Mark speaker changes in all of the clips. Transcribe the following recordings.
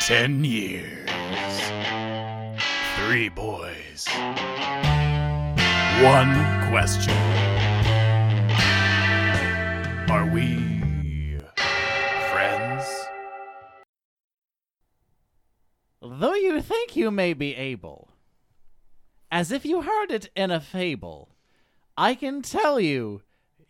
Speaker 1: Ten years. Three boys. One question. Are we friends?
Speaker 2: Though you think you may be able, as if you heard it in a fable, I can tell you,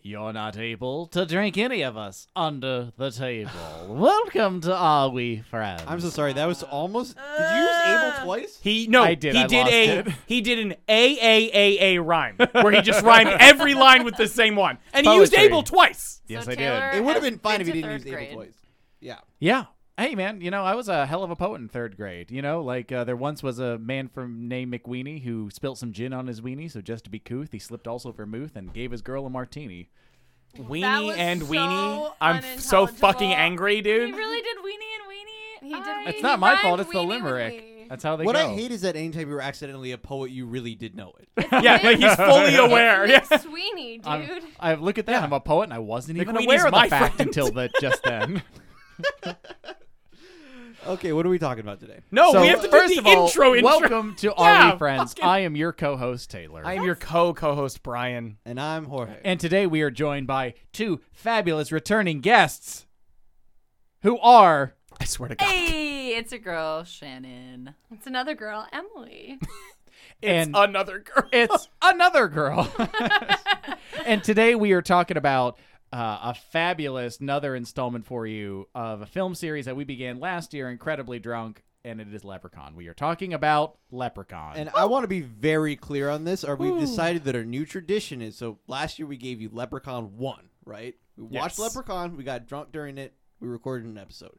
Speaker 2: you're not able to drink any of us under the table. Welcome to Are We Friends?
Speaker 3: I'm so sorry. That
Speaker 4: Uh,
Speaker 3: was almost. Did you use able twice?
Speaker 5: He no,
Speaker 2: I did,
Speaker 5: he
Speaker 2: I
Speaker 5: did
Speaker 2: lost
Speaker 5: a
Speaker 2: it.
Speaker 5: he did an A A A A rhyme where he just rhymed every line with the same one, and he used
Speaker 2: Poetry.
Speaker 5: able twice.
Speaker 2: yes,
Speaker 4: so
Speaker 2: I
Speaker 4: Taylor
Speaker 2: did.
Speaker 3: It would have
Speaker 4: has
Speaker 3: been fine if you
Speaker 4: been to
Speaker 3: didn't use
Speaker 4: third grade.
Speaker 3: able twice. Yeah.
Speaker 2: Yeah. Hey, man, you know, I was a hell of a poet in third grade. You know, like uh, there once was a man from named McWeenie who spilt some gin on his weenie, so just to be couth, he slipped also vermouth and gave his girl a martini.
Speaker 4: That
Speaker 5: Weenie
Speaker 4: was
Speaker 5: and
Speaker 4: so
Speaker 5: weenie. I'm f- so fucking
Speaker 4: unintelligible.
Speaker 5: angry,
Speaker 6: He
Speaker 5: dude.
Speaker 6: really did weenie and weenie.
Speaker 4: He did
Speaker 6: I-
Speaker 4: weenie.
Speaker 2: It's
Speaker 4: He
Speaker 2: not my
Speaker 6: rhymed
Speaker 2: fault, it's the
Speaker 6: weenie with
Speaker 2: limerick.
Speaker 6: wee.
Speaker 2: That's how they
Speaker 3: What
Speaker 2: go.
Speaker 3: I hate is that anytime you were accidentally a poet, you really did know it.
Speaker 5: Yeah, yeah, he's fully aware. Yeah.
Speaker 6: Miss Sweeney, dude.
Speaker 2: I'm- I look at that. I'm a poet, and I wasn't even
Speaker 5: McWeenie's
Speaker 2: aware of the
Speaker 5: my
Speaker 2: fact
Speaker 5: friend.
Speaker 2: until the, just then.
Speaker 3: okay, what are we talking about today?
Speaker 5: No,
Speaker 2: so,
Speaker 5: we have to
Speaker 2: first
Speaker 5: do
Speaker 2: of
Speaker 5: the
Speaker 2: all,
Speaker 5: intro. intro.
Speaker 2: Welcome to Are
Speaker 5: Yeah,
Speaker 2: We Friends?
Speaker 5: fucking-
Speaker 2: I am your co-host Taylor,
Speaker 5: I am your co co-host Brian.
Speaker 3: And I'm Jorge.
Speaker 2: and today we are joined by two fabulous returning guests, who are
Speaker 5: I swear to God.
Speaker 6: Hey, it's a girl, Shannon.
Speaker 4: It's another girl, Emily.
Speaker 5: It's
Speaker 2: and
Speaker 5: another girl.
Speaker 2: it's another girl. and today we are talking about uh, a fabulous another installment for you of a film series that we began last year, incredibly drunk, and it is Leprechaun. We are talking about Leprechaun.
Speaker 3: And I want to be very clear on this. Or we've decided that our new tradition is so last year we gave you Leprechaun 1, right? We watched
Speaker 5: Yes.
Speaker 3: Leprechaun, we got drunk during it, we recorded an episode.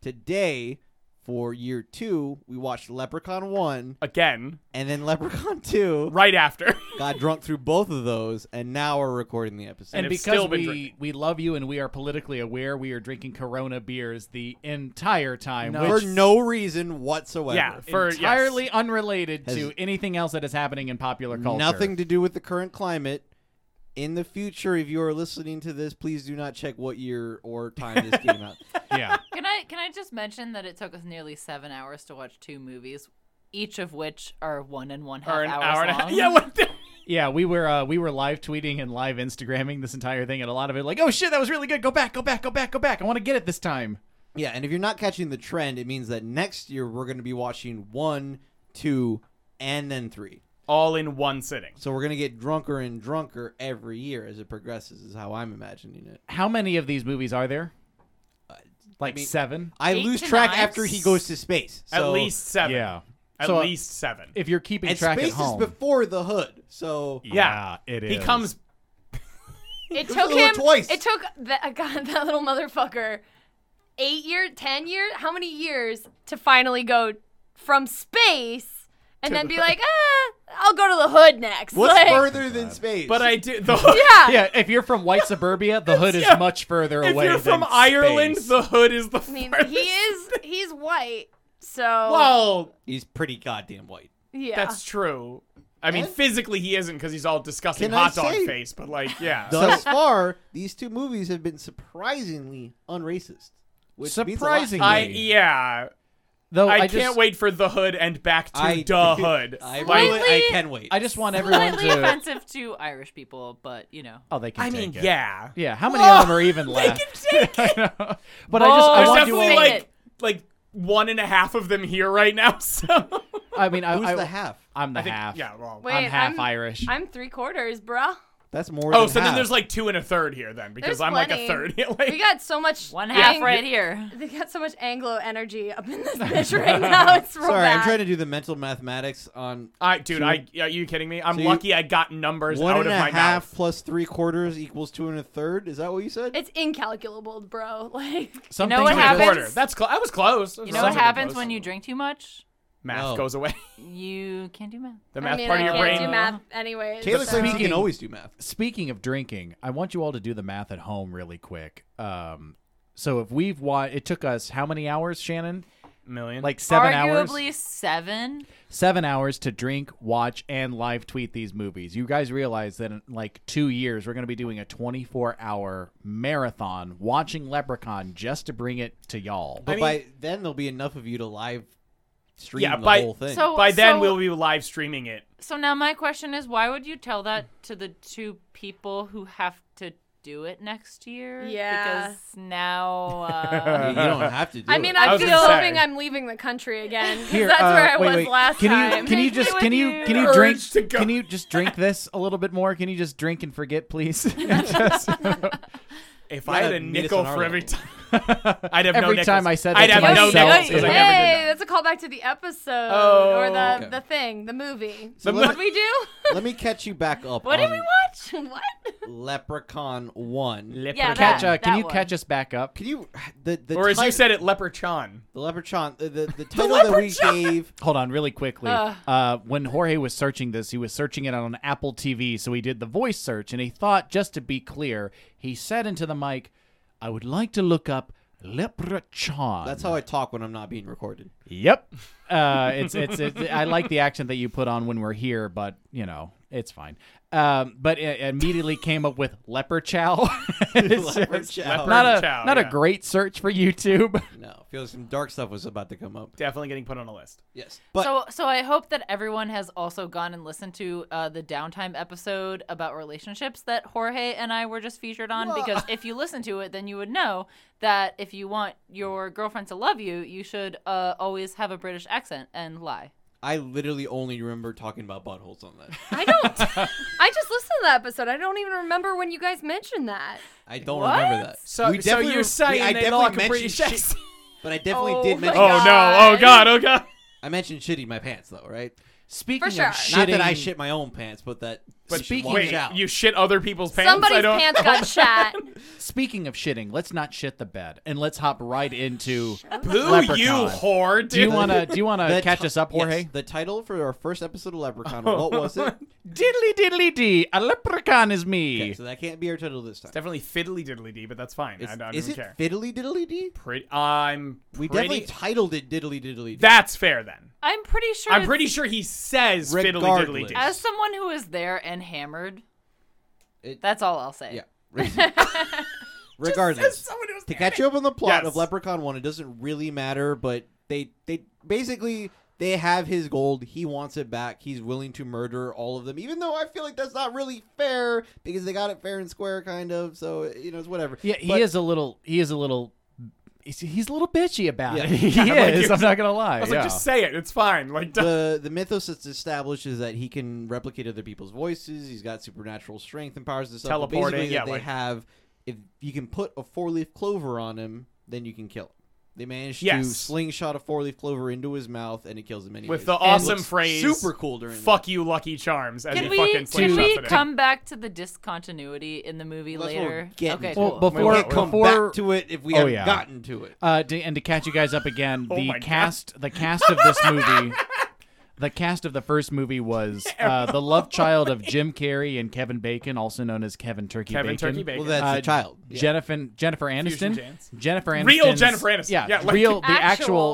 Speaker 3: Today, for year 2, we watched Leprechaun 1
Speaker 5: Again,
Speaker 3: and then Leprechaun 2.
Speaker 5: right after.
Speaker 3: Got drunk through both of those and now we're recording the episode.
Speaker 2: and
Speaker 5: have
Speaker 2: because
Speaker 5: still been
Speaker 2: we
Speaker 5: drinking.
Speaker 2: we love you and we are politically aware, we are drinking Corona beers the entire time,
Speaker 3: for
Speaker 2: which
Speaker 3: no reason whatsoever.
Speaker 5: Yeah, for yes.
Speaker 2: entirely unrelated
Speaker 3: Has-
Speaker 2: to anything else that is happening in popular culture.
Speaker 3: Nothing to do with the current climate. In the future, if you are listening to this, please do not check what year or time this came out.
Speaker 2: yeah.
Speaker 6: Can I can I just mention that it took us nearly seven hours to watch two movies, each of which are one and one half
Speaker 5: or an
Speaker 6: hours
Speaker 5: hour
Speaker 6: long.
Speaker 5: and a half. Yeah, what the?
Speaker 2: Yeah, we were uh, we were live tweeting and live Instagramming this entire thing, and a lot of it like, oh shit, that was really good. Go back, go back, go back, go back. I want to get it this time.
Speaker 3: yeah, and if you're not catching the trend, it means that next year we're going to be watching one, two, and then three.
Speaker 5: All in one sitting.
Speaker 3: So we're going to get drunker and drunker every year as it progresses, is how I'm imagining it.
Speaker 2: How many of these movies are there? Like
Speaker 3: mean-
Speaker 2: seven.
Speaker 3: Uh, I
Speaker 6: Eight
Speaker 3: lose
Speaker 6: to
Speaker 3: track
Speaker 6: nine?
Speaker 3: after he goes to space.
Speaker 5: At
Speaker 3: so-
Speaker 5: least seven.
Speaker 2: Yeah.
Speaker 5: At
Speaker 2: So, uh,
Speaker 5: least seven.
Speaker 2: If you're keeping
Speaker 3: And
Speaker 2: track
Speaker 3: space
Speaker 2: at home,
Speaker 3: is before the hood. So
Speaker 5: Yeah,
Speaker 2: it is.
Speaker 5: he comes
Speaker 4: It
Speaker 3: Goes
Speaker 4: took
Speaker 3: to the
Speaker 4: him.
Speaker 3: loo twice.
Speaker 4: It took that God, that little motherfucker, eight year, ten years, how many years to finally go from space and then be like, ah, I'll go to the hood next.
Speaker 3: what's
Speaker 4: Like,
Speaker 3: further than space?
Speaker 5: But I do. The,
Speaker 4: Yeah.
Speaker 2: Yeah, if you're from white suburbia, the hood is
Speaker 5: Yeah.
Speaker 2: much further
Speaker 5: if
Speaker 2: away.
Speaker 5: you're from
Speaker 2: than
Speaker 5: Ireland,
Speaker 2: space.
Speaker 5: the hood is the
Speaker 4: I mean,
Speaker 5: farthest.
Speaker 4: he is he's white, so
Speaker 5: Well,
Speaker 3: he's pretty goddamn white.
Speaker 4: yeah.
Speaker 5: that's true. I mean,
Speaker 3: And-
Speaker 5: physically he isn't because he's all disgusting
Speaker 3: Can I
Speaker 5: hot dog
Speaker 3: say-
Speaker 5: face. But like, yeah,
Speaker 3: Thus far, these two movies have been surprisingly unracist. Which means a lot.
Speaker 2: Surprisingly.
Speaker 5: I yeah.
Speaker 4: Oh,
Speaker 2: though
Speaker 5: I,
Speaker 2: I,
Speaker 5: can't
Speaker 2: just,
Speaker 5: wait for the hood and back to
Speaker 3: I-
Speaker 5: the hood.
Speaker 3: I
Speaker 5: Like,
Speaker 3: really, I can wait.
Speaker 2: I just want everyone
Speaker 6: Slightly
Speaker 2: to.
Speaker 6: offensive to Irish people, but you know.
Speaker 2: Oh, they can
Speaker 5: I
Speaker 2: take
Speaker 5: mean,
Speaker 2: it.
Speaker 5: yeah. Oh,
Speaker 2: Yeah, how many of them are even left? I know. But I just I
Speaker 4: Oh,
Speaker 2: want
Speaker 5: There's
Speaker 2: you
Speaker 5: definitely
Speaker 2: all.
Speaker 4: Sing
Speaker 5: like
Speaker 4: it.
Speaker 5: like one and a half of them here right now. So
Speaker 2: I mean, I,
Speaker 3: Who's
Speaker 2: I,
Speaker 3: the half?
Speaker 2: I'm the
Speaker 5: I think-
Speaker 2: half.
Speaker 5: Yeah. Well.
Speaker 4: Wait,
Speaker 2: I'm half
Speaker 4: I'm-
Speaker 2: Irish.
Speaker 4: I'm three quarters, bruh.
Speaker 3: That's more.
Speaker 5: Oh,
Speaker 3: than
Speaker 5: so
Speaker 3: half.
Speaker 5: then there's like two and a third here then because
Speaker 4: There's
Speaker 5: I'm like a
Speaker 4: plenty.
Speaker 5: third. Yeah, like,
Speaker 4: We got so much
Speaker 6: One half
Speaker 4: ang-
Speaker 6: right here.
Speaker 4: They got so much Anglo energy up in this bitch right now. It's real
Speaker 3: Sorry,
Speaker 4: bad.
Speaker 3: I'm trying to do the mental mathematics on
Speaker 5: I, dude,
Speaker 3: Two-
Speaker 5: I are you kidding me? I'm
Speaker 3: So you-
Speaker 5: lucky I got numbers
Speaker 3: one
Speaker 5: out
Speaker 3: and
Speaker 5: of
Speaker 3: a
Speaker 5: my
Speaker 3: half
Speaker 5: mouth.
Speaker 3: plus three quarters equals two and a third. Is that what you said?
Speaker 4: It's incalculable, bro. Like
Speaker 2: Some
Speaker 6: know
Speaker 2: things
Speaker 6: what
Speaker 2: are just-
Speaker 5: Two and a
Speaker 6: happens?
Speaker 5: quarter. That's cl- I was close.
Speaker 6: You know what happens when you drink too much?
Speaker 5: math
Speaker 3: No.
Speaker 5: goes away?
Speaker 6: You can't do math.
Speaker 5: The
Speaker 4: I
Speaker 5: math
Speaker 4: mean,
Speaker 5: part
Speaker 4: I
Speaker 5: of your
Speaker 4: can't
Speaker 5: brain.
Speaker 4: do math anyways.
Speaker 3: Taylor
Speaker 4: so-
Speaker 3: claims he
Speaker 2: Speaking-
Speaker 3: can always do math.
Speaker 2: Speaking of drinking, I want you all to do the math at home really quick. Um, so if we've watched, it took us how many hours, Shannon?
Speaker 5: million.
Speaker 2: Like seven
Speaker 6: Arguably
Speaker 2: hours.
Speaker 6: seven.
Speaker 2: Seven hours to drink, watch, and live tweet these movies. You guys realize that in like two years, we're going to be doing a 24 hour marathon watching Leprechaun just to bring it to y'all.
Speaker 3: But
Speaker 5: mean-
Speaker 3: by then there'll be enough of you to live stream
Speaker 5: Yeah,
Speaker 3: the
Speaker 5: by-
Speaker 3: whole thing.
Speaker 6: So
Speaker 5: by then
Speaker 6: Oh, so-
Speaker 5: we'll be live streaming it.
Speaker 6: So now my question is, why would you tell that to the two people who have to do it next year?
Speaker 4: Yeah.
Speaker 6: Because now.
Speaker 3: you you
Speaker 6: Uh,
Speaker 3: don't have to do
Speaker 4: I mean,
Speaker 3: it.
Speaker 4: I'm
Speaker 5: was
Speaker 4: just
Speaker 5: gonna say.
Speaker 4: hoping I'm leaving the country again
Speaker 2: Here,
Speaker 4: because that's
Speaker 2: uh,
Speaker 4: where I
Speaker 2: wait,
Speaker 4: was
Speaker 2: wait.
Speaker 4: last
Speaker 2: can
Speaker 4: time.
Speaker 2: You, can you
Speaker 6: Take me
Speaker 2: just
Speaker 6: with
Speaker 2: can you,
Speaker 6: you.
Speaker 2: can you
Speaker 5: Urge
Speaker 2: drink
Speaker 5: to go.
Speaker 2: can you just drink this a little bit more? Can you just drink and forget, please? Just-
Speaker 5: If
Speaker 3: You
Speaker 5: I had
Speaker 3: gotta
Speaker 5: a
Speaker 3: meet us
Speaker 5: nickel
Speaker 3: on our
Speaker 5: for every
Speaker 3: level.
Speaker 5: time, I'd have no
Speaker 2: Every
Speaker 5: nickels.
Speaker 2: time I said that
Speaker 5: I'd
Speaker 2: to
Speaker 5: have no
Speaker 2: myself,
Speaker 5: nickels because I
Speaker 2: it-
Speaker 5: never did
Speaker 4: hey,
Speaker 5: that.
Speaker 4: that's a callback to the episode
Speaker 5: Oh.
Speaker 4: or the,
Speaker 3: Okay.
Speaker 4: the thing, the movie.
Speaker 3: So
Speaker 4: what
Speaker 3: let
Speaker 4: did we do?
Speaker 3: Let me catch you back up
Speaker 6: what
Speaker 3: on
Speaker 6: did
Speaker 2: Um,
Speaker 6: we watch?
Speaker 4: what?
Speaker 3: Leprechaun 1.
Speaker 6: Yeah,
Speaker 5: Leprechaun.
Speaker 2: catch, uh,
Speaker 6: that
Speaker 2: can you
Speaker 6: one.
Speaker 2: catch us back up?
Speaker 3: Can you the the
Speaker 5: or as you
Speaker 3: tit-
Speaker 5: said it, leprechaun.
Speaker 3: the leprechaun the, the, the title that we gave
Speaker 2: Hold on, really quickly. Uh, when Jorge was searching this, he was searching it on Apple TV, so he did the voice search, and he thought, just to be clear, he said into the mic, "I would like to look up Leprechaun."
Speaker 3: that's how I talk when I'm not being recorded.
Speaker 2: Yep. Uh, it's, it's it's I like the accent that you put on when we're here, but you know it's fine. Um, but it immediately came up with Leprechow. It's just-
Speaker 3: Leprechaun.
Speaker 2: Not a
Speaker 5: Leprechow,
Speaker 2: not a
Speaker 5: yeah.
Speaker 2: great search for YouTube.
Speaker 3: No, feels some dark stuff was about to come up.
Speaker 5: Definitely getting put on a list.
Speaker 3: Yes. But
Speaker 6: so, so I hope that everyone has also gone and listened to uh, the downtime episode about relationships that Jorge and I were just featured on. Because if you listen to it, then you would know that if you want your girlfriend to love you, you should uh, always have a British accent and lie.
Speaker 3: I literally only remember talking about buttholes on that.
Speaker 4: I don't. I just listened to that episode. I don't even remember when you guys mentioned that.
Speaker 3: I don't
Speaker 6: What?
Speaker 3: remember that.
Speaker 5: So,
Speaker 3: We
Speaker 5: so
Speaker 3: definitely-
Speaker 5: you're saying
Speaker 3: we- I
Speaker 5: they
Speaker 3: definitely
Speaker 5: lock a
Speaker 3: mentioned
Speaker 5: British
Speaker 3: shit-
Speaker 5: accent?
Speaker 3: But I definitely
Speaker 4: Oh
Speaker 3: did
Speaker 4: my
Speaker 3: mention
Speaker 5: Oh no! Oh god! Oh god!
Speaker 3: I mentioned shitting my pants though, right?
Speaker 2: Speaking
Speaker 4: sure.
Speaker 2: of
Speaker 4: Not
Speaker 2: shitting,
Speaker 3: Not that I shit my own pants, but that you
Speaker 5: But
Speaker 3: should
Speaker 2: speaking-
Speaker 3: watch
Speaker 5: Wait,
Speaker 3: out.
Speaker 5: you shit other people's pants? I
Speaker 4: Somebody's
Speaker 5: don't...
Speaker 4: pants got shat.
Speaker 2: Speaking of shitting, let's not shit the bed and let's hop right into.
Speaker 5: Boo
Speaker 2: Leprechaun.
Speaker 5: you, whore! Dude.
Speaker 2: Do you wanna do you wanna
Speaker 3: The
Speaker 2: Uh, catch
Speaker 3: ti-
Speaker 2: us up,
Speaker 3: yes,
Speaker 2: Jorge?
Speaker 3: the title for our first episode of Leprechaun, what was it?
Speaker 2: Diddly diddly dee, a leprechaun is me.
Speaker 3: Okay, so that can't be our title this time.
Speaker 5: Definitely fiddly diddly dee, but that's fine. I
Speaker 3: It's-
Speaker 5: don't
Speaker 3: is
Speaker 5: even
Speaker 3: it
Speaker 5: care.
Speaker 3: fiddly diddly dee?
Speaker 5: Pretty. I'm.
Speaker 3: We
Speaker 5: pretty...
Speaker 3: definitely titled it diddly diddly dee.
Speaker 5: That's fair then.
Speaker 6: I'm pretty sure.
Speaker 5: I'm
Speaker 6: it's-
Speaker 5: pretty sure he says fiddly diddly dee.
Speaker 6: As someone who was there and hammered,
Speaker 3: It-
Speaker 6: that's all I'll say.
Speaker 3: yeah. Regardless, to catch you up on the plot
Speaker 5: Yes.
Speaker 3: of Leprechaun One, it doesn't really matter, but they they basically they have his gold. He wants it back. He's willing to murder all of them, even though I feel like that's not really fair because they got it fair and square, kind of. So you know, it's whatever.
Speaker 2: Yeah, he
Speaker 3: But-
Speaker 2: is a little. He is a little. He's, he's a little bitchy about
Speaker 3: Yeah.
Speaker 2: it. He
Speaker 5: I'm like
Speaker 2: is.
Speaker 5: you.
Speaker 2: I'm not gonna lie.
Speaker 5: I was
Speaker 2: yeah.
Speaker 5: like, just say it. It's fine. Like, don't-
Speaker 3: the the mythos that's established is that he can replicate other people's voices. He's got supernatural strength and powers and stuff. but
Speaker 5: Teleporting,
Speaker 3: basically,
Speaker 5: yeah,
Speaker 3: they
Speaker 5: like-
Speaker 3: have if you can put a four leaf clover on him, then you can kill him. They managed to
Speaker 5: Yes.
Speaker 3: slingshot a four leaf clover into his mouth, and it kills him anyway.
Speaker 5: with the awesome
Speaker 3: looks
Speaker 5: phrase,
Speaker 3: super cool during
Speaker 5: Fuck you, Lucky Charms. As
Speaker 6: Can
Speaker 5: he
Speaker 6: we
Speaker 5: fucking
Speaker 6: can
Speaker 5: slingshots
Speaker 6: we
Speaker 5: it in.
Speaker 6: come back to the discontinuity in the movie
Speaker 3: That's what we're
Speaker 6: later?
Speaker 3: getting
Speaker 6: okay,
Speaker 3: to.
Speaker 2: Well,
Speaker 6: cool.
Speaker 3: that. We
Speaker 2: before
Speaker 3: can't come
Speaker 2: before
Speaker 3: back to it if we
Speaker 2: Oh,
Speaker 3: haven't
Speaker 2: yeah.
Speaker 3: gotten to it.
Speaker 2: uh, to, and to catch you guys up again,
Speaker 5: Oh
Speaker 2: the
Speaker 5: my God.
Speaker 2: cast the cast of this movie. The cast of the first movie was uh, the love child of Jim Carrey and Kevin Bacon, also known as Kevin Turkey
Speaker 5: Kevin
Speaker 2: Bacon.
Speaker 5: Turkey Bacon.
Speaker 3: Well, that's
Speaker 2: Uh,
Speaker 3: the child. Yeah.
Speaker 2: Jennifer Jennifer
Speaker 5: Fusion
Speaker 2: Aniston.
Speaker 5: Jans.
Speaker 2: Jennifer Aniston.
Speaker 5: Real Jennifer Aniston.
Speaker 2: Yeah,
Speaker 5: Yeah, like-
Speaker 2: real the actual,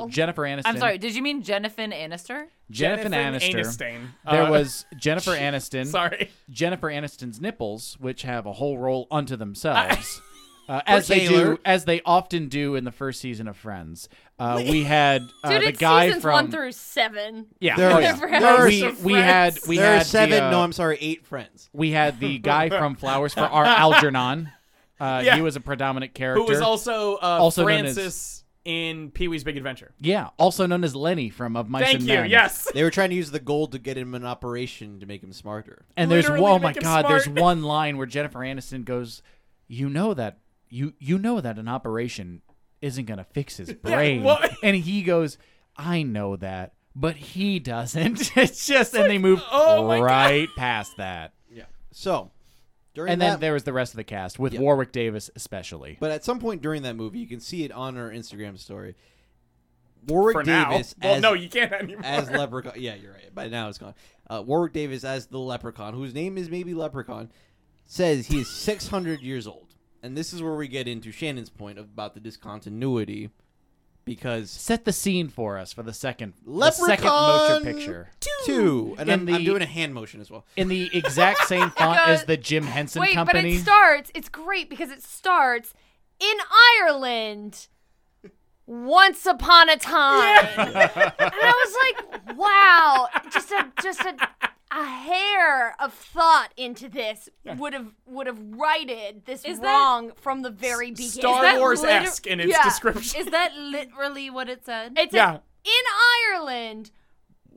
Speaker 4: Actual.
Speaker 2: Jennifer Aniston.
Speaker 6: I'm sorry. Did you mean Jennifer Aniston?
Speaker 2: Jennifer, Aniston.
Speaker 5: Aniston.
Speaker 2: There
Speaker 5: Uh,
Speaker 2: was Jennifer Aniston.
Speaker 5: Sorry.
Speaker 2: Jennifer Aniston's nipples, which have a whole role unto themselves, uh, as
Speaker 3: For
Speaker 2: they
Speaker 3: Taylor.
Speaker 2: do, as they often do in the first season of Friends. Uh, we had uh,
Speaker 4: Dude,
Speaker 2: the
Speaker 4: it's
Speaker 2: guy
Speaker 4: seasons
Speaker 2: from
Speaker 4: one through seven.
Speaker 2: yeah,
Speaker 3: There
Speaker 2: oh,
Speaker 3: is-
Speaker 2: yeah.
Speaker 4: there
Speaker 2: we,
Speaker 5: is-
Speaker 2: we had we
Speaker 3: there
Speaker 2: had
Speaker 3: are seven.
Speaker 2: The, uh,
Speaker 3: no, I'm sorry, eight friends.
Speaker 2: we had the guy from Flowers for our Algernon. Uh,
Speaker 5: Yeah.
Speaker 2: He was a predominant character.
Speaker 5: Who was also, uh,
Speaker 2: Also known as-
Speaker 5: Francis in Pee Wee's Big Adventure.
Speaker 2: yeah, also known as Lenny from Of Mice
Speaker 5: Thank
Speaker 2: and
Speaker 5: you.
Speaker 2: Men.
Speaker 5: Yes.
Speaker 3: They were trying to use the gold to get him an operation to make him smarter.
Speaker 2: And there's
Speaker 5: Literally
Speaker 2: oh my
Speaker 5: make him
Speaker 2: god, there's
Speaker 5: smart.
Speaker 2: one line where Jennifer Aniston goes, "You know that you you know that an operation isn't gonna fix his brain,"
Speaker 5: what?
Speaker 2: and he goes, "I know that, but he doesn't." it's just and they move
Speaker 5: oh my God.
Speaker 2: right past that.
Speaker 3: Yeah. So during
Speaker 2: And then
Speaker 3: that
Speaker 2: there was the rest of the cast with
Speaker 3: Yeah.
Speaker 2: Warwick Davis especially.
Speaker 3: But at some point during that movie, you can see it on her Instagram story. Warwick
Speaker 5: For now.
Speaker 3: Davis
Speaker 5: Well,
Speaker 3: as,
Speaker 5: no, you can't anymore.
Speaker 3: as Leprechaun. Yeah, you're right. By now it's gone. Uh, Warwick Davis as the Leprechaun, whose name is maybe Leprechaun, says he is 600 years old. And this is where we get into Shannon's point about the discontinuity because
Speaker 2: Set the scene for us for the second the second
Speaker 3: Leprechaun
Speaker 2: motion picture
Speaker 3: two, and
Speaker 2: In
Speaker 3: I'm,
Speaker 2: the-
Speaker 3: I'm doing a hand motion as well.
Speaker 2: in the exact same font
Speaker 4: goes-
Speaker 2: as the Jim Henson
Speaker 4: Wait,
Speaker 2: Company.
Speaker 4: but it starts. It's great because it starts in Ireland. Once upon a time, and I was like, "Wow!" Just a just a a hair of thought into this would have would have righted this
Speaker 6: Is that-
Speaker 4: wrong from the very beginning.
Speaker 6: Is
Speaker 5: Star
Speaker 6: that
Speaker 5: Wars esque in its
Speaker 4: Yeah.
Speaker 5: description.
Speaker 6: Is that literally what it said?
Speaker 4: It's
Speaker 5: Yeah.
Speaker 4: a, in Ireland.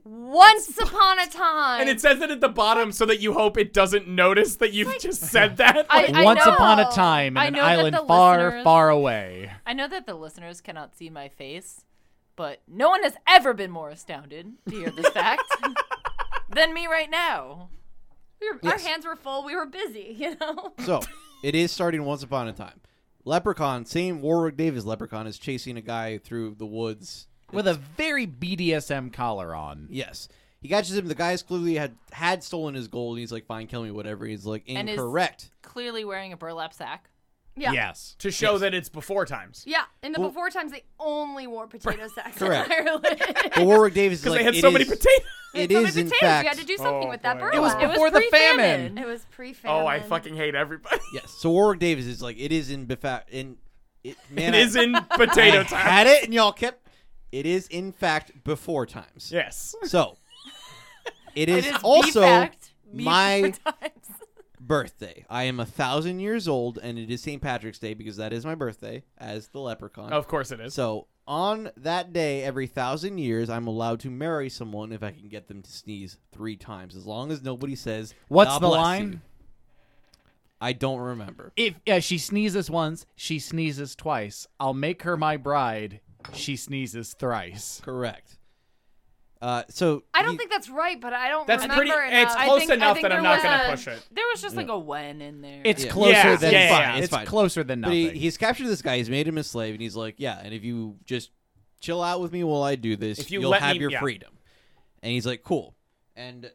Speaker 4: Once upon a time,
Speaker 5: And it says it at the bottom so that you hope it doesn't notice that you've just said that.
Speaker 6: I-
Speaker 5: Like,
Speaker 6: I
Speaker 2: Once
Speaker 6: know-
Speaker 2: upon a time in
Speaker 6: I
Speaker 2: an
Speaker 6: know that
Speaker 2: island
Speaker 6: the
Speaker 2: far,
Speaker 6: listeners-
Speaker 2: far away.
Speaker 6: I know that the listeners cannot see my face, but no one has ever been more astounded to hear this fact than me right now.
Speaker 4: we were, our hands were full. We were busy, you know.
Speaker 3: So it is starting once upon a time. Leprechaun, same Warwick Davis Leprechaun, is chasing a guy through the woods.
Speaker 2: with a very BDSM collar on.
Speaker 3: Yes. He catches him. The guy's clearly had had stolen his gold. And he's like, "Fine, kill me, whatever." He's like,
Speaker 6: And is-
Speaker 3: "Incorrect."
Speaker 6: Clearly wearing a burlap sack.
Speaker 4: Yeah.
Speaker 2: Yes.
Speaker 5: to show that it's before times.
Speaker 4: Yeah, in the
Speaker 3: Well-
Speaker 4: before times, they only wore potato sacks
Speaker 3: Correct.
Speaker 4: in Ireland.
Speaker 3: But Warwick Davis is
Speaker 5: Because
Speaker 3: like,
Speaker 5: they had
Speaker 3: "It
Speaker 5: so many
Speaker 3: is-
Speaker 5: potatoes.
Speaker 3: It
Speaker 4: So the
Speaker 3: is in
Speaker 4: potatoes,
Speaker 3: fact
Speaker 4: You had to do something
Speaker 5: Oh,
Speaker 4: with that
Speaker 5: boy.
Speaker 4: burlap.
Speaker 5: It was
Speaker 6: It was
Speaker 2: before the
Speaker 6: pre-famine.
Speaker 2: famine.
Speaker 4: It was pre-famine.
Speaker 5: Oh, I fucking hate everybody.
Speaker 3: yes." So Warwick Davis is like, "It is in befa- in it, man,
Speaker 5: it is in potato
Speaker 3: I
Speaker 5: time.
Speaker 3: had it, and y'all kept. It is in fact before times.
Speaker 5: Yes.
Speaker 3: So it
Speaker 6: It
Speaker 3: is,
Speaker 6: is the
Speaker 3: also
Speaker 6: fact, me
Speaker 3: my
Speaker 6: four times.
Speaker 3: birthday. I am a thousand years old, and it is St. Patrick's Day because that is my birthday as the leprechaun.
Speaker 5: Of course it is.
Speaker 3: So on that day, every thousand years, I'm allowed to marry someone if I can get them to sneeze three times, as long as nobody says.
Speaker 2: What's
Speaker 3: "God
Speaker 2: the
Speaker 3: bless
Speaker 2: line?
Speaker 3: you." I don't remember.
Speaker 2: If uh, she sneezes once, she sneezes twice. I'll make her my bride. She sneezes thrice.
Speaker 3: Correct. Uh, so
Speaker 4: I don't
Speaker 3: you-
Speaker 4: think that's right, but I don't
Speaker 5: That's
Speaker 4: remember
Speaker 5: pretty.
Speaker 4: enough.
Speaker 5: It's
Speaker 6: I
Speaker 5: close
Speaker 6: think- I
Speaker 5: enough
Speaker 6: think
Speaker 5: that I'm
Speaker 6: there
Speaker 5: not
Speaker 6: was
Speaker 5: going to
Speaker 6: a-
Speaker 5: push it.
Speaker 6: There was just like a when in there.
Speaker 2: It's
Speaker 3: Yeah.
Speaker 2: closer
Speaker 5: Yeah,
Speaker 2: than
Speaker 5: yeah,
Speaker 2: fine.
Speaker 5: yeah,
Speaker 2: It's,
Speaker 3: it's fine.
Speaker 2: closer than
Speaker 3: But
Speaker 2: nothing.
Speaker 3: he, he's captured this guy. He's made him a slave, and he's like, "Yeah, and if you just chill out with me while I do this,
Speaker 5: If you
Speaker 3: will
Speaker 5: let
Speaker 3: have
Speaker 5: me-
Speaker 3: your
Speaker 5: yeah.
Speaker 3: freedom." And he's like, "Cool." And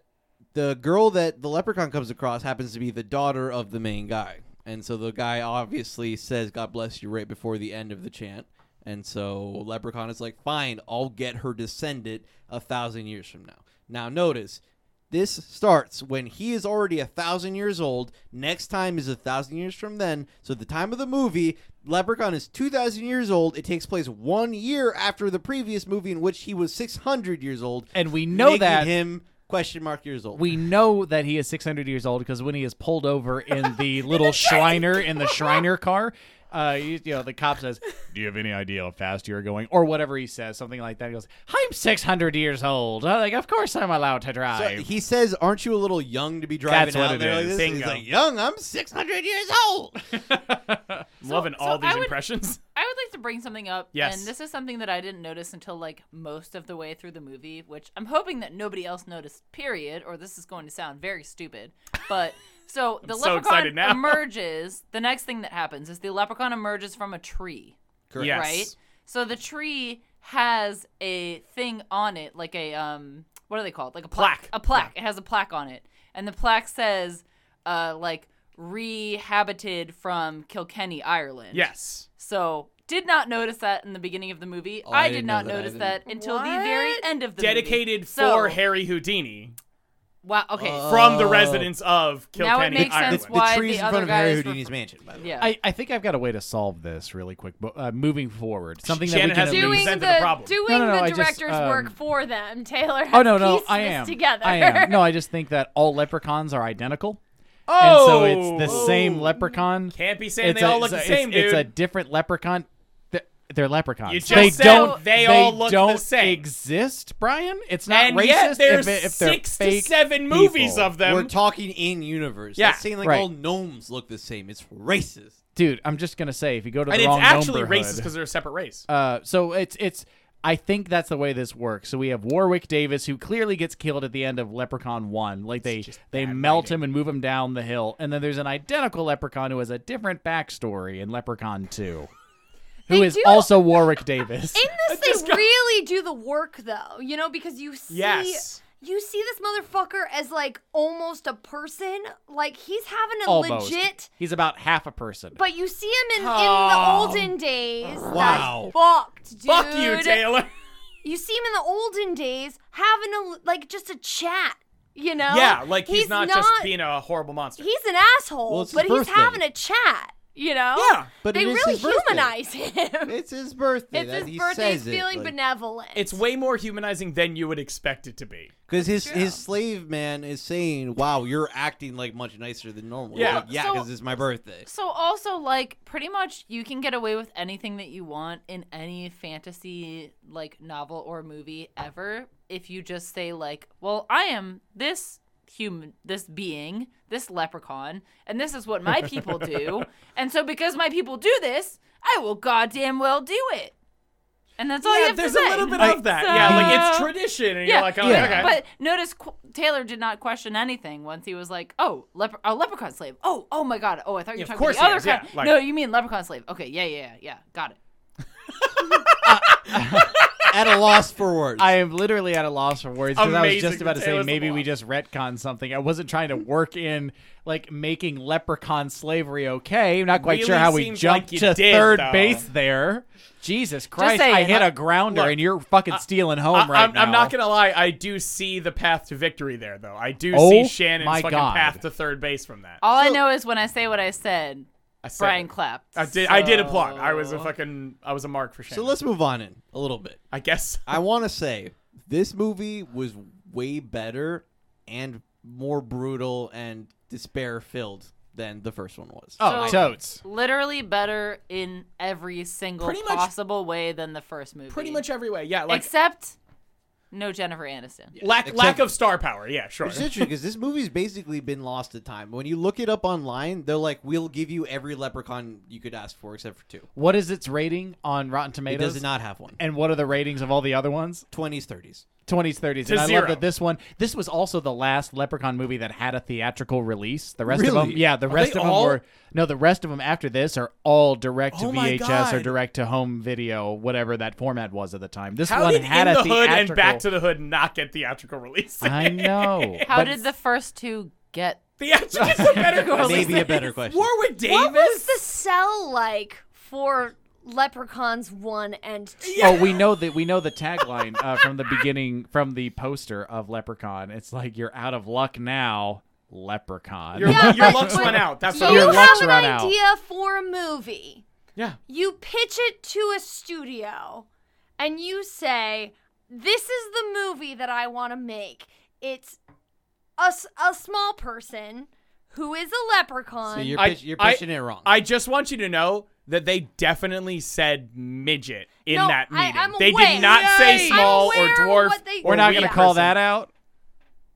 Speaker 3: the girl that the leprechaun comes across happens to be the daughter of the main guy, and so the guy obviously says, "God bless you," right before the end of the chant. And so leprechaun is like, "Fine, I'll get her descendant a thousand years from now." Now notice. This starts when he is already a thousand years old. Next time is a thousand years from then. So at the time of the movie, Leprechaun is two thousand years old. It takes place one year after the previous movie in which he was six hundred years old.
Speaker 2: and we know
Speaker 3: making
Speaker 2: that
Speaker 3: him question mark years old.
Speaker 2: we know that he is 600 years old because when he is pulled over in the little Shriner in the Shriner car, uh, you, you know the cop says, "Do you have any idea how fast you're going?" or whatever he says, something like that. He goes, "I'm 600 years old. I'm like, of course I'm allowed to
Speaker 3: So
Speaker 2: drive."
Speaker 3: he says, "Aren't you a little young to be driving
Speaker 2: That's what
Speaker 3: out
Speaker 2: it
Speaker 3: there like
Speaker 2: is.
Speaker 3: this?" And He's
Speaker 5: Bingo.
Speaker 3: like, "Young, I'm six hundred years old."
Speaker 5: I'm loving
Speaker 6: so
Speaker 5: all these
Speaker 6: I would-
Speaker 5: impressions.
Speaker 6: I would like to bring something up.
Speaker 5: Yes.
Speaker 6: And this is something that I didn't notice until like most of the way through the movie, which I'm hoping that nobody else noticed, period, or this is going to sound very stupid. But so the
Speaker 5: so
Speaker 6: leprechaun
Speaker 5: excited now.
Speaker 6: emerges. The next thing that happens is the leprechaun emerges from a tree,
Speaker 3: Correct.
Speaker 5: Yes.
Speaker 6: right? So the tree has a thing on it, like a, um, what are they called? Like a plaque.
Speaker 5: Plaque.
Speaker 6: A plaque. It has a plaque on it. And the plaque says, uh, like, rehabited from Kilkenny, Ireland.
Speaker 5: Yes.
Speaker 6: So did not notice that in the beginning of the movie.
Speaker 3: Oh,
Speaker 6: I,
Speaker 3: I
Speaker 6: did
Speaker 3: didn't
Speaker 6: not
Speaker 3: know that. I
Speaker 6: notice that
Speaker 3: didn't-
Speaker 6: until the very
Speaker 4: What?
Speaker 6: end of the movie.
Speaker 5: Dedicated
Speaker 6: So-
Speaker 5: for Harry Houdini
Speaker 6: Wow. Okay.
Speaker 3: Uh,
Speaker 5: from the
Speaker 3: Oh.
Speaker 5: residents of
Speaker 6: Now it
Speaker 5: Kilkenny,
Speaker 6: makes sense
Speaker 5: Ireland.
Speaker 3: The,
Speaker 6: why
Speaker 3: trees
Speaker 6: the
Speaker 3: in
Speaker 6: other
Speaker 3: front of Harry
Speaker 6: guys were-
Speaker 3: Houdini's mansion. By the way.
Speaker 6: yeah.
Speaker 2: I, I think I've got a way to solve this really quick. But uh, moving forward, something
Speaker 5: Shannon
Speaker 2: that
Speaker 5: has
Speaker 2: we can. at
Speaker 5: a
Speaker 4: doing
Speaker 2: least-
Speaker 5: reason.
Speaker 4: the,
Speaker 5: presented the problem.
Speaker 4: doing
Speaker 2: No, no, no, I
Speaker 4: the
Speaker 2: just,
Speaker 4: director's
Speaker 2: um,
Speaker 4: work for them. Taylor.
Speaker 2: Oh
Speaker 4: has
Speaker 2: no, no,
Speaker 4: pieced
Speaker 2: I
Speaker 4: this
Speaker 2: am.
Speaker 4: Together.
Speaker 2: I am. No, I just think that all leprechauns are identical, and
Speaker 5: Oh,
Speaker 2: so it's the same leprechaun.
Speaker 5: Can't be saying
Speaker 2: it's
Speaker 5: they
Speaker 2: a-
Speaker 5: all look
Speaker 2: it's
Speaker 5: the
Speaker 2: a,
Speaker 5: same,
Speaker 2: it's, It's a
Speaker 5: dude.
Speaker 2: different leprechaun. They're, they're leprechauns.
Speaker 5: You just
Speaker 2: they
Speaker 5: said
Speaker 2: don't.
Speaker 5: they all look the
Speaker 2: don't
Speaker 5: same.
Speaker 2: exist, Brian. It's not
Speaker 5: and
Speaker 2: racist
Speaker 5: yet there's
Speaker 2: if, it, if they're
Speaker 5: six to
Speaker 2: fake
Speaker 5: seven movies
Speaker 2: people.
Speaker 5: of them.
Speaker 3: We're talking in universe.
Speaker 5: Yeah.
Speaker 3: That's saying like
Speaker 2: Right.
Speaker 3: all gnomes look the same. It's racist.
Speaker 2: Dude, I'm just gonna say if you go to the
Speaker 5: and it's
Speaker 2: wrong
Speaker 5: actually
Speaker 2: neighborhood-
Speaker 5: racist because they're a separate race.
Speaker 2: Uh, so it's it's. I think that's the way this works. So we have Warwick Davis, who clearly gets killed at the end of Leprechaun One. Like they they melt him and move him down the hill, and then there's an identical Leprechaun who has a different backstory in Leprechaun Two, who
Speaker 4: They
Speaker 2: is
Speaker 4: do-
Speaker 2: also Warwick Davis.
Speaker 4: In this, they really do the work, though. You know, because you see
Speaker 5: Yes.
Speaker 4: you see this motherfucker as like almost a person. Like he's having a
Speaker 2: Almost.
Speaker 4: legit.
Speaker 2: He's about half a person.
Speaker 4: But you see him in,
Speaker 5: Oh.
Speaker 4: in the olden days.
Speaker 3: Wow.
Speaker 4: That's fucked, dude.
Speaker 5: Fuck you, Taylor.
Speaker 4: You see him in the olden days having a like just a chat. You know?
Speaker 5: yeah, like he's, not, just being a horrible monster.
Speaker 4: He's an asshole,
Speaker 3: Well, it's his
Speaker 4: but he's
Speaker 3: birthday.
Speaker 4: having a chat. You know?
Speaker 5: yeah,
Speaker 3: But
Speaker 4: they
Speaker 3: it is
Speaker 4: really
Speaker 3: his birthday.
Speaker 4: humanize him.
Speaker 3: It's his birthday.
Speaker 4: It's
Speaker 3: that
Speaker 4: his
Speaker 3: he
Speaker 4: birthday. He's
Speaker 3: says it,
Speaker 4: feeling
Speaker 3: like-
Speaker 4: benevolent.
Speaker 5: it's way more humanizing than you would expect it to be.
Speaker 3: Because his his slave man is saying, "Wow, you're acting like much nicer than normal."
Speaker 5: Yeah.
Speaker 3: like, yeah,
Speaker 6: So-
Speaker 3: because it's my birthday.
Speaker 6: So also like pretty much you can get away with anything that you want in any fantasy like novel or movie ever if you just say like, well, I am this human this being, this leprechaun, and this is what my people do. And so because my people do this, I will goddamn well do it. And that's all you
Speaker 5: yeah,
Speaker 6: have to
Speaker 5: there's
Speaker 6: say.
Speaker 5: a little bit of that. yeah, like it's
Speaker 6: So-
Speaker 5: tradition, and
Speaker 6: yeah,
Speaker 5: you're like, oh,
Speaker 2: Yeah.
Speaker 5: okay.
Speaker 6: but notice qu- Taylor did not question anything once he was like, "Oh, lepre- a leprechaun slave." Oh, oh my god. Oh, I thought
Speaker 5: Yeah,
Speaker 6: you were
Speaker 5: of
Speaker 6: talking
Speaker 5: course
Speaker 6: about
Speaker 5: he
Speaker 6: the other
Speaker 5: is, yeah,
Speaker 6: kind.
Speaker 5: like-
Speaker 6: no, you mean leprechaun slave. Okay, yeah, yeah, yeah, yeah. Got it.
Speaker 3: At a loss for words.
Speaker 2: I am literally at a loss for words because I was
Speaker 5: Amazing.
Speaker 2: just about to say
Speaker 5: Taylor's
Speaker 2: maybe
Speaker 5: the
Speaker 2: we
Speaker 5: law.
Speaker 2: just retcon something. I wasn't trying to work in like making leprechaun slavery okay. I'm not quite
Speaker 5: Really
Speaker 2: sure how we
Speaker 5: seems
Speaker 2: jumped
Speaker 5: like you
Speaker 2: to
Speaker 5: did,
Speaker 2: third
Speaker 5: though.
Speaker 2: base there. Jesus Christ! I
Speaker 6: saying.
Speaker 2: hit a grounder
Speaker 5: Look,
Speaker 2: and you're fucking stealing home
Speaker 5: I,
Speaker 2: right
Speaker 5: am
Speaker 2: now.
Speaker 5: I'm not gonna lie. I do see the path to victory there, though. I do
Speaker 2: Oh
Speaker 5: see Shannon's
Speaker 2: my
Speaker 5: fucking
Speaker 2: God.
Speaker 5: path to third base from that.
Speaker 6: All I know is when I say what I said,
Speaker 5: I said
Speaker 6: Brian
Speaker 5: it.
Speaker 6: clapped.
Speaker 5: I did. I did
Speaker 6: so-
Speaker 5: applaud. I was a fucking. I was a mark for Shannon.
Speaker 3: so let's move on in a little bit.
Speaker 5: I guess.
Speaker 3: I want to say this movie was way better and more brutal and despair filled than the first one was.
Speaker 2: Oh,
Speaker 6: So-
Speaker 2: totes.
Speaker 6: Literally better in every single
Speaker 5: Pretty much-
Speaker 6: possible way than the first movie.
Speaker 5: Pretty much every way. Yeah. Like
Speaker 6: except no Jennifer Aniston.
Speaker 5: lack
Speaker 3: Except-
Speaker 5: lack of star power. Yeah. Sure.
Speaker 3: It's interesting because this movie's basically been lost to time. When you look it up online, they're like, "We'll give you every leprechaun you could ask for, except for two.
Speaker 2: What is its rating on Rotten
Speaker 3: It
Speaker 2: Tomatoes?
Speaker 3: does not have one.
Speaker 2: And what are the ratings of all the other ones?
Speaker 3: Twenties, thirties.
Speaker 2: 20s, 30s.
Speaker 5: To
Speaker 2: and I
Speaker 5: zero.
Speaker 2: love that this one, this was also the last Leprechaun movie that had a theatrical release. The rest of
Speaker 3: Really?
Speaker 2: them, yeah, the
Speaker 5: Are
Speaker 2: rest
Speaker 5: they
Speaker 2: of them
Speaker 5: all-
Speaker 2: were, no, the rest of them after this are all direct to
Speaker 5: Oh my
Speaker 2: VHS or
Speaker 5: God.
Speaker 2: direct to home video, whatever that format was at the time. This
Speaker 5: How
Speaker 2: one
Speaker 5: did
Speaker 2: had
Speaker 5: In
Speaker 2: a
Speaker 5: the Hood
Speaker 2: theatrical.
Speaker 5: and Back to the Hood not get theatrical release?
Speaker 3: Uh-huh.
Speaker 2: I know.
Speaker 6: How
Speaker 2: but
Speaker 6: did the first two get?
Speaker 5: theatrical is a better release.
Speaker 3: Maybe a better question.
Speaker 5: Warwick Davis.
Speaker 4: What was the cell like for Leprechauns one and two?
Speaker 2: Oh, we know that we know the tagline uh, from the beginning from the poster of Leprechaun. It's like you're out of luck now, Leprechaun.
Speaker 5: Your,
Speaker 4: Yeah,
Speaker 5: your
Speaker 4: but-
Speaker 5: luck's
Speaker 4: but-
Speaker 5: run out. That's
Speaker 2: So
Speaker 5: what
Speaker 4: you
Speaker 5: it
Speaker 2: your
Speaker 5: was.
Speaker 2: luck's
Speaker 4: have an
Speaker 2: run out.
Speaker 4: idea for a movie.
Speaker 5: Yeah.
Speaker 4: You pitch it to a studio and you say, This is the movie that I want to make. It's a, s- a small person who is a leprechaun.
Speaker 3: So you're,
Speaker 5: I-
Speaker 3: pitch, you're
Speaker 5: I-
Speaker 3: pitching it wrong.
Speaker 5: I just want you to know that they definitely said midget in
Speaker 4: No,
Speaker 5: that
Speaker 4: I-
Speaker 5: meeting.
Speaker 4: I'm
Speaker 5: they
Speaker 4: aware.
Speaker 5: did not say
Speaker 4: Yay.
Speaker 5: small
Speaker 4: I'm
Speaker 5: or
Speaker 4: aware of
Speaker 5: dwarf.
Speaker 4: what they-
Speaker 5: or
Speaker 2: We're not
Speaker 5: going
Speaker 2: gonna
Speaker 5: to
Speaker 2: call that out.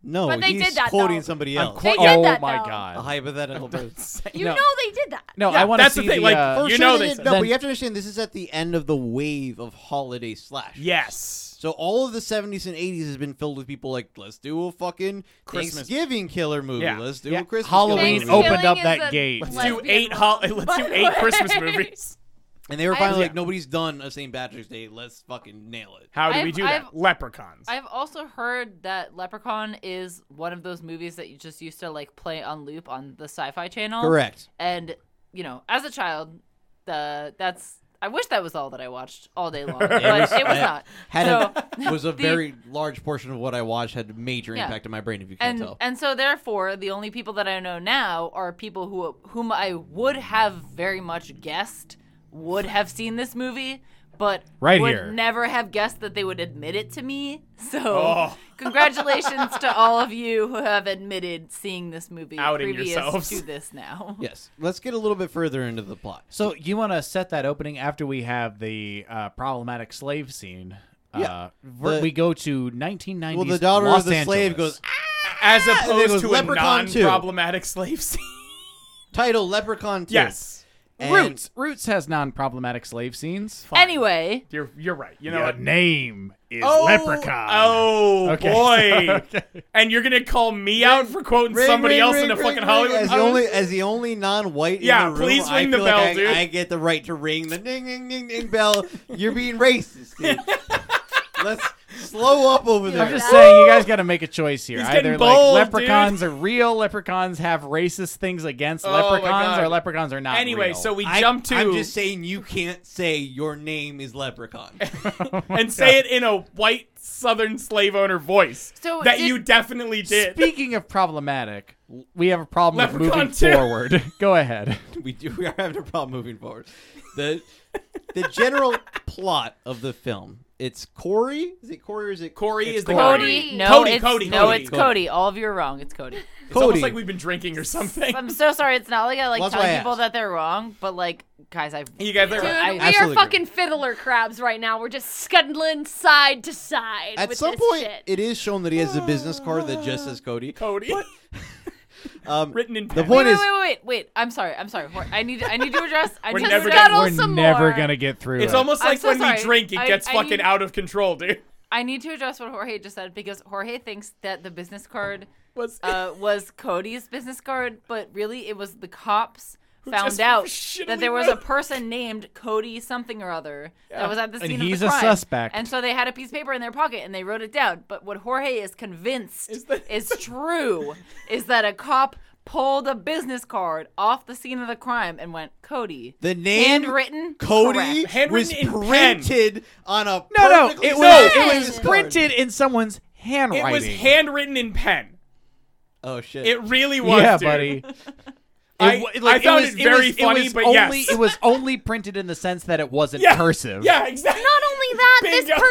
Speaker 3: no,
Speaker 4: But they
Speaker 3: he's
Speaker 4: did that,
Speaker 3: quoting
Speaker 4: though.
Speaker 3: somebody
Speaker 2: I'm
Speaker 3: else.
Speaker 2: qu-
Speaker 4: did
Speaker 2: oh
Speaker 4: that,
Speaker 2: my
Speaker 4: though.
Speaker 2: god.
Speaker 3: a hypothetical person.
Speaker 4: you
Speaker 2: no.
Speaker 4: know they did that.
Speaker 2: No,
Speaker 5: Yeah,
Speaker 2: I want to
Speaker 5: that's the
Speaker 2: see
Speaker 5: thing, like,
Speaker 2: uh,
Speaker 5: for
Speaker 3: you
Speaker 5: sure
Speaker 3: know
Speaker 5: they
Speaker 3: they,
Speaker 5: said-
Speaker 3: no,
Speaker 2: Then-
Speaker 3: but you have to understand this is at the end of the wave of holiday slash.
Speaker 5: Yes.
Speaker 3: So all of the 70s and 80s has been filled with people like, let's do a fucking
Speaker 5: Christmas.
Speaker 3: Thanksgiving killer movie.
Speaker 5: Yeah.
Speaker 3: Let's do
Speaker 2: Yeah.
Speaker 3: a Christmas
Speaker 2: Halloween
Speaker 3: killer movie.
Speaker 2: opened up
Speaker 4: Thanksgiving
Speaker 2: that
Speaker 4: is a
Speaker 2: gate.
Speaker 4: Let's
Speaker 5: Let's do
Speaker 4: Lesbian
Speaker 5: eight
Speaker 4: love,
Speaker 5: hol- let's do
Speaker 4: by
Speaker 5: eight
Speaker 4: the
Speaker 5: Christmas
Speaker 4: way.
Speaker 5: movies.
Speaker 3: And they were
Speaker 4: I-
Speaker 3: finally
Speaker 5: Yeah.
Speaker 3: like, nobody's done a St. Patrick's Day. Let's fucking nail it.
Speaker 5: How do we
Speaker 6: I've-
Speaker 5: do
Speaker 6: I've-
Speaker 5: that? Leprechauns.
Speaker 6: I've also heard that Leprechaun is one of those movies that you just used to like play on loop on the Sci-Fi Channel.
Speaker 3: Correct.
Speaker 6: And you know, as a child, the that's I wish that was all that I watched all day long, but it was,
Speaker 3: I-
Speaker 6: not.
Speaker 3: Had
Speaker 6: so,
Speaker 3: a, was a very large portion of what I watched had a major
Speaker 6: Yeah.
Speaker 3: impact on my brain. If you can't
Speaker 6: and
Speaker 3: tell,
Speaker 6: and so therefore, the only people that I know now are people who whom I would have very much guessed would have seen this movie. But
Speaker 2: Right
Speaker 6: would
Speaker 2: here.
Speaker 6: never have guessed that they would admit it to me. So
Speaker 5: Oh.
Speaker 6: congratulations to all of you who have admitted seeing this movie
Speaker 5: Outing
Speaker 6: previous
Speaker 5: yourselves.
Speaker 6: to this now.
Speaker 3: yes, let's get a little bit further into the plot.
Speaker 2: So you want to set that opening after we have the uh, problematic slave scene. Uh, ver-
Speaker 3: The-
Speaker 2: we go to 1990s.
Speaker 3: Well, the daughter
Speaker 2: Los
Speaker 3: of the slave
Speaker 2: Angeles.
Speaker 3: goes. "Ah!"
Speaker 5: As
Speaker 3: it was
Speaker 5: opposed to a
Speaker 3: Leprechaun two.
Speaker 5: non-problematic slave scene.
Speaker 3: Title: Leprechaun. 2.
Speaker 5: yes.
Speaker 3: And-
Speaker 2: Roots. Roots has non-problematic slave scenes.
Speaker 6: Anyway,
Speaker 5: You're you're right. You know
Speaker 1: Your
Speaker 5: what?
Speaker 1: name is
Speaker 5: Oh,
Speaker 1: Leprechaun.
Speaker 5: Oh
Speaker 2: Okay,
Speaker 5: boy!
Speaker 2: so- okay.
Speaker 5: And you're gonna call me out for quoting
Speaker 3: Ring,
Speaker 5: somebody
Speaker 3: ring,
Speaker 5: else
Speaker 3: ring,
Speaker 5: in a
Speaker 3: ring,
Speaker 5: fucking
Speaker 3: ring.
Speaker 5: Hollywood.
Speaker 3: As the only, as the only non-white
Speaker 5: Yeah,
Speaker 3: in the room,
Speaker 5: please
Speaker 3: I
Speaker 5: ring the
Speaker 3: feel
Speaker 5: bell,
Speaker 3: like I,
Speaker 5: dude.
Speaker 3: I get the right to ring the ding, ding, ding, ding bell. You're being racist, dude. Let's Slow up over
Speaker 2: I'm
Speaker 3: there.
Speaker 2: just saying, you guys got to make a choice here.
Speaker 5: He's
Speaker 2: Either
Speaker 5: getting bold,
Speaker 2: like
Speaker 5: dude.
Speaker 2: leprechauns are real, leprechauns have racist things against
Speaker 5: Oh, my
Speaker 2: leprechauns,
Speaker 5: God.
Speaker 2: or leprechauns are not.
Speaker 5: Anyway,
Speaker 2: real.
Speaker 5: so we
Speaker 3: I-
Speaker 5: jump to
Speaker 3: I'm just saying you can't say your name is Leprechaun.
Speaker 5: and say it in a white Southern slave owner voice
Speaker 6: So
Speaker 5: that
Speaker 6: did-
Speaker 5: you definitely did.
Speaker 2: Speaking of problematic, we have a problem with
Speaker 5: Leprechaun
Speaker 2: moving
Speaker 5: two.
Speaker 2: forward. Go ahead.
Speaker 3: we do. We are having a problem moving forward. The the general plot of the film. It's Corey. Is it Corey or is it
Speaker 5: Corey
Speaker 3: It's
Speaker 5: is the
Speaker 3: Corey.
Speaker 5: guy.
Speaker 6: Cody.
Speaker 4: Cody.
Speaker 6: No,
Speaker 5: Cody,
Speaker 6: it's,
Speaker 5: Cody,
Speaker 6: no,
Speaker 5: Cody,
Speaker 6: it's
Speaker 3: Cody.
Speaker 6: Cody. All of you are wrong. It's Cody.
Speaker 5: It's almost
Speaker 3: Cody.
Speaker 5: like we've been drinking or something.
Speaker 6: I'm so sorry. It's not like I like
Speaker 3: That's why I
Speaker 6: telling people
Speaker 3: asked.
Speaker 6: that they're wrong, but like, guys, I
Speaker 5: You guys
Speaker 4: Dude,
Speaker 5: are
Speaker 6: I-
Speaker 4: we
Speaker 3: Absolutely
Speaker 4: are fucking fiddler crabs right now. We're just scuttling side to side.
Speaker 3: At
Speaker 4: with
Speaker 3: some
Speaker 4: this
Speaker 3: point,
Speaker 4: shit.
Speaker 3: it is shown that he has a business card that just says Cody.
Speaker 5: Cody.
Speaker 3: Um,
Speaker 5: Written in
Speaker 3: the
Speaker 5: pen.
Speaker 3: point
Speaker 6: wait,
Speaker 3: is,
Speaker 6: wait, wait, wait, wait. I'm sorry. I'm sorry. Hor- I need. I need to address. I
Speaker 5: We're
Speaker 6: need to
Speaker 5: never
Speaker 6: address-
Speaker 4: gonna-
Speaker 2: We're
Speaker 4: some
Speaker 2: never
Speaker 4: more.
Speaker 2: gonna get through
Speaker 5: It's
Speaker 2: it.
Speaker 5: almost
Speaker 6: I'm
Speaker 5: like
Speaker 6: so
Speaker 5: when
Speaker 6: sorry.
Speaker 5: we drink, it
Speaker 6: I-
Speaker 5: gets
Speaker 6: I
Speaker 5: fucking
Speaker 6: need-
Speaker 5: out of control, dude.
Speaker 6: I need to address what Jorge just said because Jorge thinks that the business card
Speaker 5: Was-
Speaker 6: uh, was Cody's business card, but really it was the cops
Speaker 5: just
Speaker 6: found out
Speaker 5: shittily
Speaker 6: that there was a
Speaker 5: wrote-
Speaker 6: person named Cody something or other
Speaker 5: Yeah.
Speaker 6: that was at the
Speaker 2: And
Speaker 6: scene
Speaker 2: he's
Speaker 6: of the
Speaker 2: a
Speaker 6: crime.
Speaker 2: suspect.
Speaker 6: And so they had a piece of paper in their pocket and they wrote it down. But what Jorge is convinced
Speaker 5: Is
Speaker 6: is,
Speaker 5: that-
Speaker 6: true is that a cop pulled a business card off the scene of the crime and went Cody.
Speaker 3: the name
Speaker 6: handwritten
Speaker 3: Cody
Speaker 6: correct.
Speaker 3: was
Speaker 5: Handwritten in pen.
Speaker 3: printed on a
Speaker 2: no, no.
Speaker 3: perfectly
Speaker 2: It was,
Speaker 3: signed
Speaker 2: it
Speaker 3: business
Speaker 2: was
Speaker 3: card.
Speaker 2: printed in someone's handwriting.
Speaker 5: It was handwritten in pen.
Speaker 3: Oh shit!
Speaker 5: It really was,
Speaker 2: yeah,
Speaker 5: dude.
Speaker 2: buddy. It
Speaker 5: I-
Speaker 2: wa-
Speaker 5: I found it very
Speaker 2: was-
Speaker 5: funny,
Speaker 2: was
Speaker 5: but
Speaker 2: only,
Speaker 5: yes.
Speaker 2: it was only printed in the sense that it wasn't
Speaker 5: Yeah.
Speaker 2: cursive.
Speaker 5: Yeah, exactly.
Speaker 4: Not only that, this
Speaker 5: Bingo.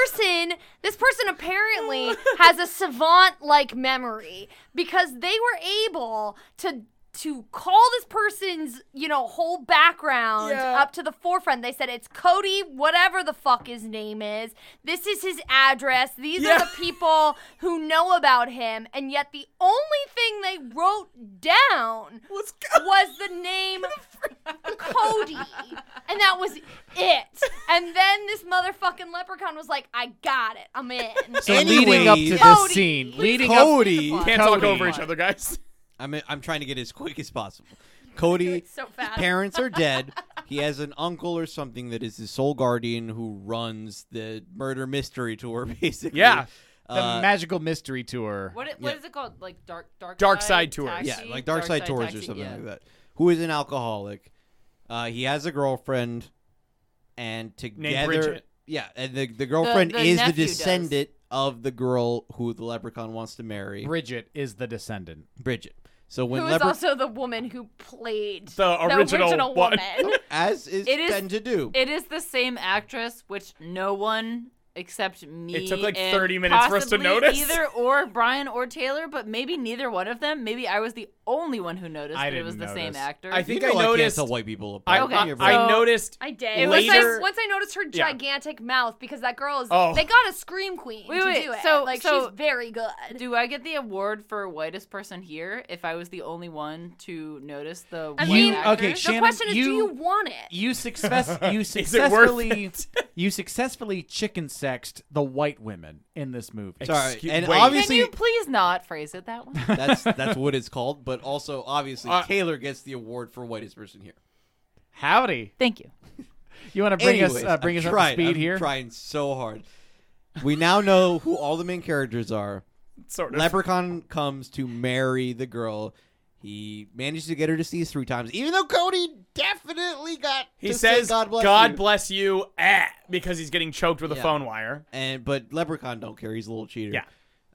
Speaker 4: person, this person apparently has a savant-like memory because they were able to to call this person's, you know, whole background
Speaker 5: Yeah.
Speaker 4: up to the forefront. They said it's Cody, whatever the fuck his name is. This is his address. These
Speaker 5: Yeah.
Speaker 4: are the people who know about him, and yet the only thing they wrote down
Speaker 5: Let's go.
Speaker 4: was the name Cody. And that was it. And then this motherfucking leprechaun was like, I got it. I'm in.
Speaker 2: So leading up to
Speaker 3: Anyways,
Speaker 2: this
Speaker 4: Cody,
Speaker 2: scene,
Speaker 4: please
Speaker 2: leading up
Speaker 3: Cody.
Speaker 4: Can't
Speaker 5: Can't talk
Speaker 2: Cody.
Speaker 5: over each other, guys.
Speaker 3: I'm I'm trying to get as quick as possible. Cody,
Speaker 4: so fast.
Speaker 3: his parents are dead. He has an uncle or something that is his sole guardian who runs the murder mystery tour, basically.
Speaker 5: Yeah.
Speaker 2: the
Speaker 3: Uh,
Speaker 2: magical mystery tour.
Speaker 6: What, i- what is it called? Like dark, dark,
Speaker 5: Dark Side Tours.
Speaker 3: yeah,
Speaker 6: Taxi?
Speaker 3: like Dark Side Tours or
Speaker 6: Taxi,
Speaker 3: something
Speaker 6: yeah.
Speaker 3: like that. Who is an alcoholic? Uh, he has a girlfriend, and together,
Speaker 5: Bridget.
Speaker 3: yeah, and the the girlfriend
Speaker 6: the
Speaker 3: is the
Speaker 6: nephew does.
Speaker 3: descendant of the girl who the leprechaun wants to marry,
Speaker 2: Bridget is the descendant.
Speaker 3: Bridget. So
Speaker 4: Who
Speaker 3: when
Speaker 4: is
Speaker 3: leprechaun,
Speaker 4: also the woman who played
Speaker 5: The original one.
Speaker 4: woman.
Speaker 3: as is,
Speaker 6: It is-
Speaker 3: tend to do,
Speaker 6: It is the same actress, which no one except me.
Speaker 5: It took, like,
Speaker 6: and
Speaker 5: 30 minutes for us to
Speaker 6: possibly
Speaker 5: notice.
Speaker 6: Either or Brian or Taylor, but maybe neither one of them. Maybe I was the only one who noticed
Speaker 2: I
Speaker 6: that it was
Speaker 2: didn't
Speaker 6: the same
Speaker 2: notice.
Speaker 6: actor.
Speaker 5: I
Speaker 3: You
Speaker 5: think
Speaker 3: know
Speaker 5: I
Speaker 3: can't
Speaker 5: noticed-
Speaker 3: tell white people
Speaker 5: I,
Speaker 3: apart.
Speaker 6: Okay,
Speaker 3: You're
Speaker 5: I, I
Speaker 6: so-
Speaker 5: noticed.
Speaker 4: I did. Once
Speaker 5: Later.
Speaker 4: I, once I noticed her
Speaker 5: Yeah.
Speaker 4: gigantic mouth, because that girl is,
Speaker 5: Oh.
Speaker 4: they got a scream queen
Speaker 6: Wait,
Speaker 4: to
Speaker 6: wait,
Speaker 4: do it.
Speaker 6: so-
Speaker 4: like,
Speaker 6: so-
Speaker 4: she's very good.
Speaker 6: Do I get the award for whitest person here if I was the only one to notice the
Speaker 4: I
Speaker 6: white
Speaker 4: mean-
Speaker 6: actor?
Speaker 2: okay,
Speaker 4: the
Speaker 2: Shannon,
Speaker 4: question is, do
Speaker 2: you-
Speaker 4: you want it?
Speaker 2: You success you
Speaker 5: Is it worth
Speaker 2: successfully
Speaker 5: it?
Speaker 2: you successfully chicken sexed the white women in this movie.
Speaker 3: Sorry,
Speaker 5: Excuse-
Speaker 3: and
Speaker 5: wait.
Speaker 6: Can
Speaker 3: obviously
Speaker 6: you please not phrase it that way?
Speaker 3: That's that's what it's called. But also, obviously,
Speaker 5: Uh,
Speaker 3: Taylor gets the award for whitest person here.
Speaker 2: Howdy.
Speaker 6: Thank you.
Speaker 2: You want to bring
Speaker 3: Anyways,
Speaker 2: us uh, bring
Speaker 3: I'm
Speaker 2: us
Speaker 3: trying-
Speaker 2: up to speed
Speaker 3: I'm
Speaker 2: here?
Speaker 3: Trying so hard. We now know who all the main characters are.
Speaker 5: Sort of.
Speaker 3: Leprechaun comes to marry the girl. He manages to get her to cease three times, even though Cody definitely got.
Speaker 5: he
Speaker 3: to say,
Speaker 5: says,
Speaker 3: "God bless you."
Speaker 5: bless you," eh, because he's getting choked with a
Speaker 3: Yeah.
Speaker 5: phone wire.
Speaker 3: and but Leprechaun don't care. He's a little cheater.
Speaker 5: Yeah.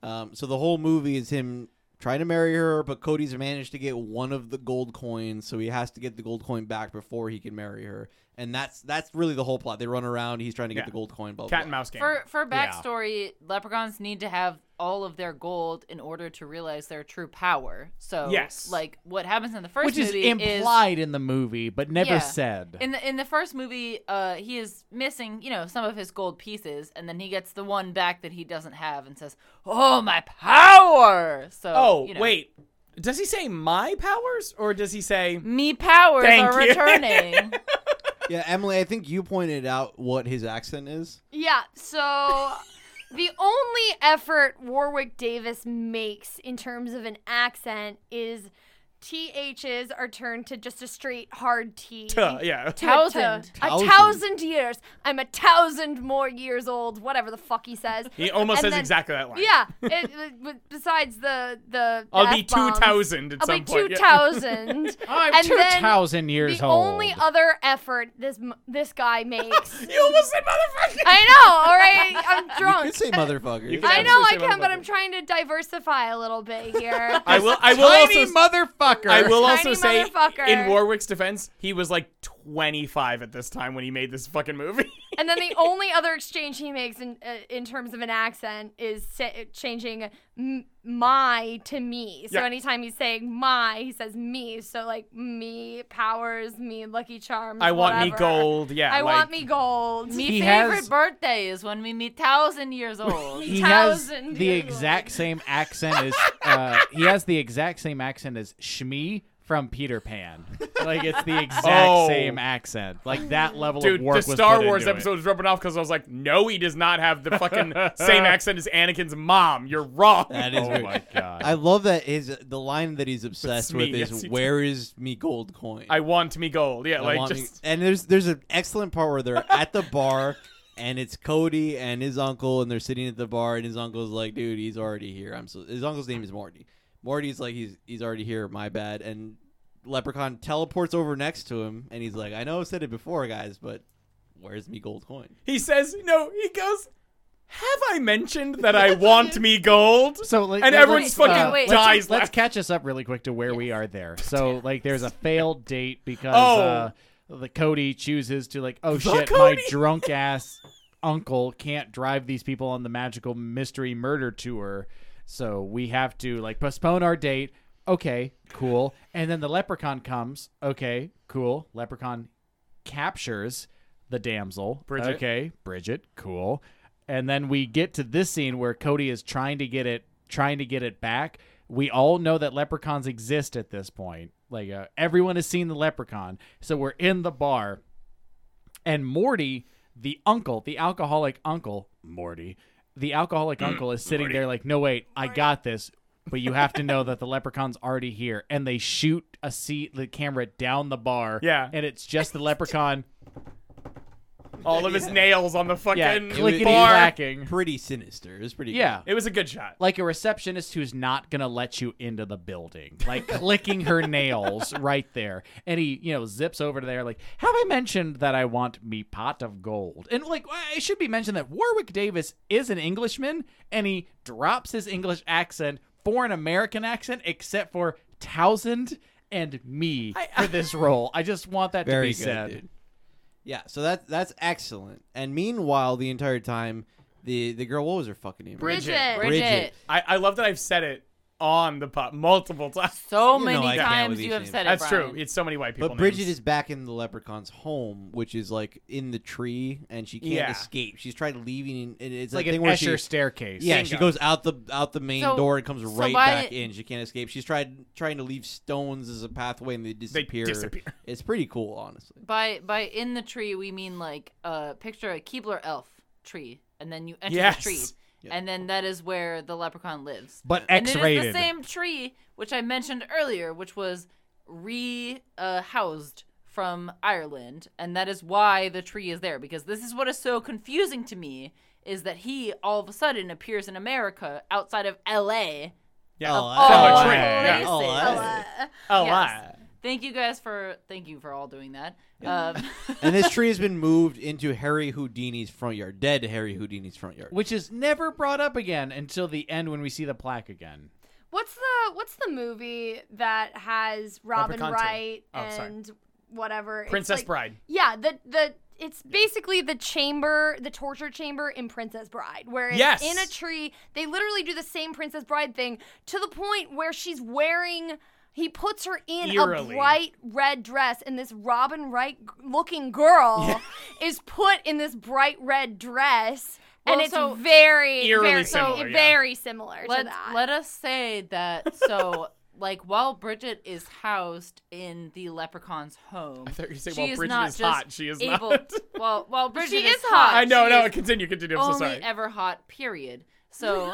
Speaker 3: Um, so the whole movie is him trying to marry her, but Cody's managed to get one of the gold coins, so he has to get the gold coin back before he can marry her. And that's that's really the whole plot. They run around. He's trying to get
Speaker 5: Yeah.
Speaker 3: the gold coin. Blah, blah,
Speaker 5: Cat and
Speaker 3: blah.
Speaker 5: mouse game.
Speaker 6: For for
Speaker 5: Yeah.
Speaker 6: backstory, leprechauns need to have all of their gold in order to realize their true power. So
Speaker 5: Yes.
Speaker 6: like what happens in the first
Speaker 2: Which is
Speaker 6: movie
Speaker 2: implied in the movie but never
Speaker 6: Yeah.
Speaker 2: said.
Speaker 6: in the in the first movie, uh, he is missing, you know, some of his gold pieces, and then he gets the one back that he doesn't have, and says, "Oh, my power!" So,
Speaker 5: oh
Speaker 6: you know,
Speaker 5: wait, does he say my powers or does he say?
Speaker 6: me powers
Speaker 5: Thank
Speaker 6: are
Speaker 5: you.
Speaker 6: returning.
Speaker 3: Yeah, Emily, I think you pointed out what his accent is.
Speaker 4: Yeah, so the only effort Warwick Davis makes in terms of an accent is THs are turned to just a straight hard T.
Speaker 5: Tuh, yeah.
Speaker 4: To a
Speaker 6: Thousand.
Speaker 4: tuh. A
Speaker 3: Thousand.
Speaker 4: thousand years. I'm a thousand more years old, whatever the fuck he says.
Speaker 5: He almost
Speaker 4: And
Speaker 5: says
Speaker 4: then-
Speaker 5: exactly that line.
Speaker 4: Yeah. It, it- with- besides the the. the
Speaker 5: I'll be
Speaker 4: F-bombs.
Speaker 5: 2,000 at
Speaker 4: I'll
Speaker 5: some
Speaker 4: be
Speaker 5: point.
Speaker 4: two
Speaker 5: yeah.
Speaker 4: thousand.
Speaker 2: I'm
Speaker 4: And
Speaker 2: two
Speaker 4: then
Speaker 2: thousand years
Speaker 4: the
Speaker 2: old.
Speaker 4: only other effort this m- this guy makes.
Speaker 5: You almost said motherfucker.
Speaker 4: I know. All right. I'm
Speaker 3: You
Speaker 4: drunk.
Speaker 3: could say motherfucker.
Speaker 5: You could
Speaker 4: I
Speaker 5: Yeah,
Speaker 4: know I
Speaker 5: absolutely
Speaker 4: can, but
Speaker 5: motherfucker.
Speaker 4: I'm trying to diversify a little bit here.
Speaker 5: I will. I will
Speaker 2: Tiny
Speaker 5: also.
Speaker 2: motherfucker.
Speaker 5: I will
Speaker 4: Tiny
Speaker 5: also say,
Speaker 4: motherfucker.
Speaker 5: in Warwick's defense, he was like 25 at this time when he made this fucking movie.
Speaker 4: and then the only other exchange he makes in uh, in terms of an accent is sa- changing m- my to me. So
Speaker 5: Yeah.
Speaker 4: anytime he's saying my, he says me. So like me powers, me lucky charms.
Speaker 5: I want me
Speaker 4: whatever.
Speaker 5: gold. Yeah.
Speaker 4: I
Speaker 5: like,
Speaker 4: want me gold.
Speaker 6: My
Speaker 2: He
Speaker 6: favorite
Speaker 2: has-
Speaker 6: birthday is when we meet thousand years old.
Speaker 2: he has
Speaker 4: thousand
Speaker 2: the
Speaker 4: years
Speaker 2: exact
Speaker 4: old.
Speaker 2: same accent as uh, he has the exact same accent as Shmi from Peter Pan. Like it's the exact
Speaker 5: Oh.
Speaker 2: same accent. Like that level
Speaker 5: Dude,
Speaker 2: of work
Speaker 5: the
Speaker 2: was
Speaker 5: Star
Speaker 2: put
Speaker 5: Wars
Speaker 2: into it.
Speaker 5: episode is rubbing off because I was like, no, he does not have the fucking same accent as Anakin's mom. You're wrong.
Speaker 3: That is
Speaker 2: Oh
Speaker 3: weird.
Speaker 2: my god.
Speaker 3: I love that his the line that he's obsessed
Speaker 5: me,
Speaker 3: with is
Speaker 5: yes, he
Speaker 3: where is me gold coin?
Speaker 5: I want me gold. Yeah,
Speaker 3: I
Speaker 5: like
Speaker 3: want me-
Speaker 5: just.
Speaker 3: and there's there's an excellent part where they're at the bar and it's Cody and his uncle and they're sitting at the bar and his uncle's like, dude, he's already here. I'm so his uncle's name is Morty. Morty's like he's he's already here, my bad. And Leprechaun teleports over next to him and he's like, I know I've said it before, guys, but where's me gold coin?
Speaker 5: He says, no, he goes, have I mentioned that I want me gold?
Speaker 2: So like,
Speaker 5: And
Speaker 2: let's,
Speaker 5: everyone's
Speaker 2: uh,
Speaker 5: fucking
Speaker 4: wait, wait.
Speaker 5: dies.
Speaker 2: Let's
Speaker 5: laugh-
Speaker 2: catch us up really quick to where we are there. So like, there's a failed date because
Speaker 5: Oh.
Speaker 2: uh, the Cody chooses to like, oh shit,
Speaker 5: Cody.
Speaker 2: my drunk ass uncle can't drive these people on the magical mystery murder tour, so we have to like postpone our date. Okay, cool. And then the leprechaun comes. Okay, cool. Leprechaun captures the damsel.
Speaker 5: Bridget.
Speaker 2: Okay, Bridget, cool. And then we get to this scene where Cody is trying to get it, trying to get it back. We all know that leprechauns exist at this point. Like uh, everyone has seen the leprechaun, so we're in the bar, and Morty, the uncle, the alcoholic uncle, Morty, the alcoholic
Speaker 5: Mm.
Speaker 2: uncle is sitting there like, no wait, I got this. But you have to know that the leprechaun's already here, and they shoot a seat, the camera down the bar,
Speaker 5: Yeah.
Speaker 2: and it's just the leprechaun
Speaker 5: all of his nails on the fucking
Speaker 2: yeah,
Speaker 3: would
Speaker 2: clickety
Speaker 3: be
Speaker 5: bar.
Speaker 2: clacking.
Speaker 3: Pretty sinister. It's pretty
Speaker 2: Yeah.
Speaker 5: It was a good shot.
Speaker 2: Like a receptionist who's not gonna let you into the building, like clicking her nails right there, and he, you know, zips over to there. Like, have I mentioned that I want me pot of gold? And like, it should be mentioned that Warwick Davis is an Englishman, and he drops his English accent for an American accent, except for thousand and me for this role. I just want that to
Speaker 3: Very
Speaker 2: be
Speaker 3: good,
Speaker 2: said.
Speaker 3: dude. Yeah, so that that's excellent. And meanwhile, the entire time, the the girl, what was her fucking name?
Speaker 4: Bridget.
Speaker 6: Bridget.
Speaker 3: Bridget.
Speaker 5: I, I love that I've said it on the pop multiple times.
Speaker 6: So
Speaker 3: You know I
Speaker 6: many
Speaker 3: can't
Speaker 6: times
Speaker 3: with these
Speaker 6: you have
Speaker 3: names.
Speaker 6: said it.
Speaker 5: That's
Speaker 6: Brian.
Speaker 5: true. It's so many white people.
Speaker 3: But Bridget
Speaker 5: names.
Speaker 3: is back in the leprechaun's home, which is like in the tree, and she can't
Speaker 5: Yeah.
Speaker 3: escape. She's tried leaving, and it's
Speaker 2: Like
Speaker 3: a
Speaker 2: an
Speaker 3: thing where
Speaker 2: Escher
Speaker 3: she,
Speaker 2: staircase.
Speaker 3: yeah, she goes out the out the main
Speaker 6: So-
Speaker 3: door and comes
Speaker 6: so
Speaker 3: right
Speaker 6: why-
Speaker 3: back in. She can't escape. She's tried trying to leave stones as a pathway, and they disappear.
Speaker 5: disappear.
Speaker 3: It's pretty cool, honestly.
Speaker 6: By by in the tree we mean like uh picture a Keebler elf tree and then you enter
Speaker 5: Yes.
Speaker 6: the tree. And then that is where the leprechaun lives.
Speaker 2: but
Speaker 6: And
Speaker 2: X-rated.
Speaker 6: it is the same tree which I mentioned earlier, which was re uh, housed from Ireland, and that is why the tree is there. Because this is what is so confusing to me is that he all of a sudden appears in America outside of L.A.
Speaker 5: yeah.
Speaker 3: Oh,
Speaker 5: Of
Speaker 3: I-
Speaker 5: all
Speaker 6: Oh,
Speaker 5: the
Speaker 6: I-
Speaker 5: yeah.
Speaker 6: Places.
Speaker 3: Oh, I-
Speaker 5: A
Speaker 6: Yes.
Speaker 5: lot.
Speaker 6: Thank you guys for thank you for all doing that. Um,
Speaker 3: and this tree has been moved into Harry Houdini's front yard, dead Harry Houdini's front yard.
Speaker 2: which is never brought up again until the end when we see the plaque again.
Speaker 4: What's the What's the movie that has Robin
Speaker 5: Leprechaun two.
Speaker 4: Wright
Speaker 5: Oh, sorry.
Speaker 4: and whatever It's
Speaker 5: Princess
Speaker 4: like-
Speaker 5: Bride.
Speaker 4: Yeah, the the it's basically the chamber, the torture chamber in Princess Bride, where it's
Speaker 5: Yes.
Speaker 4: in a tree. They literally do the same Princess Bride thing to the point where she's wearing. He puts her in
Speaker 5: Eerily.
Speaker 4: a bright red dress, and this Robin Wright g- looking girl is put in this bright red dress, and
Speaker 6: Well,
Speaker 4: it's
Speaker 6: so-
Speaker 4: very,
Speaker 5: Eerily
Speaker 4: very,
Speaker 5: similar, yeah.
Speaker 4: very similar to
Speaker 6: let
Speaker 4: that.
Speaker 6: let us say that so like while Bridget is housed in the leprechaun's home, I
Speaker 5: thought you were saying
Speaker 6: she
Speaker 5: while
Speaker 6: is
Speaker 5: Bridget
Speaker 6: not
Speaker 5: is
Speaker 6: just
Speaker 5: hot, she is
Speaker 6: able,
Speaker 5: not.
Speaker 6: Well, while Bridget
Speaker 4: She
Speaker 6: is
Speaker 4: is hot.
Speaker 5: I know.
Speaker 6: she
Speaker 5: No,
Speaker 6: is
Speaker 5: continue. Continue. I'm so
Speaker 6: only
Speaker 5: sorry.
Speaker 6: ever hot. Period. So.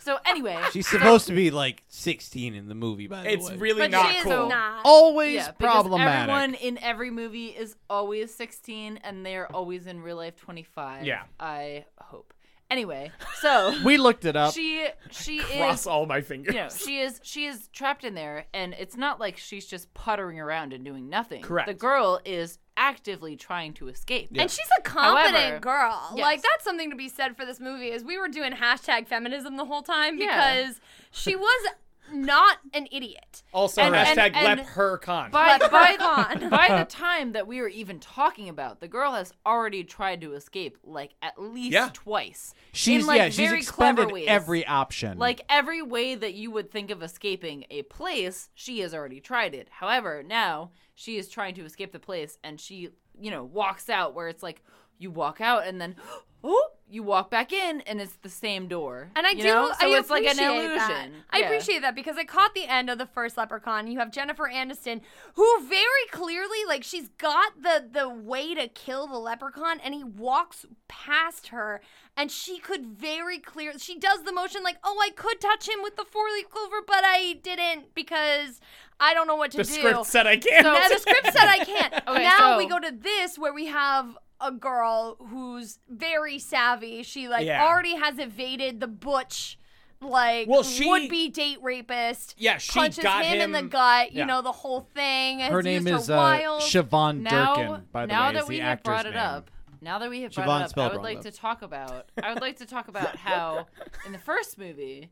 Speaker 6: So anyway,
Speaker 3: She's supposed to be like 16 in the movie, by the
Speaker 5: It's
Speaker 3: way.
Speaker 5: really
Speaker 4: But
Speaker 5: not
Speaker 4: she is
Speaker 5: cool.
Speaker 4: not.
Speaker 2: Always
Speaker 6: yeah, because
Speaker 2: problematic.
Speaker 6: Everyone in every movie is always 16, and they are always in real life 25.
Speaker 5: Yeah.
Speaker 6: I hope. Anyway, so
Speaker 2: We looked it up.
Speaker 6: she she
Speaker 5: Cross
Speaker 6: is
Speaker 5: all my fingers.
Speaker 6: you know, she is she is trapped in there, and it's not like she's just puttering around and doing nothing.
Speaker 5: Correct.
Speaker 6: The girl is actively trying to escape.
Speaker 4: And she's a competent
Speaker 6: However,
Speaker 4: girl.
Speaker 6: yes.
Speaker 4: Like that's something to be said for this movie is we were doing hashtag feminism the whole time
Speaker 6: Yeah.
Speaker 4: because she was not an idiot.
Speaker 5: Also,
Speaker 6: And- and-
Speaker 5: hashtag
Speaker 6: and-
Speaker 5: lep her con.
Speaker 6: By,
Speaker 4: But
Speaker 6: by,
Speaker 4: on.
Speaker 6: by the time that we are even talking about, the girl has already tried to escape like at least
Speaker 5: Yeah.
Speaker 6: twice.
Speaker 2: she's
Speaker 6: in, like,
Speaker 2: yeah, she's
Speaker 6: very
Speaker 2: expended
Speaker 6: clever ways.
Speaker 2: every
Speaker 4: Mm.
Speaker 2: option.
Speaker 6: Like every way that you would think of escaping a place, she has already tried it. However, now she is trying to escape the place and she, you know, walks out where it's like you walk out and then oh, you walk back in and it's the same door.
Speaker 4: And I
Speaker 6: you
Speaker 4: do.
Speaker 6: know? so
Speaker 4: I
Speaker 6: it's like an
Speaker 4: appreciate
Speaker 6: illusion.
Speaker 4: that. I
Speaker 6: Yeah.
Speaker 4: appreciate that because I caught the end of the first Leprechaun. You have Jennifer Aniston, who very clearly, like, she's got the the way to kill the Leprechaun, and he walks past her, and she could very clear. She does the motion like, "Oh, I could touch him with the four leaf clover, but I didn't because I don't know what to
Speaker 5: the
Speaker 4: do."
Speaker 5: script said I can't.
Speaker 4: Now the script said I can't.
Speaker 6: Okay,
Speaker 4: now
Speaker 6: so-
Speaker 4: we go to this where we have a girl who's very savvy. She like
Speaker 5: Yeah.
Speaker 4: already has evaded the butch like
Speaker 5: Well, she-
Speaker 4: would be date rapist.
Speaker 5: Yeah, she
Speaker 4: punches
Speaker 5: got
Speaker 4: him, in the
Speaker 5: him-
Speaker 4: gut, you
Speaker 5: yeah.
Speaker 4: know, the whole thing.
Speaker 2: her
Speaker 4: has
Speaker 2: name
Speaker 4: used
Speaker 2: is
Speaker 4: her
Speaker 2: uh,
Speaker 4: wiles.
Speaker 2: Siobhan
Speaker 6: now,
Speaker 2: Durkin, by the
Speaker 6: now
Speaker 2: way,
Speaker 6: that
Speaker 2: is the
Speaker 6: we have
Speaker 2: actor's
Speaker 6: brought it
Speaker 2: name.
Speaker 6: up, now that we have
Speaker 3: Siobhan
Speaker 6: brought it
Speaker 3: spelled
Speaker 6: up, I would
Speaker 3: wrong,
Speaker 6: like
Speaker 3: though.
Speaker 6: to talk about. I would like to talk about how in the first movie,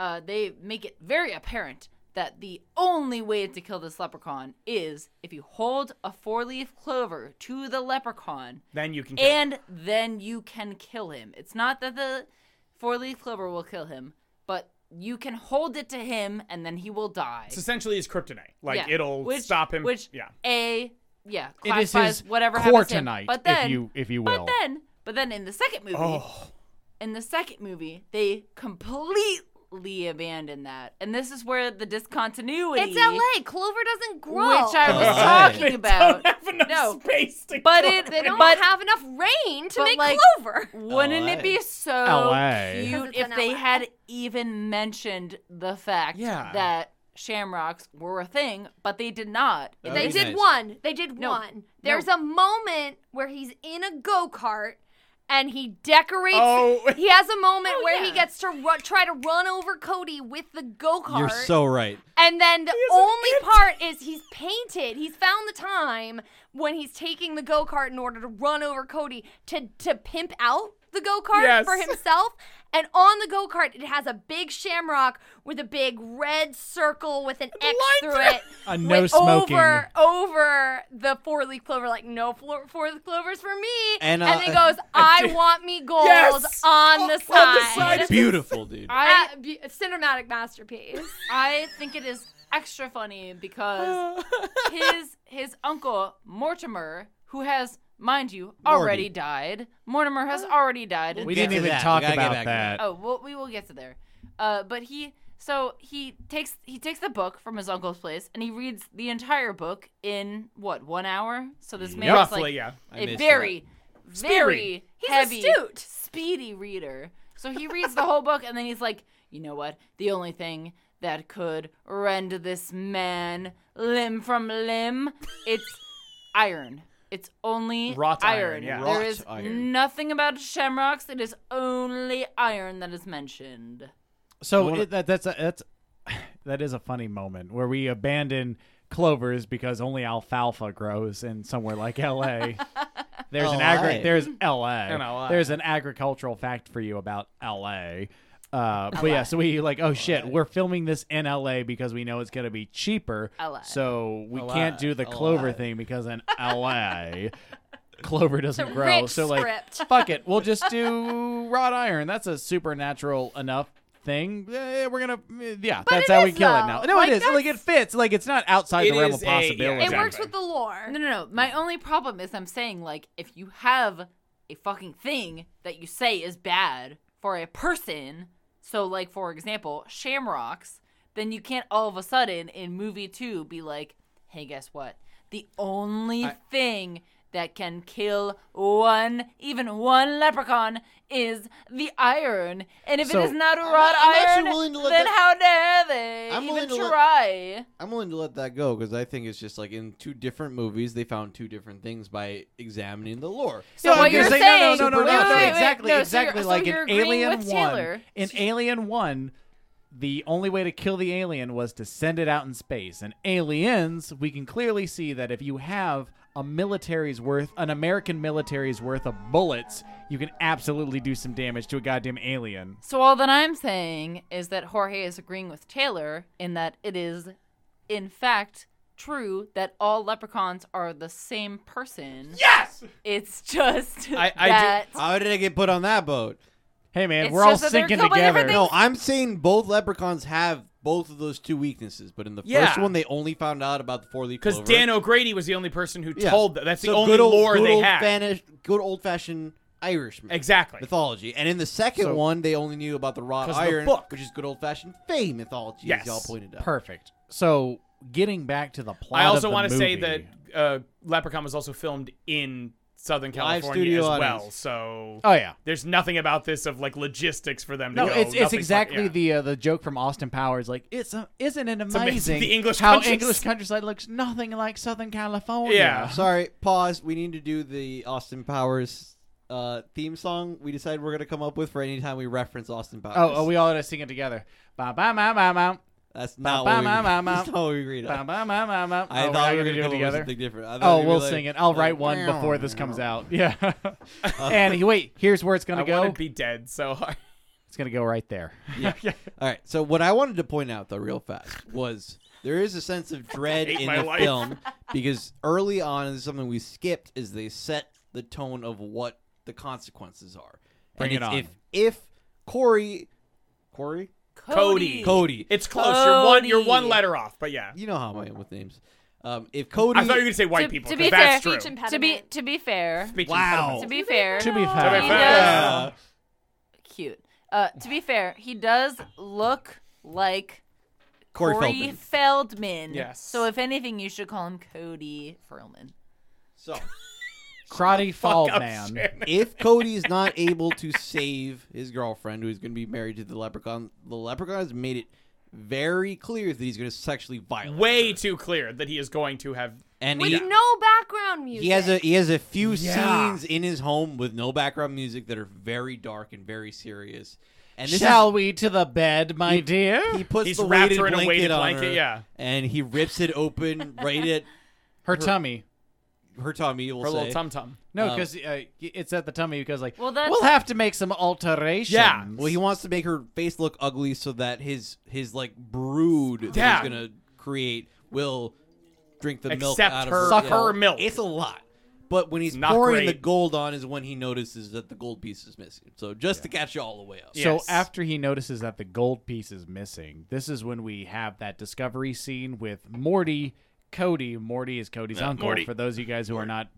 Speaker 6: uh, they make it very apparent that the only way to kill this leprechaun is if you hold a four-leaf clover to the leprechaun,
Speaker 5: Then you can. Kill him.
Speaker 6: and then you can kill him. It's not that the four-leaf clover will kill him, but you can hold it to him, and then he will die.
Speaker 5: It's essentially his kryptonite. Like
Speaker 6: Yeah.
Speaker 5: it'll
Speaker 6: Which-
Speaker 5: stop him.
Speaker 6: Which
Speaker 5: yeah.
Speaker 6: a yeah
Speaker 2: It is
Speaker 6: classifies
Speaker 2: his
Speaker 6: whatever happens to him.
Speaker 2: Cortonite,
Speaker 6: But then,
Speaker 2: if you if you will.
Speaker 6: but then, but then in the second movie,
Speaker 5: Oh.
Speaker 6: in the second movie, they completely abandon that, and this is where the discontinuity.
Speaker 4: it's LA. Clover doesn't grow.
Speaker 6: Which I was
Speaker 3: Oh.
Speaker 5: They
Speaker 6: talking about.
Speaker 5: don't have enough
Speaker 6: No.
Speaker 5: space to
Speaker 6: But
Speaker 5: kill
Speaker 6: it-
Speaker 5: him.
Speaker 4: they don't
Speaker 6: but-
Speaker 4: have enough rain to
Speaker 6: but,
Speaker 4: make
Speaker 6: like-
Speaker 4: clover.
Speaker 6: Wouldn't
Speaker 3: LA.
Speaker 6: it be so
Speaker 2: LA.
Speaker 4: Because
Speaker 6: cute
Speaker 4: it's
Speaker 6: if
Speaker 4: in
Speaker 6: they
Speaker 4: LA.
Speaker 6: had even mentioned the fact
Speaker 5: Yeah.
Speaker 6: that shamrocks were a thing, but they did not.
Speaker 3: That
Speaker 4: They
Speaker 3: would be
Speaker 4: did
Speaker 3: nice.
Speaker 4: one. They did
Speaker 6: No,
Speaker 4: one.
Speaker 6: no.
Speaker 4: There's a moment where he's in a go kart and he decorates.
Speaker 5: Oh.
Speaker 4: He has a moment
Speaker 6: Oh,
Speaker 4: where he
Speaker 6: yeah.
Speaker 4: gets to ru- try to run over Cody with the go kart.
Speaker 3: You're so right.
Speaker 4: And then the
Speaker 5: He is an
Speaker 4: only
Speaker 5: idiot.
Speaker 4: part is he's painted. He's found the time when he's taking the go kart in order to run over Cody to to pimp out the go kart
Speaker 5: Yes.
Speaker 4: for himself. And on the go kart, it has a big shamrock with a big red circle with an X through it.
Speaker 2: A no
Speaker 4: with
Speaker 2: smoking.
Speaker 4: over over the four leaf clover. Like no four, four leaf clovers for me.
Speaker 3: And,
Speaker 4: And,
Speaker 3: uh,
Speaker 4: then he goes, "I
Speaker 5: did-
Speaker 4: want me gold
Speaker 5: Yes! Oh,
Speaker 4: on the
Speaker 5: On the
Speaker 4: side."
Speaker 5: side.
Speaker 3: It's beautiful, dude.
Speaker 6: I
Speaker 4: Ah, be- cinematic masterpiece.
Speaker 6: I think it is extra funny because his his uncle Mortimer, who has, mind you, already
Speaker 3: Morty.
Speaker 6: died. Mortimer has already died.
Speaker 3: We
Speaker 2: we
Speaker 3: Get
Speaker 2: didn't
Speaker 3: to
Speaker 2: even
Speaker 3: that. We
Speaker 2: talk
Speaker 3: gotta get
Speaker 2: about
Speaker 3: back to
Speaker 2: that.
Speaker 3: that.
Speaker 6: Oh, well, we will get to there. Uh, but he so he takes he takes the book from his uncle's place and he reads the entire book in what one hour. So this man is
Speaker 5: Roughly,
Speaker 6: like
Speaker 5: yeah.
Speaker 3: I
Speaker 6: a
Speaker 3: missed
Speaker 6: very
Speaker 5: Speedy.
Speaker 6: very
Speaker 4: He's
Speaker 6: heavy
Speaker 4: astute.
Speaker 6: speedy reader. So he reads the whole book and then he's like, you know what? The only thing that could rend this man limb from limb, it's iron. It's only
Speaker 5: Wrought
Speaker 6: iron.
Speaker 5: iron, yeah.
Speaker 6: There
Speaker 3: Wrought
Speaker 6: is
Speaker 3: iron.
Speaker 6: nothing about shamrocks. It is only iron that is mentioned.
Speaker 2: So it, that, that's a, that's that is a funny moment where we abandon clovers because only alfalfa grows in somewhere like L.A. There's an agri-
Speaker 3: LA.
Speaker 2: there's L.A.
Speaker 5: In LA.
Speaker 2: There's an agricultural fact for you about L.A. Uh, but yeah, so we like, oh shit, we're filming this in LA because we know it's gonna be cheaper.
Speaker 6: LA.
Speaker 2: So we can't do the clover thing because in LA, clover doesn't
Speaker 4: It's a
Speaker 2: grow.
Speaker 4: rich
Speaker 2: so like,
Speaker 4: script.
Speaker 2: fuck it, we'll just do wrought iron. That's a supernatural enough thing. Eh, We're gonna, eh, yeah, that's
Speaker 4: it
Speaker 2: how we
Speaker 4: is,
Speaker 2: kill it
Speaker 4: though.
Speaker 2: now. No,
Speaker 4: Like,
Speaker 2: it is. Like it
Speaker 4: that's-
Speaker 2: fits. Like it's not outside
Speaker 5: It
Speaker 2: the realm
Speaker 5: is
Speaker 2: of
Speaker 5: a- yeah,
Speaker 2: possibility.
Speaker 4: It works
Speaker 5: Exactly.
Speaker 4: with the lore.
Speaker 6: No, no, no. My only problem is I'm saying like if you have a fucking thing that you say is bad for a person, so like for example, shamrocks, then you can't all of a sudden in movie 2 be like, "Hey, guess what? The only thing that can kill one, even one leprechaun, is the iron. And if
Speaker 2: So-
Speaker 6: it is not wrought
Speaker 3: I'm actually
Speaker 6: iron,
Speaker 3: willing to let
Speaker 6: then
Speaker 3: that-
Speaker 6: how dare they
Speaker 3: I'm willing
Speaker 6: even
Speaker 3: to let-
Speaker 6: try?
Speaker 3: I'm willing to let that go because I think it's just like in two different movies, they found two different things by examining the lore.
Speaker 6: So
Speaker 2: Yeah,
Speaker 6: what
Speaker 2: because
Speaker 6: you're
Speaker 2: they-
Speaker 6: saying?
Speaker 2: No, no, no, no,
Speaker 6: Wait,
Speaker 2: no,
Speaker 6: wait, wait,
Speaker 2: exactly,
Speaker 6: no, so
Speaker 2: exactly.
Speaker 6: you're- so
Speaker 2: like
Speaker 6: you're
Speaker 2: in
Speaker 6: agreeing
Speaker 2: Alien
Speaker 6: with
Speaker 2: One.
Speaker 6: Taylor.
Speaker 2: In Alien One, the only way to kill the alien was to send it out in space. And Aliens, we can clearly see that if you have a military's worth, an American military's worth of bullets, you can absolutely do some damage to a goddamn alien.
Speaker 6: So all that I'm saying is that Jorge is agreeing with Taylor in that it is, in fact, true that all leprechauns are the same person. Yes. It's just
Speaker 5: I- I do-
Speaker 6: that.
Speaker 3: How did I get put on that boat?
Speaker 2: Hey man,
Speaker 6: It's
Speaker 2: we're all
Speaker 6: just that they're
Speaker 2: sinking
Speaker 6: completely
Speaker 2: together.
Speaker 6: different
Speaker 3: No, I'm saying both leprechauns have both of those two weaknesses, but in the
Speaker 5: Yeah.
Speaker 3: first one, they only found out about the four leaf
Speaker 5: Because
Speaker 3: clover.
Speaker 5: Dan O'Grady was the only person who
Speaker 3: Yeah.
Speaker 5: told them. That's the
Speaker 3: So
Speaker 5: only
Speaker 3: good old,
Speaker 5: lore
Speaker 3: good
Speaker 5: they
Speaker 3: old
Speaker 5: had.
Speaker 3: Fanish, good old fashioned Irish
Speaker 5: exactly.
Speaker 3: mythology. And in the second
Speaker 2: So-
Speaker 3: one, they only knew about the wrought
Speaker 5: 'Cause of the
Speaker 3: iron,
Speaker 5: book.
Speaker 3: which is good old fashioned Fey mythology,
Speaker 5: Yes.
Speaker 3: as y'all pointed out.
Speaker 2: Perfect. So getting back to the plot.
Speaker 5: I also
Speaker 2: want to
Speaker 5: say that uh, Leprechaun was also filmed in Southern California
Speaker 3: studio
Speaker 5: as
Speaker 3: audience.
Speaker 5: well. So
Speaker 2: Oh yeah.
Speaker 5: there's nothing about this of like logistics for them to
Speaker 2: No,
Speaker 5: go.
Speaker 2: it's it's
Speaker 5: nothing-
Speaker 2: exactly
Speaker 5: yeah.
Speaker 2: the uh, the joke from Austin Powers. Like, it's uh, isn't it amazing,
Speaker 5: amazing. The English
Speaker 2: how
Speaker 5: countryside-
Speaker 2: English countryside looks nothing like Southern California?
Speaker 5: Yeah.
Speaker 3: Sorry, pause. We need to do the Austin Powers uh, theme song we decided we're going to come up with for any time we reference Austin Powers.
Speaker 2: Oh, oh we all gotta sing it together. Ba ba ma ma ma.
Speaker 3: That's not,
Speaker 2: Ba-
Speaker 3: what we,
Speaker 2: ba- ba-
Speaker 3: that's
Speaker 2: ba-
Speaker 3: not what we agreed
Speaker 2: Ba
Speaker 3: on.
Speaker 2: ba ma ma ma.
Speaker 3: I
Speaker 2: oh,
Speaker 3: thought
Speaker 2: we're
Speaker 3: we
Speaker 2: gonna
Speaker 3: were
Speaker 2: do it
Speaker 3: going to
Speaker 2: together.
Speaker 3: something different. I thought
Speaker 2: Oh,
Speaker 3: it'd be
Speaker 2: we'll
Speaker 3: like-
Speaker 2: sing it. I'll
Speaker 3: like,
Speaker 2: write one before this comes out. Yeah. and wait, here's where it's
Speaker 5: I
Speaker 2: gonna
Speaker 5: want
Speaker 2: go.
Speaker 5: to be dead so hard.
Speaker 2: it's gonna go right there.
Speaker 3: All right. So what I wanted to point out though, real fast, was there is a sense of dread
Speaker 5: Hate
Speaker 3: in
Speaker 5: my
Speaker 3: the
Speaker 5: life.
Speaker 3: film because early on, and this is something we skipped, is they set the tone of what the consequences are.
Speaker 2: Bring it
Speaker 3: and it's
Speaker 2: on.
Speaker 3: If if Corey, Corey,
Speaker 5: Cody.
Speaker 3: Cody,
Speaker 5: It's close. You're one. You're one
Speaker 6: Cody.
Speaker 5: letter off. But yeah,
Speaker 3: you know how I am with names. Um, if Cody,
Speaker 5: I thought you were gonna say white
Speaker 6: To-
Speaker 5: people.
Speaker 6: to
Speaker 5: 'cause
Speaker 6: be
Speaker 5: that's
Speaker 4: fair,
Speaker 5: true.
Speaker 4: each
Speaker 6: To be to be fair,
Speaker 5: Speech
Speaker 2: Wow.
Speaker 6: to be fair,
Speaker 2: To be
Speaker 5: impediment.
Speaker 2: fair.
Speaker 5: To be
Speaker 6: He
Speaker 5: fair.
Speaker 6: does- cute. Uh, to be fair, he does look like
Speaker 3: Corey
Speaker 6: Corey
Speaker 3: Feldman.
Speaker 6: Feldman.
Speaker 5: Yes.
Speaker 6: So if anything, you should call him Cody Furlman.
Speaker 3: So
Speaker 2: Crotty Fall
Speaker 5: Fuck up,
Speaker 2: Man.
Speaker 5: Shannon.
Speaker 3: if Cody's not able to save his girlfriend, who is going to be married to the leprechaun, the leprechaun has made it very clear that he's going to sexually violate.
Speaker 5: Way
Speaker 3: her.
Speaker 5: too clear that he is going to have.
Speaker 3: and
Speaker 4: With
Speaker 3: he,
Speaker 4: no background music.
Speaker 3: He has a he has a few
Speaker 2: Yeah.
Speaker 3: scenes in his home with no background music that are very dark and very serious. And this
Speaker 2: Shall
Speaker 3: is,
Speaker 2: we to the bed, my dear?
Speaker 3: he puts
Speaker 5: He's
Speaker 3: the
Speaker 5: wrapped
Speaker 3: weighted
Speaker 5: her in a
Speaker 3: blanket
Speaker 5: weighted
Speaker 3: on
Speaker 5: blanket,
Speaker 3: her,
Speaker 5: yeah.
Speaker 3: and he rips it open right at
Speaker 2: her tummy.
Speaker 3: her tummy. We'll
Speaker 5: Her
Speaker 3: say.
Speaker 5: little tum tum.
Speaker 2: No,
Speaker 3: Um,
Speaker 2: because uh, it's at the tummy. Because like,
Speaker 6: Well, that's-
Speaker 2: we'll have to make some alterations.
Speaker 5: Yeah.
Speaker 3: Well, he wants to make her face look ugly so that his his like brood
Speaker 5: Yeah.
Speaker 3: that he's gonna create will drink the milk
Speaker 5: Accept
Speaker 3: out
Speaker 5: her-
Speaker 3: of
Speaker 5: suck
Speaker 3: yeah.
Speaker 5: her milk.
Speaker 3: It's a lot. But when he's
Speaker 5: Not
Speaker 3: pouring
Speaker 5: great.
Speaker 3: the gold on is when he notices that the gold piece is missing. So just to catch you all the way up.
Speaker 2: So
Speaker 5: Yes.
Speaker 2: after he notices that the gold piece is missing, this is when we have that discovery scene with Morty, Cody. Morty is Cody's uncle.
Speaker 1: Morty.
Speaker 2: For those of you guys who are not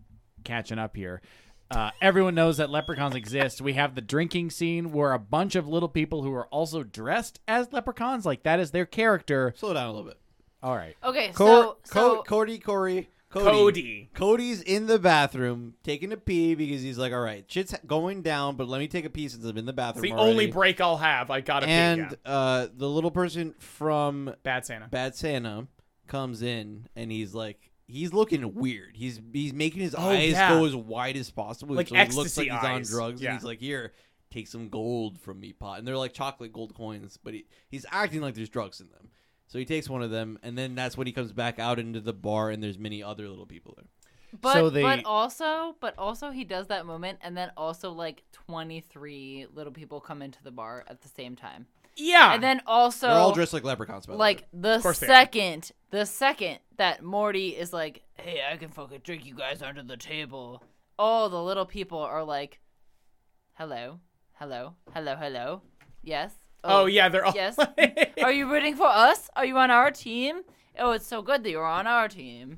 Speaker 2: catching up here, uh, everyone knows that leprechauns exist. We have the drinking scene where a bunch of little people who are also dressed as leprechauns, like that is their character.
Speaker 3: Slow down a little bit.
Speaker 2: All right.
Speaker 6: Okay,
Speaker 3: Cor-
Speaker 6: so,
Speaker 3: Co-
Speaker 6: so
Speaker 3: Cody, Corey, Cody.
Speaker 5: Cody.
Speaker 3: Cody's in the bathroom taking a pee because he's like, all right, shit's going down, but let me take a pee since I'm in the
Speaker 5: It's
Speaker 3: bathroom.
Speaker 5: the
Speaker 3: already."
Speaker 5: only break I'll have. I gotta pee.
Speaker 3: And
Speaker 5: yeah.
Speaker 3: uh, the little person from
Speaker 5: Bad Santa.
Speaker 3: Bad Santa comes in and he's like, he's looking weird. He's he's making his
Speaker 5: Oh,
Speaker 3: eyes
Speaker 5: yeah.
Speaker 3: go as wide as possible.
Speaker 5: Like
Speaker 3: so he looks
Speaker 5: ecstasy
Speaker 3: like he's on
Speaker 5: eyes.
Speaker 3: drugs.
Speaker 5: Yeah.
Speaker 3: And he's like, here, take some gold from me, pot. And they're like chocolate gold coins, but he, he's acting like there's drugs in them. So he takes one of them, and then that's when he comes back out into the bar, and there's many other little people there.
Speaker 6: but
Speaker 2: So they-
Speaker 6: but also but also he does that moment and then also like 23 little people come into the bar at the same time.
Speaker 5: Yeah.
Speaker 6: And then also
Speaker 3: Ah, They're all dressed like leprechauns, by the way.
Speaker 6: like the
Speaker 5: course they are.
Speaker 6: second the second that Morty is like, "Hey, I can fucking drink you guys under the table." All the little people are like, "Hello. Hello. Hello. Hello." Yes.
Speaker 5: oh yeah, they're all.
Speaker 6: Yes. Are you rooting for us? Are you on our team? Oh, it's so good that you're on our team.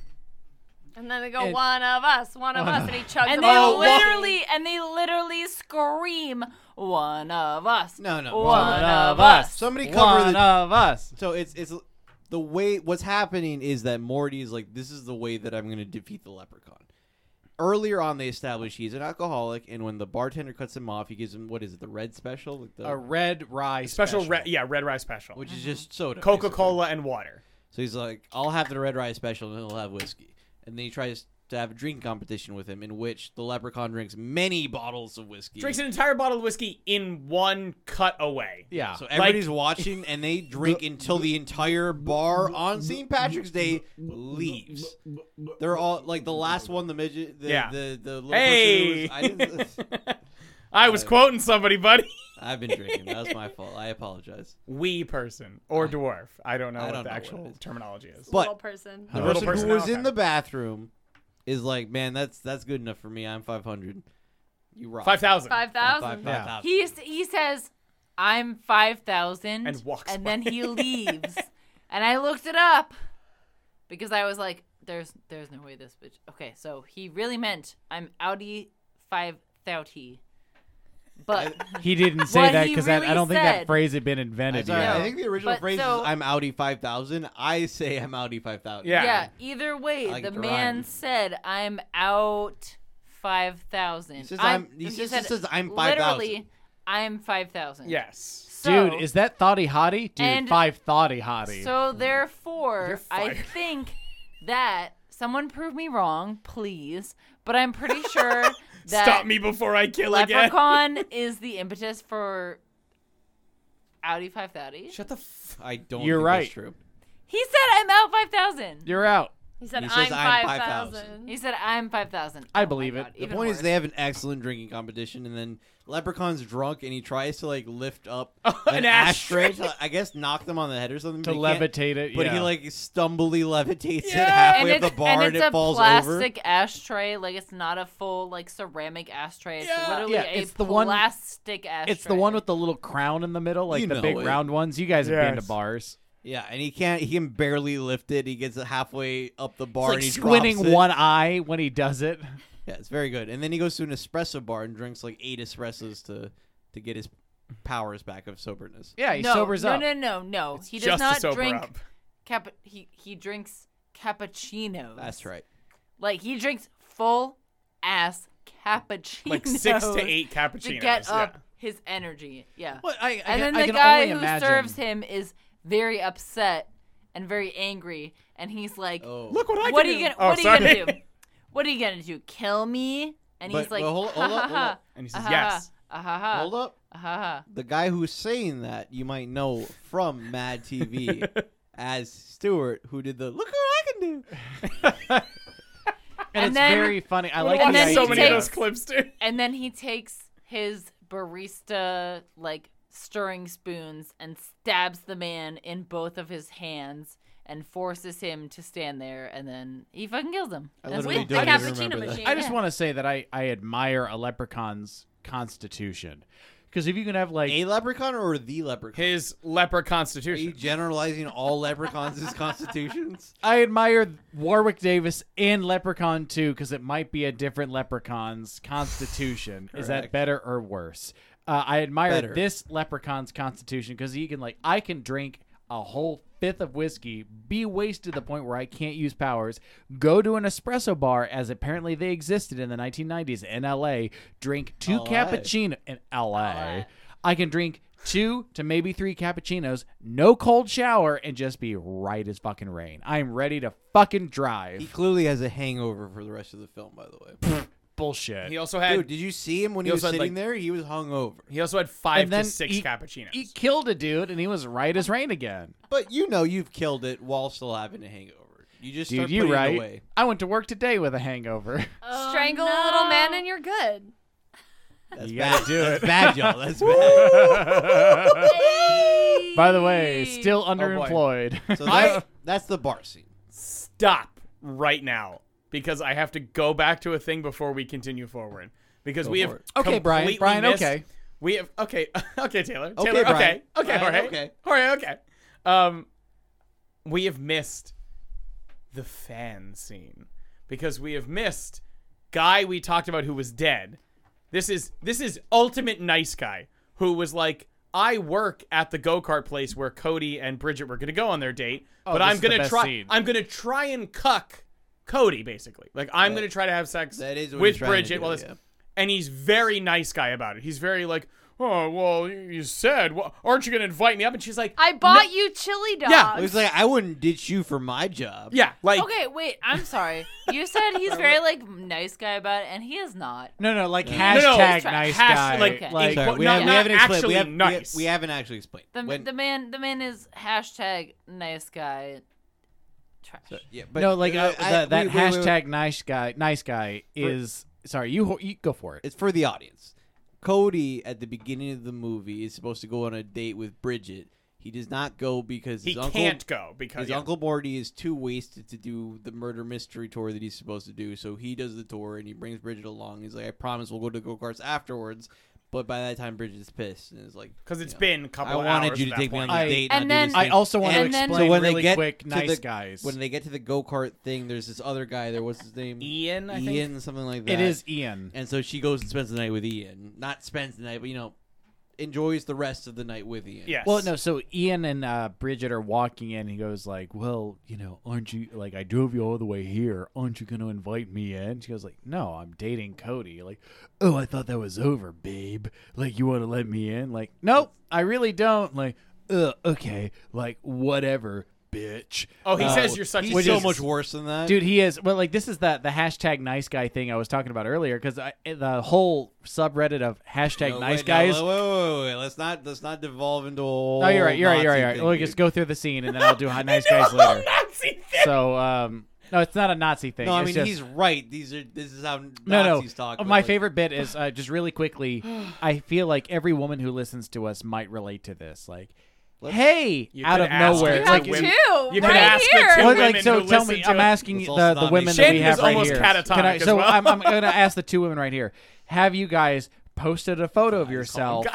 Speaker 4: And then they go, one of us, one of us, and he chugs
Speaker 6: And
Speaker 4: them
Speaker 6: they
Speaker 4: all. away.
Speaker 6: literally and they literally scream, "One of us."
Speaker 3: No, no,
Speaker 6: One,
Speaker 3: one
Speaker 6: of us.
Speaker 3: somebody cover
Speaker 2: One
Speaker 3: the
Speaker 2: of us.
Speaker 3: So it's it's the way what's happening is that Morty is like, this is the way that I'm going to defeat the leprechaun, earlier on they establish he's an alcoholic, and when the bartender cuts him off, he gives him what is it, the red special, Like the-
Speaker 2: A red rye
Speaker 5: Special, red, yeah, red rye special.
Speaker 3: which is just soda,
Speaker 5: Coca
Speaker 3: basically.
Speaker 5: Cola and water.
Speaker 3: So he's like, I'll have the red rye special and he'll have whiskey. And then he tries to have a drinking competition with him in which the leprechaun drinks many bottles of whiskey.
Speaker 5: Drinks an entire bottle of whiskey in one cut away.
Speaker 2: Yeah.
Speaker 3: so everybody's watching and they drink until the entire bar on St. Patrick's Day leaves. They're all like the last one, the midget, the,
Speaker 5: Yeah.
Speaker 3: the, the little
Speaker 5: Hey.
Speaker 3: person who was, I didn't,
Speaker 5: I
Speaker 3: Uh,
Speaker 5: was quoting somebody, buddy.
Speaker 3: I've been drinking. That was my fault. I apologize.
Speaker 5: We person or dwarf. I don't know
Speaker 3: Uh, I
Speaker 5: what
Speaker 3: don't
Speaker 5: the
Speaker 3: know
Speaker 5: actual
Speaker 3: what it is.
Speaker 5: terminology is.
Speaker 3: But
Speaker 4: little person.
Speaker 3: the
Speaker 5: Little
Speaker 3: person,
Speaker 5: person,
Speaker 3: who was
Speaker 5: okay.
Speaker 3: in the bathroom is like, man, that's that's good enough for me. I'm 500. You rock.
Speaker 5: Five thousand.
Speaker 4: Five
Speaker 3: I'm
Speaker 4: thousand.
Speaker 3: 5,000.
Speaker 2: Yeah.
Speaker 6: He is- he says, "I'm 5,000
Speaker 5: And walks
Speaker 6: and
Speaker 5: by.
Speaker 6: then he leaves. and I looked it up because I was like, "There's there's no way this bitch." Okay, so he really meant I'm Audi 530. But
Speaker 2: He didn't say
Speaker 6: What
Speaker 2: that
Speaker 6: he
Speaker 2: because I,
Speaker 6: really
Speaker 2: don't think that
Speaker 6: said.
Speaker 2: phrase had been
Speaker 3: I'm
Speaker 2: invented
Speaker 3: sorry,
Speaker 2: yet.
Speaker 3: I think the original
Speaker 6: But
Speaker 3: phrase
Speaker 6: so-
Speaker 3: is "I'm Audi 5000." I say "I'm Audi 5000."
Speaker 5: Yeah.
Speaker 6: yeah. either way,
Speaker 3: I like
Speaker 6: the
Speaker 3: it to
Speaker 6: man
Speaker 3: rhyme.
Speaker 6: said, "I'm out 5,000."
Speaker 3: He says,
Speaker 6: I'm-
Speaker 3: "I'm- he just says, "I'm
Speaker 6: literally, I'm 5,000."
Speaker 5: Yes.
Speaker 6: So-
Speaker 2: Dude, is that thoughty hottie? Dude,
Speaker 6: And-
Speaker 2: five thoughty hottie.
Speaker 6: So therefore, I
Speaker 5: fired.
Speaker 6: think that someone prove me wrong, please. But I'm pretty sure that
Speaker 5: Stop me before I kill again.
Speaker 6: Leprechaun is the impetus for Audi 5000.
Speaker 5: Shut the. F-
Speaker 3: I don't.
Speaker 2: You're
Speaker 3: think
Speaker 2: right.
Speaker 3: That's true.
Speaker 6: He said I'm out 5000.
Speaker 2: You're out.
Speaker 4: He said,
Speaker 3: He
Speaker 4: "I'm
Speaker 3: says, "I'm
Speaker 4: 5,000.
Speaker 6: He said I'm 5000.
Speaker 2: I
Speaker 6: Oh my
Speaker 2: believe it.
Speaker 6: God,
Speaker 2: The
Speaker 3: The
Speaker 6: even
Speaker 3: point is,
Speaker 6: worse.
Speaker 3: they have an excellent drinking competition, and then Leprechaun's drunk, and he tries to like lift up
Speaker 6: Oh,
Speaker 3: an, ashtray. to, I guess knock them on the head or something.
Speaker 2: To
Speaker 3: but he can't-
Speaker 2: levitate it,
Speaker 3: but he
Speaker 2: yeah.
Speaker 3: like stumbly levitates it
Speaker 6: and
Speaker 3: halfway up
Speaker 6: it's,
Speaker 3: the bar,
Speaker 6: and
Speaker 3: and,
Speaker 6: it's
Speaker 3: it
Speaker 6: a
Speaker 3: falls
Speaker 6: plastic ashtray, like it's not a full like ceramic ashtray. It's literally
Speaker 2: Yeah,
Speaker 6: a
Speaker 2: it's the one-
Speaker 6: plastic ashtray.
Speaker 2: It's the one with the little crown in the middle, like
Speaker 3: You
Speaker 2: the
Speaker 3: know
Speaker 2: big
Speaker 3: it.
Speaker 2: round ones. You guys have been to
Speaker 5: Yes.
Speaker 2: bars.
Speaker 3: over. Yeah, and he can't. He can barely lift it. He gets it halfway up the bar,
Speaker 2: It's like
Speaker 3: and he drops
Speaker 2: squinting
Speaker 3: it.
Speaker 2: one eye when he does it.
Speaker 3: Yeah, it's very good. And then he goes to an espresso bar and drinks like eight espressos to to get his powers back of soberness.
Speaker 2: Yeah, he
Speaker 6: no,
Speaker 2: sobers
Speaker 6: no,
Speaker 2: up.
Speaker 6: No, no, no, He does
Speaker 5: just to
Speaker 6: not
Speaker 5: sober
Speaker 6: drink
Speaker 5: up.
Speaker 6: Cap- he he drinks cappuccinos.
Speaker 3: That's right.
Speaker 6: Like he drinks full ass cappuccinos.
Speaker 5: like six to eight cappuccinos.
Speaker 6: to get
Speaker 5: yeah.
Speaker 6: up his energy. Yeah.
Speaker 2: Well, I, I
Speaker 6: and
Speaker 2: can-
Speaker 6: then
Speaker 2: I
Speaker 6: the
Speaker 2: can
Speaker 6: guy
Speaker 2: only
Speaker 6: who
Speaker 2: imagine.
Speaker 6: serves him is very upset and very angry, and he's like,
Speaker 3: Oh.
Speaker 5: Look what I
Speaker 6: "What are
Speaker 5: can
Speaker 6: you
Speaker 5: do.
Speaker 6: gonna
Speaker 5: Oh,
Speaker 6: What are
Speaker 5: sorry.
Speaker 6: you gonna do? What are you gonna do? Kill me?" And
Speaker 3: But-
Speaker 6: he's like, Uh-huh.
Speaker 3: but hold-
Speaker 6: ha,
Speaker 3: hold up,
Speaker 6: ha,
Speaker 3: hold up.
Speaker 6: ha,
Speaker 5: and he says
Speaker 6: ha,
Speaker 5: yes.
Speaker 6: ha, ha, ha,
Speaker 3: Hold up.
Speaker 6: ha, ha.
Speaker 3: The guy who's saying that you might know from Mad TV as Stewart, who did the look what I can do.
Speaker 2: and,
Speaker 6: And
Speaker 2: it's
Speaker 6: then-
Speaker 2: very funny. I like
Speaker 6: And
Speaker 2: the
Speaker 6: then
Speaker 5: so
Speaker 6: he
Speaker 2: idea.
Speaker 5: many of
Speaker 6: takes-
Speaker 5: those clips too.
Speaker 6: And then he takes his barista like stirring spoons and stabs the man in both of his hands and forces him to stand there and then he fucking kills him.
Speaker 3: I
Speaker 6: That's
Speaker 3: literally
Speaker 6: it.
Speaker 4: With the
Speaker 3: don't even
Speaker 4: cappuccino
Speaker 3: remember that.
Speaker 4: machine.
Speaker 2: I just
Speaker 6: Yeah.
Speaker 2: want to say that I, I admire a leprechaun's constitution. Because if you can have like
Speaker 3: A leprechaun or the leprechaun?
Speaker 5: His leper
Speaker 3: Are you
Speaker 5: constitution.
Speaker 3: generalizing all leprechauns as constitutions?
Speaker 2: I admire Warwick Davis and Leprechaun 2 because it might be a different Leprechaun's constitution. Is that
Speaker 3: Correct.
Speaker 2: better or worse? Uh, I admire
Speaker 3: Better.
Speaker 2: this Leprechaun's constitution because he can, like, I can drink a whole fifth of whiskey, be wasted to the point where I can't use powers, go to an espresso bar as apparently they existed in the 1990s in LA, drink two
Speaker 3: LA.
Speaker 2: cappuccino in LA. I can drink two to maybe three cappuccinos, no cold shower, and just be right as fucking rain. I'm ready to fucking drive.
Speaker 3: He clearly has a hangover for the rest of the film, by the way.
Speaker 2: Bullshit.
Speaker 5: he also had.
Speaker 3: Dude, did you see him when he,
Speaker 5: He
Speaker 3: was
Speaker 5: also had,
Speaker 3: sitting
Speaker 5: like-
Speaker 3: there? He was hungover.
Speaker 5: he also had five to six
Speaker 2: he,
Speaker 5: cappuccinos.
Speaker 2: He killed a dude, and he was right as rain again.
Speaker 3: But you know you've killed it while still having a hangover. You just
Speaker 2: Dude,
Speaker 3: start
Speaker 2: you
Speaker 3: putting
Speaker 2: right?
Speaker 3: it away.
Speaker 2: I went to work today with a hangover.
Speaker 4: Strangle a little man and you're good.
Speaker 3: That's
Speaker 2: You gotta
Speaker 3: bad.
Speaker 2: do
Speaker 3: That's
Speaker 2: it.
Speaker 3: bad, y'all. That's bad.
Speaker 2: Oh, By the way, still underemployed.
Speaker 3: So that's, that's the bar scene.
Speaker 5: Stop right now because I have to go back to a thing before we continue forward because we have
Speaker 3: for it.
Speaker 2: Okay, Brian.
Speaker 5: completely
Speaker 2: Brian,
Speaker 5: missed-
Speaker 2: okay.
Speaker 5: We have okay, okay, Taylor.
Speaker 3: Okay,
Speaker 5: Taylor,
Speaker 3: Brian.
Speaker 5: okay, okay,
Speaker 3: Brian,
Speaker 5: Jorge,
Speaker 3: okay.
Speaker 5: Jorge, okay. Um, we have missed the fan scene because we have missed guy we talked about who was dead. This is this is ultimate nice guy who was like, I work at the go kart place where
Speaker 3: Oh,
Speaker 5: Cody and Bridget were gonna go on their date, but
Speaker 2: this
Speaker 5: I'm
Speaker 2: is the
Speaker 5: gonna
Speaker 2: best
Speaker 5: try.
Speaker 2: scene.
Speaker 5: I'm gonna try and cuck Cody, basically. Like, I'm going to try to have sex
Speaker 3: that is what he's
Speaker 5: with
Speaker 3: trying to
Speaker 5: Bridget.
Speaker 3: do,
Speaker 5: Well, this,
Speaker 3: yeah.
Speaker 5: And he's very nice guy about it. He's very like, oh, well, you- you said, well, aren't you going to invite me up? And she's like,
Speaker 4: I
Speaker 5: "No."
Speaker 4: bought you chili dogs.
Speaker 5: Yeah,
Speaker 3: He's like, I wouldn't ditch you for my job.
Speaker 5: Yeah, like,
Speaker 6: Okay, wait. I'm sorry. You said he's very like nice guy about it, and he is not.
Speaker 2: No, no, like
Speaker 5: no, no,
Speaker 2: hashtag
Speaker 6: trash.
Speaker 2: nice
Speaker 5: Hash-
Speaker 2: guy.
Speaker 5: like,
Speaker 6: Okay.
Speaker 2: like
Speaker 6: Sorry,
Speaker 3: Sorry, we,
Speaker 5: not-
Speaker 3: have,
Speaker 5: not
Speaker 3: we haven't explained.
Speaker 5: actually
Speaker 3: we, have, we have-
Speaker 5: nice.
Speaker 3: we haven't actually explained.
Speaker 6: The,
Speaker 3: When-
Speaker 6: the man, the man is hashtag nice guy, trash.
Speaker 3: yeah, but
Speaker 2: no, like uh,
Speaker 3: I-
Speaker 2: that, that
Speaker 3: wait, wait, wait,
Speaker 2: hashtag nice guy, nice guy is. Sorry, you, ho- you go for it.
Speaker 3: it's for the audience. Cody at the beginning of the movie is supposed to go on a date with Bridget. He does not go because
Speaker 5: he
Speaker 3: his uncle
Speaker 5: can't go because
Speaker 3: his
Speaker 5: yeah.
Speaker 3: uncle Morty is too wasted to do the murder mystery tour that he's supposed to do. So he does the tour and he brings Bridget along. He's like, "I promise we'll go to go karts afterwards." But by that time, Bridget's pissed and is like,
Speaker 5: Because it's
Speaker 3: you know,
Speaker 5: been a couple
Speaker 3: I
Speaker 5: of
Speaker 3: wanted
Speaker 5: hours
Speaker 3: you to
Speaker 5: at that
Speaker 3: take me on
Speaker 5: point.
Speaker 3: a
Speaker 2: I-
Speaker 3: date.
Speaker 6: And
Speaker 3: not do
Speaker 6: then-
Speaker 3: this
Speaker 2: I
Speaker 3: thing."
Speaker 2: also want to
Speaker 6: And then-
Speaker 2: explain
Speaker 6: So
Speaker 3: when they
Speaker 2: really
Speaker 3: get
Speaker 2: quick
Speaker 3: to
Speaker 2: nice
Speaker 3: the-
Speaker 2: guys.
Speaker 3: when they get to the go kart thing, there's this other guy there. What's his name?
Speaker 5: Ian, I think.
Speaker 3: Ian, something like that.
Speaker 2: it is Ian.
Speaker 3: And so she goes and spends the night with Ian. Not spends the night, but you know, enjoys the rest of the night with Ian.
Speaker 5: Yes.
Speaker 2: Well, no, so Ian and uh, Bridget are walking in. And he goes like, "Well, you know, aren't you like I drove you all the way here? Aren't you going to invite me in?" She goes like, "No, I'm dating Cody." Like, "Oh, I thought that was over, babe. Like, you want to let me in?" Like, "Nope, I really don't." Like, "Uh, okay, like whatever, bitch."
Speaker 5: Oh, he
Speaker 2: Uh,
Speaker 5: says you're such. a
Speaker 3: He's so
Speaker 5: Jesus.
Speaker 3: much worse than that.
Speaker 2: dude he is well like this is that the hashtag nice guy thing i was talking about earlier because the whole subreddit of hashtag
Speaker 3: No,
Speaker 2: nice
Speaker 3: wait, no,
Speaker 2: guys
Speaker 3: wait, wait, wait, wait, Let's not let's not devolve into a whole
Speaker 2: oh you're right you're right you're right,
Speaker 3: Nazi
Speaker 2: you're right.
Speaker 3: thing,
Speaker 2: we'll
Speaker 3: dude.
Speaker 2: just go through the scene and then i'll do hot nice guys later
Speaker 5: Nazi thing.
Speaker 2: so um no it's not a nazi thing
Speaker 3: No, I
Speaker 2: It's
Speaker 3: mean
Speaker 2: just-
Speaker 3: he's right. These are this is how Nazis
Speaker 2: no, no.
Speaker 3: talk.
Speaker 2: Uh,
Speaker 3: but,
Speaker 2: My
Speaker 3: like,
Speaker 2: favorite bit is uh, just really quickly. I feel like every woman who listens to us might relate to this. Like, hey,
Speaker 5: You
Speaker 2: out
Speaker 5: could
Speaker 2: of
Speaker 5: ask
Speaker 2: nowhere,
Speaker 5: her
Speaker 4: You
Speaker 2: it's
Speaker 5: to
Speaker 4: have
Speaker 2: like,
Speaker 4: two
Speaker 5: women- you could
Speaker 4: right
Speaker 5: ask the
Speaker 4: here.
Speaker 5: two
Speaker 2: Well,
Speaker 5: women
Speaker 2: like, so
Speaker 5: who
Speaker 2: tell
Speaker 5: listen
Speaker 2: me.
Speaker 5: to
Speaker 2: I'm
Speaker 5: it.
Speaker 2: asking
Speaker 3: It's
Speaker 2: the,
Speaker 3: also
Speaker 2: the
Speaker 3: not
Speaker 2: women
Speaker 3: me.
Speaker 2: that we
Speaker 5: Shannon
Speaker 2: have
Speaker 5: is
Speaker 2: right
Speaker 5: almost
Speaker 2: here.
Speaker 5: catatonic
Speaker 2: Can I,
Speaker 5: as
Speaker 2: so
Speaker 5: well.
Speaker 2: I'm, I'm going to ask the two women right here. Have you guys posted a photo
Speaker 5: oh
Speaker 2: of yourself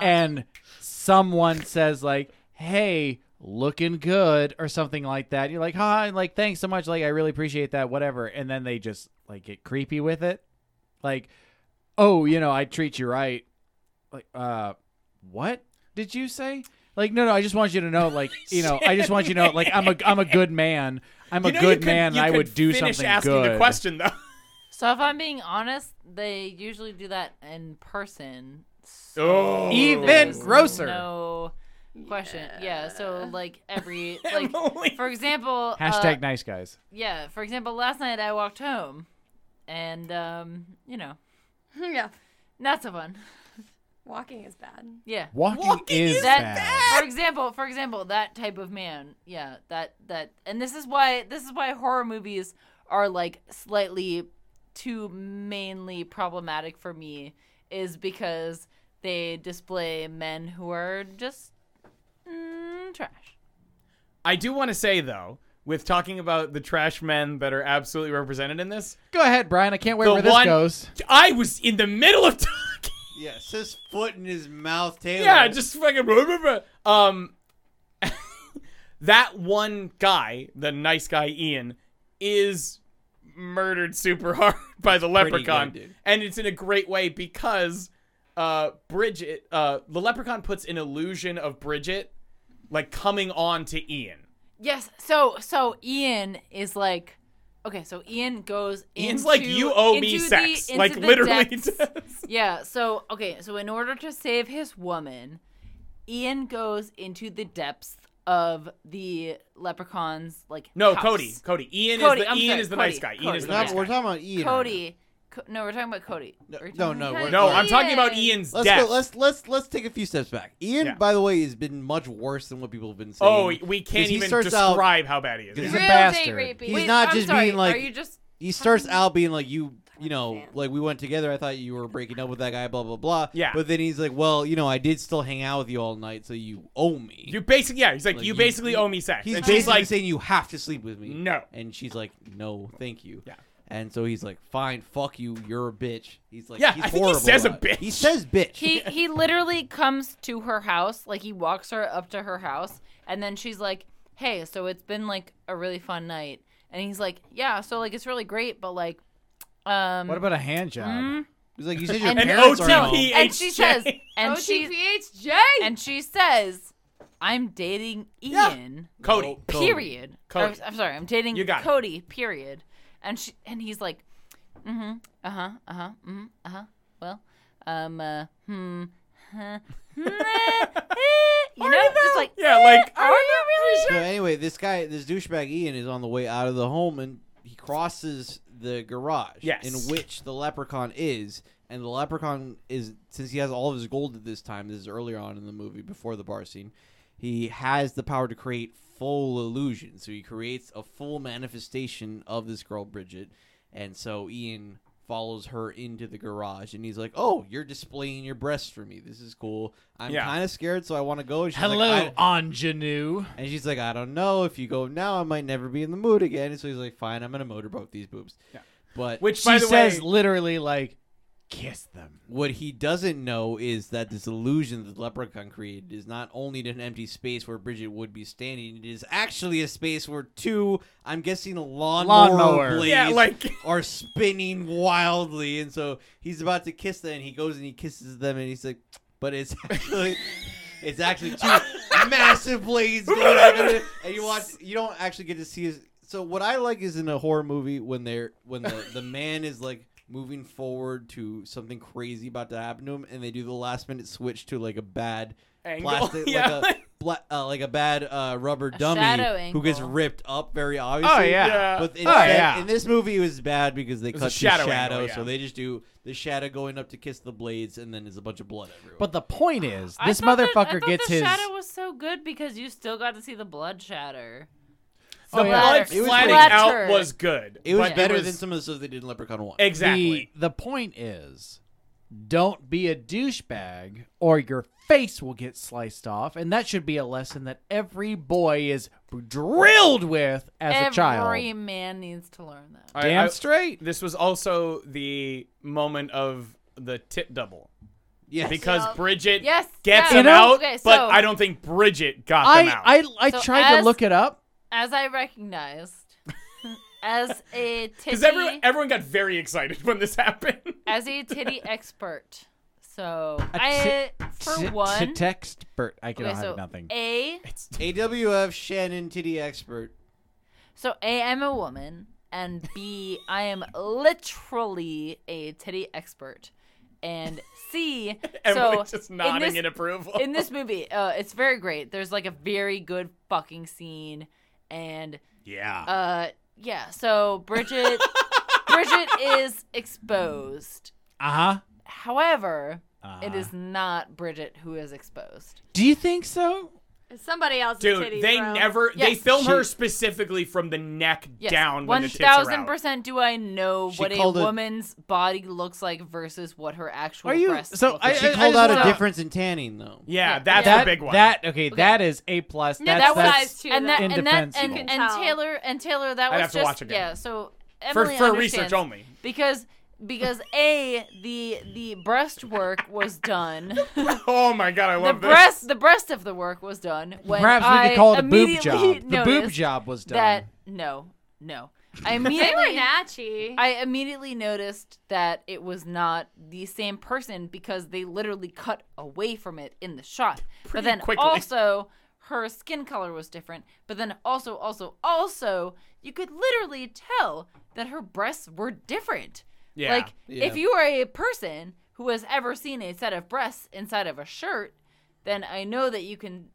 Speaker 2: and someone says like, "Hey, looking good" or something like that? You're like, "Hi, like thanks so much. Like I really appreciate that. Whatever." And then they just like get creepy with it, like, "Oh, you know, I treat you right." Like, uh, what did you say? Like no no, I just want you to know like you know I just want you to know like I'm a I'm a good man. I'm
Speaker 5: You
Speaker 2: a
Speaker 5: know, you
Speaker 2: good
Speaker 5: could,
Speaker 2: man.
Speaker 5: you
Speaker 2: and I
Speaker 5: could
Speaker 2: would do
Speaker 5: finish
Speaker 2: something
Speaker 5: asking
Speaker 2: good.
Speaker 5: the question though.
Speaker 6: So if I'm being honest, they usually do that in person. So
Speaker 5: Oh.
Speaker 2: Even
Speaker 6: there's
Speaker 2: grosser.
Speaker 6: No question. Yeah. So like every like
Speaker 5: Emily.
Speaker 6: for example,
Speaker 2: Hashtag
Speaker 6: uh,
Speaker 2: nice guys.
Speaker 6: yeah. For example, last night I walked home, and um, you know,
Speaker 4: Yeah.
Speaker 6: not so fun.
Speaker 4: Walking is bad.
Speaker 6: Yeah.
Speaker 2: Walking, is,
Speaker 6: that,
Speaker 2: bad.
Speaker 6: for example for example that type of man yeah that that and this is why this is why horror movies are like slightly too mainly problematic for me is because they display men who are just mm, trash
Speaker 5: I do want to say though, with talking about the trash men that are absolutely represented in this,
Speaker 2: Go ahead, Brian. I can't wait
Speaker 5: The
Speaker 2: where this
Speaker 5: one-
Speaker 2: goes.
Speaker 5: I was in the middle of talking.
Speaker 3: Yes, his foot in his mouth, Taylor.
Speaker 5: Yeah, just fucking. Blah, blah, blah. Um, that one guy, the nice guy Ian, is murdered super hard by the
Speaker 3: pretty
Speaker 5: leprechaun,
Speaker 3: good, dude.
Speaker 5: and it's in a great way because uh, Bridget, uh, the leprechaun puts an illusion of Bridget, like coming on to Ian.
Speaker 6: yes so so ian is like okay so ian goes
Speaker 5: Ian's
Speaker 6: into-
Speaker 5: like, you owe me
Speaker 6: into the-
Speaker 5: sex,
Speaker 6: into
Speaker 5: like
Speaker 6: the
Speaker 5: literally.
Speaker 6: depths.
Speaker 5: does.
Speaker 6: Yeah, so okay, so in order to save his woman, Ian goes into the depths of the leprechaun's like
Speaker 5: No,
Speaker 6: house.
Speaker 5: Cody. Cody. Ian
Speaker 6: Cody,
Speaker 5: is the
Speaker 6: I'm
Speaker 5: Ian
Speaker 6: sorry,
Speaker 5: is the nice guy.
Speaker 6: Cody,
Speaker 5: Ian is
Speaker 3: We're,
Speaker 5: the
Speaker 6: Cody.
Speaker 5: nice
Speaker 3: not,
Speaker 5: guy.
Speaker 3: we're talking about Ian.
Speaker 6: Cody. Co- no, we're talking about Cody.
Speaker 3: No,
Speaker 6: We're talking
Speaker 3: no, no,
Speaker 6: about
Speaker 3: we're-
Speaker 5: No,
Speaker 6: Cody.
Speaker 5: I'm talking about
Speaker 4: Ian.
Speaker 5: Ian's
Speaker 3: Let's
Speaker 5: death.
Speaker 3: go. Let's let's let's take a few steps back. Ian,
Speaker 5: Yeah.
Speaker 3: by the way, has been much worse than what people have been saying.
Speaker 5: oh, we can't
Speaker 3: he
Speaker 5: even
Speaker 3: starts out-
Speaker 5: describe how bad he is.
Speaker 2: He's
Speaker 4: Real
Speaker 2: a
Speaker 4: date
Speaker 2: bastard.
Speaker 4: rapey.
Speaker 3: He's
Speaker 6: Wait,
Speaker 3: not
Speaker 6: I'm
Speaker 3: just
Speaker 6: sorry,
Speaker 3: being like-
Speaker 6: Are you just
Speaker 3: he starts out being like you you know
Speaker 4: understand.
Speaker 3: like we went together i thought you were breaking up with that guy blah blah blah
Speaker 5: Yeah.
Speaker 3: but then he's like well you know i did still hang out with you all night so you owe me
Speaker 5: You basically, yeah. He's like,
Speaker 3: Like,
Speaker 5: you
Speaker 3: you-
Speaker 5: basically
Speaker 3: you-
Speaker 5: owe me sex.
Speaker 3: he's
Speaker 5: and
Speaker 3: basically
Speaker 5: she's like,
Speaker 3: saying you have to sleep with me
Speaker 5: No.
Speaker 3: and she's like no thank you
Speaker 5: Yeah.
Speaker 3: and so he's like fine fuck you you're a bitch he's like
Speaker 5: Yeah,
Speaker 3: he's
Speaker 5: I think he
Speaker 3: horrible
Speaker 5: says a
Speaker 3: about
Speaker 5: bitch.
Speaker 3: it. he says bitch
Speaker 6: he he literally comes to her house like he walks her up to her house and then she's like hey so it's been like a really fun night and he's like yeah so like it's really great but like um mm,
Speaker 2: What about a hand job?
Speaker 6: Mm-hmm.
Speaker 3: he's like you said your
Speaker 6: And-
Speaker 5: an
Speaker 3: parents are
Speaker 6: OTP.
Speaker 3: home.
Speaker 5: OTPHJ.
Speaker 6: and she says and she
Speaker 4: OTPHJ.
Speaker 6: and she says i'm dating ian
Speaker 5: Cody.
Speaker 6: period
Speaker 5: Cody.
Speaker 6: Or, i'm sorry i'm dating
Speaker 5: You got it.
Speaker 6: cody period and she and he's like, mm-hmm, uh-huh, uh-huh, mm-hmm, uh-huh. Well, um, uh, hmm, huh, hmm, eh, eh," you know, just like
Speaker 5: Yeah, like
Speaker 6: are you really?
Speaker 3: So anyway, this guy, this douchebag Ian, is on the way out of the home, and he crosses the garage
Speaker 5: Yes.
Speaker 3: in which the leprechaun is. And the leprechaun is since he has all of his gold at this time. This is earlier on in the movie, before the bar scene. He has the power to create full illusion, so he creates a full manifestation of this girl Bridget. And so Ian follows her into the garage, and he's like, "Oh, you're displaying your breasts for me. This is cool. I'm
Speaker 5: Yeah.
Speaker 3: kind of scared, so I want to go." And she's like,
Speaker 2: Hello,
Speaker 3: "I-
Speaker 2: ingenue.
Speaker 3: and she's like, I don't know. If you go now, I might never be in the mood again. And so he's like, fine, I'm going to motorboat these boobs.
Speaker 5: Yeah.
Speaker 3: But
Speaker 5: Which
Speaker 2: She
Speaker 5: by the
Speaker 2: says
Speaker 5: way,
Speaker 2: literally like, kiss them.
Speaker 3: what he doesn't know is that this illusion that the leprechaun created is not only an empty space where Bridget would be standing, it is actually a space where two, I'm guessing, lawnmower,
Speaker 2: Lawnmower.
Speaker 3: blades
Speaker 5: yeah, like
Speaker 3: are spinning wildly. And so he's about to kiss them, and he goes and he kisses them, and he's like, but it's actually. It's actually two massive blades going at it, and you watch. You don't actually get to see. His, so what I like is in a horror movie when they're when the, the man is like moving forward to something crazy about to happen to him, and they do the last minute switch to like a bad
Speaker 5: angle.
Speaker 3: plastic,
Speaker 5: yeah,
Speaker 3: like a bla- uh, like a bad uh, rubber
Speaker 6: shadow
Speaker 3: dummy
Speaker 6: angle.
Speaker 3: who gets ripped up very
Speaker 5: Oh,
Speaker 3: obviously.
Speaker 2: yeah.
Speaker 5: yeah.
Speaker 3: Oh, But in,
Speaker 2: Uh, oh, yeah.
Speaker 3: in this movie, it was bad because they
Speaker 5: was
Speaker 3: cut
Speaker 5: a
Speaker 3: to
Speaker 5: shadow
Speaker 3: shadow,
Speaker 5: angle, yeah.
Speaker 3: so they just do the shadow going up to kiss the blades, and then there's a bunch of blood everywhere.
Speaker 2: But the point is,
Speaker 6: I
Speaker 2: this
Speaker 6: thought that- I
Speaker 2: motherfucker
Speaker 6: thought
Speaker 2: gets
Speaker 6: the
Speaker 2: his.
Speaker 6: shadow was so good because you still got to see the blood shatter.
Speaker 5: the
Speaker 2: Oh, yeah.
Speaker 5: blood
Speaker 6: It was
Speaker 5: sliding
Speaker 6: pretty-
Speaker 5: out
Speaker 6: Splatter.
Speaker 5: was good.
Speaker 3: it was
Speaker 5: but
Speaker 3: better
Speaker 5: was-
Speaker 3: than some of the stuff they did in Leprechaun One.
Speaker 5: exactly.
Speaker 2: The, the point is, don't be a douchebag or your face will get sliced off, and that should be a lesson that every boy is drilled with as
Speaker 6: Every
Speaker 2: a child.
Speaker 6: man needs to learn that.
Speaker 5: I-
Speaker 2: Damn
Speaker 5: I-
Speaker 2: straight.
Speaker 5: this was also the moment of the tit double
Speaker 3: Yes.
Speaker 5: because
Speaker 6: Yup.
Speaker 5: Bridget
Speaker 6: Yes,
Speaker 5: gets
Speaker 6: yeah.
Speaker 5: him
Speaker 2: You know?
Speaker 5: out,
Speaker 6: Okay,
Speaker 5: but
Speaker 6: so-
Speaker 5: I don't think Bridget got them out.
Speaker 2: I I, I
Speaker 6: So
Speaker 2: tried to
Speaker 6: as-
Speaker 2: look it up.
Speaker 6: As I recognized, as a
Speaker 5: because
Speaker 6: titty,
Speaker 5: everyone, everyone got very excited when this happened.
Speaker 6: as a titty expert, so
Speaker 2: A
Speaker 6: I for
Speaker 2: T-
Speaker 6: one,
Speaker 2: to text Bert, I can
Speaker 6: okay,
Speaker 2: have
Speaker 6: so
Speaker 2: nothing.
Speaker 6: a
Speaker 3: AWF Shannon Titty Expert.
Speaker 6: So A, I'm a woman, and B, I am literally a titty expert, and C,
Speaker 5: Emily
Speaker 6: so
Speaker 5: just
Speaker 6: in
Speaker 5: nodding in,
Speaker 6: this-
Speaker 5: approval.
Speaker 6: in this movie, uh, it's very great. There's like a very good fucking scene, and
Speaker 1: Yeah.
Speaker 6: uh, yeah. So Bridget, Bridget is exposed.
Speaker 2: Uh huh.
Speaker 6: However, it
Speaker 5: Ah.
Speaker 6: is not Bridget who is exposed.
Speaker 2: Do you think so?
Speaker 4: It's somebody else's
Speaker 5: Dude,
Speaker 4: titties,
Speaker 5: they
Speaker 4: bro.
Speaker 5: never they
Speaker 6: Yes.
Speaker 5: film her
Speaker 2: She-
Speaker 5: specifically from the neck
Speaker 6: Yes,
Speaker 5: down when
Speaker 6: one
Speaker 5: the tits are
Speaker 6: thousand
Speaker 5: out.
Speaker 6: percent. Do I know
Speaker 3: She
Speaker 6: what a
Speaker 3: called it-
Speaker 6: woman's body looks like versus what her actual
Speaker 2: Are you-
Speaker 6: breasts
Speaker 2: so
Speaker 6: look
Speaker 2: I-
Speaker 6: like?
Speaker 3: She
Speaker 2: I
Speaker 3: called
Speaker 2: just
Speaker 3: out a
Speaker 2: wanna-
Speaker 3: difference in tanning, though.
Speaker 5: Yeah,
Speaker 6: Yeah,
Speaker 5: that's
Speaker 2: that,
Speaker 5: the big one.
Speaker 2: That okay, That is a plus.
Speaker 4: Yeah,
Speaker 2: that's,
Speaker 4: that was
Speaker 2: that's-
Speaker 4: eyes too.
Speaker 6: and that,
Speaker 4: though.
Speaker 6: and that, and,
Speaker 2: indefensible.
Speaker 6: and
Speaker 4: You can tell.
Speaker 6: Taylor and Taylor, that
Speaker 5: I'd
Speaker 6: was
Speaker 5: have to
Speaker 6: just
Speaker 5: watch again.
Speaker 6: yeah. So
Speaker 5: for
Speaker 6: Emily
Speaker 5: for
Speaker 6: understands
Speaker 5: research only.
Speaker 6: because because a the the breast work was done.
Speaker 5: Oh my god, I
Speaker 6: the
Speaker 5: love this.
Speaker 6: breast the breast of the work was done when
Speaker 2: Perhaps we
Speaker 6: I
Speaker 2: could call it a boob
Speaker 6: immediately
Speaker 2: job. The boob
Speaker 6: noticed
Speaker 2: job was done.
Speaker 6: that no no I
Speaker 4: They were
Speaker 6: immediately
Speaker 4: natchy.
Speaker 6: I immediately noticed that it was not the same person because they literally cut away from it in the shot. but
Speaker 5: Pretty
Speaker 6: then
Speaker 5: quickly.
Speaker 6: also her skin color was different. But then also also also you could literally tell that her breasts were different.
Speaker 5: Yeah.
Speaker 6: Like if you are a person who has ever seen a set of breasts inside of a shirt, then I know that you can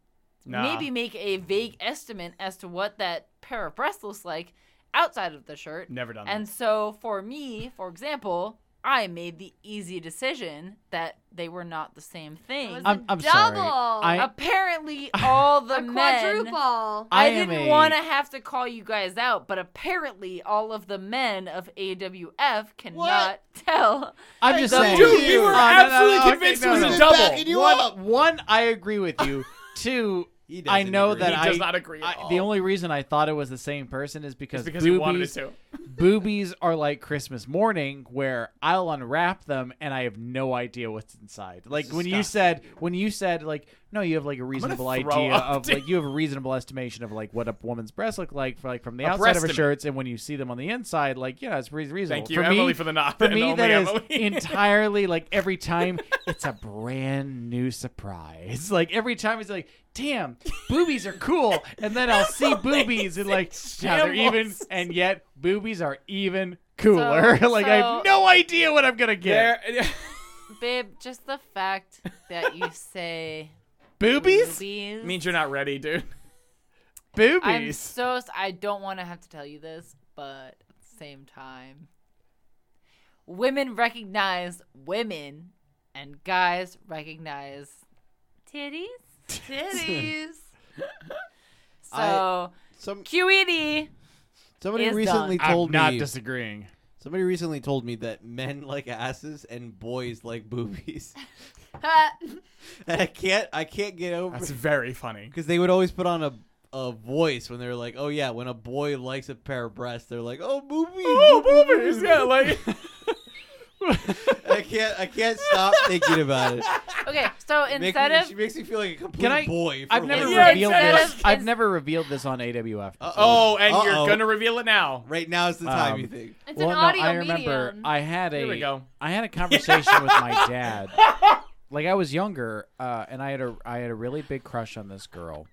Speaker 5: Nah.
Speaker 6: maybe make a vague estimate as to what that pair of breasts looks like outside of the shirt.
Speaker 5: Never done
Speaker 6: And so for me, for example, I made the easy decision that they were not the same thing.
Speaker 4: was a
Speaker 2: I'm, I'm sorry.
Speaker 4: double.
Speaker 2: I,
Speaker 6: apparently, all the
Speaker 4: a
Speaker 6: men.
Speaker 4: quadruple.
Speaker 6: I,
Speaker 2: I am
Speaker 6: didn't
Speaker 2: a-
Speaker 6: want to have to call you guys out, but apparently, all of the men of AWF cannot tell.
Speaker 2: I'm just saying.
Speaker 5: Dude, we were
Speaker 2: Oh, no, no,
Speaker 5: absolutely
Speaker 2: no, okay,
Speaker 5: convinced
Speaker 2: no,
Speaker 5: it was
Speaker 2: no,
Speaker 5: a
Speaker 2: no.
Speaker 5: double.
Speaker 3: you
Speaker 2: one,
Speaker 3: up.
Speaker 2: one, I agree with you. Two,
Speaker 3: He doesn't
Speaker 2: I know
Speaker 3: agree.
Speaker 2: that
Speaker 5: he
Speaker 2: I,
Speaker 5: does not agree at
Speaker 2: I-
Speaker 5: all.
Speaker 2: The only reason I thought it was the same person is because
Speaker 5: It's because he
Speaker 2: boobies,
Speaker 5: wanted it to.
Speaker 2: boobies are like Christmas morning, where I'll unwrap them and I have no idea what's inside. Like when you said, when you said like no, you have like a reasonable
Speaker 5: throw
Speaker 2: idea
Speaker 5: up,
Speaker 2: of like you have a reasonable estimation of like what a woman's breasts look like for like from the
Speaker 5: A
Speaker 2: outside of her
Speaker 5: breastimate.
Speaker 2: shirts, and when you see them on the inside, like yeah, it's pretty reasonable.
Speaker 5: Thank you,
Speaker 2: for
Speaker 5: Emily,
Speaker 2: me,
Speaker 5: for the knock.
Speaker 2: For
Speaker 5: and
Speaker 2: me,
Speaker 5: only
Speaker 2: that is
Speaker 5: Emily.
Speaker 2: entirely like every time it's a brand new surprise. Like every time it's like, damn, boobies are cool, and then I'll see boobies and like, yeah, they're even,
Speaker 5: shambles.
Speaker 2: and yet boobies are even cooler.
Speaker 6: So-
Speaker 2: like I
Speaker 6: so-
Speaker 2: have no idea what I'm gonna get.
Speaker 5: There-
Speaker 6: Babe, just the fact that you say
Speaker 2: Boobies,
Speaker 6: boobies
Speaker 5: means you're not ready, dude.
Speaker 6: I'm
Speaker 2: boobies.
Speaker 6: so s- I don't want to have to tell you this, but at the same time, women recognize women, and guys recognize titties.
Speaker 4: Titties.
Speaker 6: So
Speaker 3: I- Some
Speaker 6: Q E D.
Speaker 3: somebody
Speaker 6: is
Speaker 3: recently
Speaker 2: I'm
Speaker 3: told
Speaker 2: not
Speaker 3: me
Speaker 2: disagreeing.
Speaker 3: somebody recently told me that men like asses and boys like boobies. and I can't I can't get over
Speaker 5: That's very funny.
Speaker 3: because they would always put on a a voice when they were like, "Oh yeah, when a boy likes a pair of breasts, they're like, oh boobies, oh
Speaker 5: Boobies, yeah, like
Speaker 3: I can't I can't stop thinking about it.
Speaker 6: Okay, so
Speaker 3: Make
Speaker 6: instead
Speaker 3: me,
Speaker 6: of
Speaker 3: she makes me feel like a complete
Speaker 2: Can I-
Speaker 3: boy. For
Speaker 2: I've never
Speaker 3: once.
Speaker 5: Yeah,
Speaker 2: revealed
Speaker 5: instead
Speaker 2: this.
Speaker 6: of-
Speaker 2: I've
Speaker 6: ins-
Speaker 2: never revealed this on AWF.
Speaker 5: Oh, and you're
Speaker 3: Uh-oh.
Speaker 5: gonna reveal it now.
Speaker 3: Right now is the time
Speaker 2: Um,
Speaker 3: you think.
Speaker 4: It's
Speaker 2: well,
Speaker 4: an
Speaker 2: no,
Speaker 4: audio
Speaker 2: I remember
Speaker 4: medium.
Speaker 2: I had a
Speaker 5: Here we go.
Speaker 2: I had a conversation with my dad. Like I was younger, uh, and I had a I had a really big crush on this girl.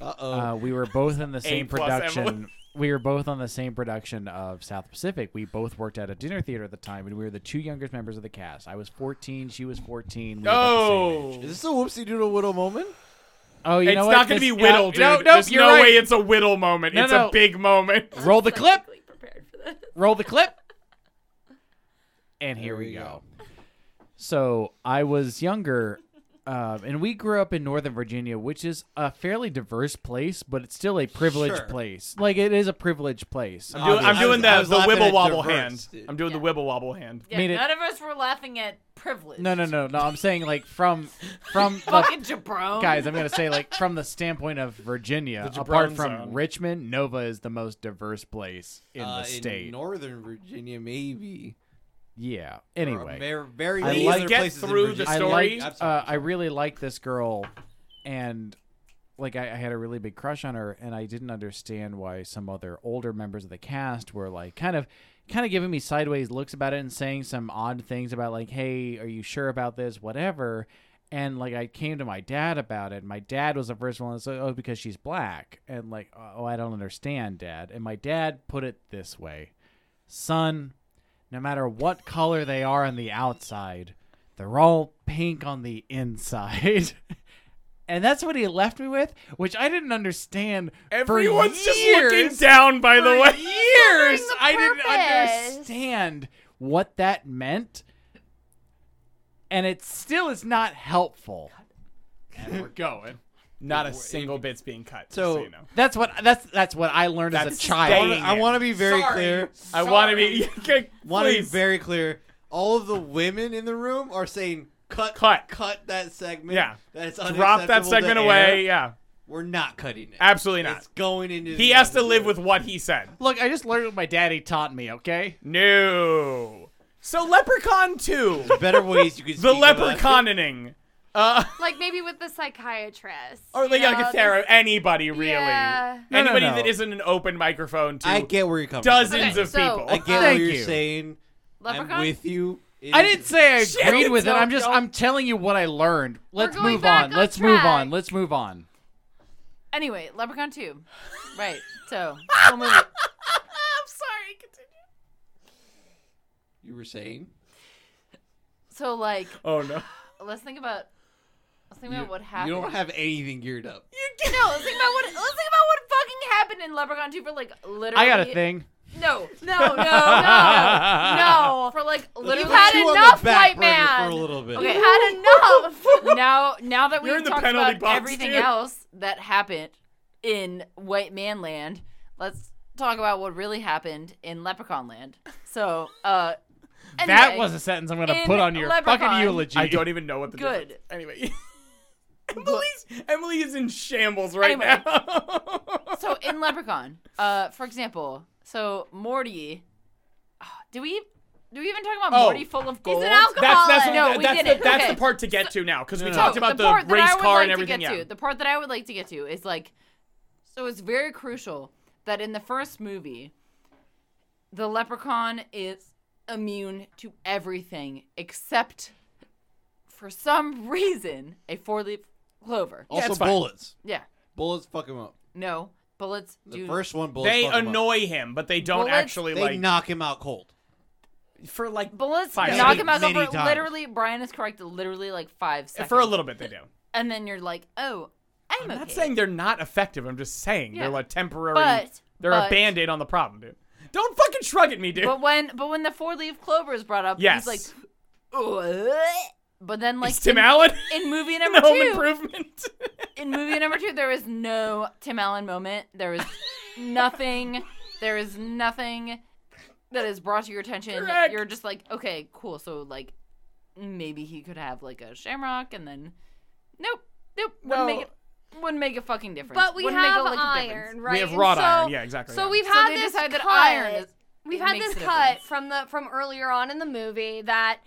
Speaker 3: Uh oh.
Speaker 5: um,
Speaker 2: Uh, we were both in the same
Speaker 5: plus, Emily.
Speaker 2: production. We were both on the same production of South Pacific. We both worked at a dinner theater at the time, and we were the two youngest members of the cast. I was 14, she was 14. We were about the same age.
Speaker 5: Oh,
Speaker 3: is this a whoopsie doodle widow moment?
Speaker 2: oh, you
Speaker 5: it's
Speaker 2: know
Speaker 5: not
Speaker 2: what?
Speaker 5: gonna
Speaker 2: This-
Speaker 5: be whittle,
Speaker 2: no,
Speaker 5: dude.
Speaker 2: No, no,
Speaker 5: There's
Speaker 2: you're
Speaker 5: no
Speaker 2: right.
Speaker 5: way it's a whittle moment.
Speaker 2: No,
Speaker 5: it's
Speaker 2: no.
Speaker 5: a big moment.
Speaker 2: Roll the clip.
Speaker 4: Psychically prepared for that.
Speaker 2: Roll the clip. And here
Speaker 3: There
Speaker 2: we
Speaker 3: we
Speaker 2: go. So I was younger, um, and we grew up in Northern Virginia, which is a fairly diverse place, but it's still a privileged
Speaker 3: Sure.
Speaker 2: place. Like it is a privileged place.
Speaker 5: I'm doing, I'm
Speaker 3: Obviously.
Speaker 5: doing
Speaker 3: I
Speaker 5: the,
Speaker 3: was
Speaker 5: the
Speaker 3: laughing
Speaker 5: wibble
Speaker 3: at
Speaker 5: wobble
Speaker 3: diverse,
Speaker 5: hand.
Speaker 3: dude.
Speaker 5: I'm doing the wibble wobble hand.
Speaker 6: yeah,
Speaker 2: made it-
Speaker 6: none of us were laughing at privilege.
Speaker 2: no, no, no, no. I'm saying like from from like,
Speaker 6: Fucking jabron.
Speaker 2: guys. I'm gonna say like from the standpoint of Virginia,
Speaker 5: The
Speaker 2: apart
Speaker 5: Gibran
Speaker 2: from
Speaker 5: zone.
Speaker 2: Richmond, Nova is the most diverse place in
Speaker 3: Uh,
Speaker 2: the state.
Speaker 3: Northern Virginia, maybe.
Speaker 2: yeah.
Speaker 3: Or
Speaker 2: Anyway,
Speaker 3: ver- very
Speaker 2: I
Speaker 3: many
Speaker 2: like-
Speaker 3: other
Speaker 5: Get
Speaker 3: places in
Speaker 5: through
Speaker 3: Virginia.
Speaker 5: the
Speaker 2: I
Speaker 5: story.
Speaker 2: liked,
Speaker 3: I'm sorry,
Speaker 2: uh, I really liked this girl, and like I, I had a really big crush on her, and I didn't understand why some other older members of the cast were like kind of kind of giving me sideways looks about it and saying some odd things about like, hey, are you sure about this? Whatever. And like I came to my dad about it. and My dad was the first one that's like, oh, because she's black. And like, oh, I don't understand, dad. And my dad put it this way, son. No matter what color they are on the outside, they're all pink on the inside. and that's what he left me with, which I didn't understand.
Speaker 5: Everyone's
Speaker 2: for
Speaker 5: just
Speaker 2: years,
Speaker 5: looking down, by the
Speaker 2: for
Speaker 5: way.
Speaker 2: Years,
Speaker 4: Serving the
Speaker 2: I didn't
Speaker 4: purpose.
Speaker 2: understand what that meant. And it still is not helpful. And we're going.
Speaker 5: Not a single bit's being cut. just
Speaker 3: So-
Speaker 5: So, you know.
Speaker 2: That's what that's that's what I learned as a
Speaker 5: That's
Speaker 2: child.
Speaker 5: staying
Speaker 3: I want to be very
Speaker 5: Sorry.
Speaker 3: clear.
Speaker 5: I want to be. Okay,
Speaker 3: Want to be
Speaker 5: please.
Speaker 3: very clear. All of the women in the room are saying, "Cut,
Speaker 5: Cut.
Speaker 3: cut that segment."
Speaker 5: Yeah.
Speaker 3: that's
Speaker 5: Drop that
Speaker 3: unacceptable
Speaker 5: segment
Speaker 3: to
Speaker 5: away.
Speaker 3: air.
Speaker 5: Yeah,
Speaker 3: We're not cutting it.
Speaker 5: absolutely not.
Speaker 3: It's going into.
Speaker 5: He
Speaker 3: the
Speaker 5: has to live
Speaker 3: episode.
Speaker 5: with what he said.
Speaker 2: Look, I just learned what my daddy taught me, okay?
Speaker 5: No. So Leprechaun 2.
Speaker 3: better ways you can.
Speaker 5: the
Speaker 3: speak about it.
Speaker 5: leprechauning. Uh,
Speaker 4: Like maybe with the psychiatrist.
Speaker 5: or
Speaker 4: you
Speaker 5: like,
Speaker 4: know,
Speaker 5: like a
Speaker 4: this-
Speaker 5: thera- anybody really.
Speaker 4: Yeah.
Speaker 2: No, no,
Speaker 5: Anybody
Speaker 2: no.
Speaker 5: that isn't an open microphone to
Speaker 3: I get where you're coming.
Speaker 5: dozens
Speaker 6: Okay,
Speaker 5: of
Speaker 6: so-
Speaker 3: From.
Speaker 5: people.
Speaker 3: I get what
Speaker 2: Thank
Speaker 3: you're
Speaker 2: you.
Speaker 3: saying.
Speaker 6: Leprechaun?
Speaker 3: I'm with you. It
Speaker 2: I
Speaker 3: is-
Speaker 2: didn't say I
Speaker 5: Shit,
Speaker 2: agreed with it.
Speaker 5: no,
Speaker 2: I'm just
Speaker 5: don't.
Speaker 2: I'm telling you what I learned. Let's
Speaker 4: going
Speaker 2: move
Speaker 4: back
Speaker 2: on.
Speaker 4: on
Speaker 2: Let's move on.
Speaker 4: track.
Speaker 2: Let's move on.
Speaker 6: Anyway, Leprechaun 2. Right. So, full movie.
Speaker 5: I'm sorry. Continue.
Speaker 3: You were saying.
Speaker 6: So, like,
Speaker 5: Oh no.
Speaker 6: let's think about. Let's think
Speaker 3: You,
Speaker 6: about what
Speaker 3: you
Speaker 6: happened.
Speaker 3: don't have anything geared up.
Speaker 6: No, let's think about what. Let's think about what fucking happened in Leprechaun 2 for like literally.
Speaker 2: I got a thing.
Speaker 6: No, no, no, no, no. For like literally.
Speaker 4: You've had
Speaker 3: Chew on the
Speaker 4: enough,
Speaker 3: back
Speaker 4: white
Speaker 3: burner
Speaker 4: man.
Speaker 3: For a little bit.
Speaker 6: Okay.
Speaker 4: You had enough.
Speaker 6: now, now that
Speaker 5: You're
Speaker 6: we've
Speaker 5: in the
Speaker 6: talked
Speaker 5: penalty
Speaker 6: about
Speaker 5: box,
Speaker 6: everything
Speaker 5: dude.
Speaker 6: else that happened in White Man Land, let's talk about what really happened in Leprechaun Land. So, uh,
Speaker 2: that
Speaker 6: anyway,
Speaker 2: was a sentence I'm gonna
Speaker 6: in
Speaker 2: put on your fucking
Speaker 6: Leprechaun-
Speaker 2: eulogy.
Speaker 5: I don't even know what the
Speaker 6: Good.
Speaker 5: difference- Anyway. Emily's Emily is in shambles right
Speaker 6: Anyway.
Speaker 5: now.
Speaker 6: so in Leprechaun, uh, for example, so Morty, Ah, uh, do we? Are we even talking about
Speaker 5: Oh.
Speaker 6: Morty full of gold?
Speaker 4: an alcohol-
Speaker 5: That's that's
Speaker 4: No,
Speaker 5: the,
Speaker 6: we
Speaker 5: that's,
Speaker 6: didn't.
Speaker 5: the, that's
Speaker 6: Okay.
Speaker 5: the part to get to now because we
Speaker 2: No,
Speaker 5: talked
Speaker 6: So
Speaker 5: about
Speaker 6: the,
Speaker 5: the,
Speaker 6: part that
Speaker 5: race
Speaker 6: I would
Speaker 5: car
Speaker 6: like
Speaker 5: and everything.
Speaker 6: To get
Speaker 5: yeah.
Speaker 6: to, the part that I would like to get to is like, so it's very crucial that in the first movie, the leprechaun is immune to everything except, for some reason, a four-leaf clover.
Speaker 5: Yeah,
Speaker 3: Also
Speaker 5: it's fine.
Speaker 3: bullets.
Speaker 6: Yeah,
Speaker 3: Bullets fuck him up.
Speaker 6: no bullets.
Speaker 3: The
Speaker 6: do
Speaker 3: first one bullets.
Speaker 5: They
Speaker 3: fuck him up.
Speaker 5: annoy him, but they don't
Speaker 6: Well, let's-
Speaker 5: actually
Speaker 3: They
Speaker 5: like
Speaker 3: knock him out cold.
Speaker 5: for like
Speaker 6: bullets
Speaker 5: Five
Speaker 6: knock
Speaker 5: seconds.
Speaker 6: him out
Speaker 3: Many
Speaker 6: over.
Speaker 3: times.
Speaker 6: Literally, Brian is correct. Literally, like five seconds
Speaker 5: for a little bit they do.
Speaker 6: and then you're like, oh, I'm,
Speaker 5: I'm not
Speaker 6: okay.
Speaker 5: saying they're not effective. I'm just saying
Speaker 6: Yeah.
Speaker 5: they're a temporary.
Speaker 6: But-
Speaker 5: they're a
Speaker 6: but-
Speaker 5: band aid on the problem, dude. Don't fucking shrug at me, dude.
Speaker 6: But when but when the four leaf clover is brought up,
Speaker 5: yes.
Speaker 6: he's like, "What?" but then like
Speaker 5: it's Tim
Speaker 6: in,
Speaker 5: Allen.
Speaker 6: in movie
Speaker 5: in
Speaker 6: number
Speaker 5: Home
Speaker 6: two,
Speaker 5: Improvement.
Speaker 6: in movie number two, there is no Tim Allen moment. There is nothing. There is nothing that is brought to your attention.
Speaker 5: Correct.
Speaker 6: You're just like, okay, cool. So like, maybe he could have like a shamrock, and then nope, nope,
Speaker 5: No.
Speaker 6: wouldn't make it. Wouldn't make a fucking difference.
Speaker 4: But we
Speaker 6: Wouldn't make a
Speaker 4: have
Speaker 6: lick of difference.
Speaker 4: iron, right?
Speaker 5: We have
Speaker 4: And
Speaker 5: wrought
Speaker 4: so,
Speaker 5: iron. Yeah, exactly.
Speaker 4: So
Speaker 5: yeah.
Speaker 4: we've
Speaker 6: So
Speaker 4: had
Speaker 6: they
Speaker 4: this
Speaker 6: decided
Speaker 4: cut.
Speaker 6: iron is-
Speaker 4: we've
Speaker 6: it
Speaker 4: had
Speaker 6: makes
Speaker 4: this
Speaker 6: a
Speaker 4: cut
Speaker 6: difference.
Speaker 4: from the from earlier on in the movie that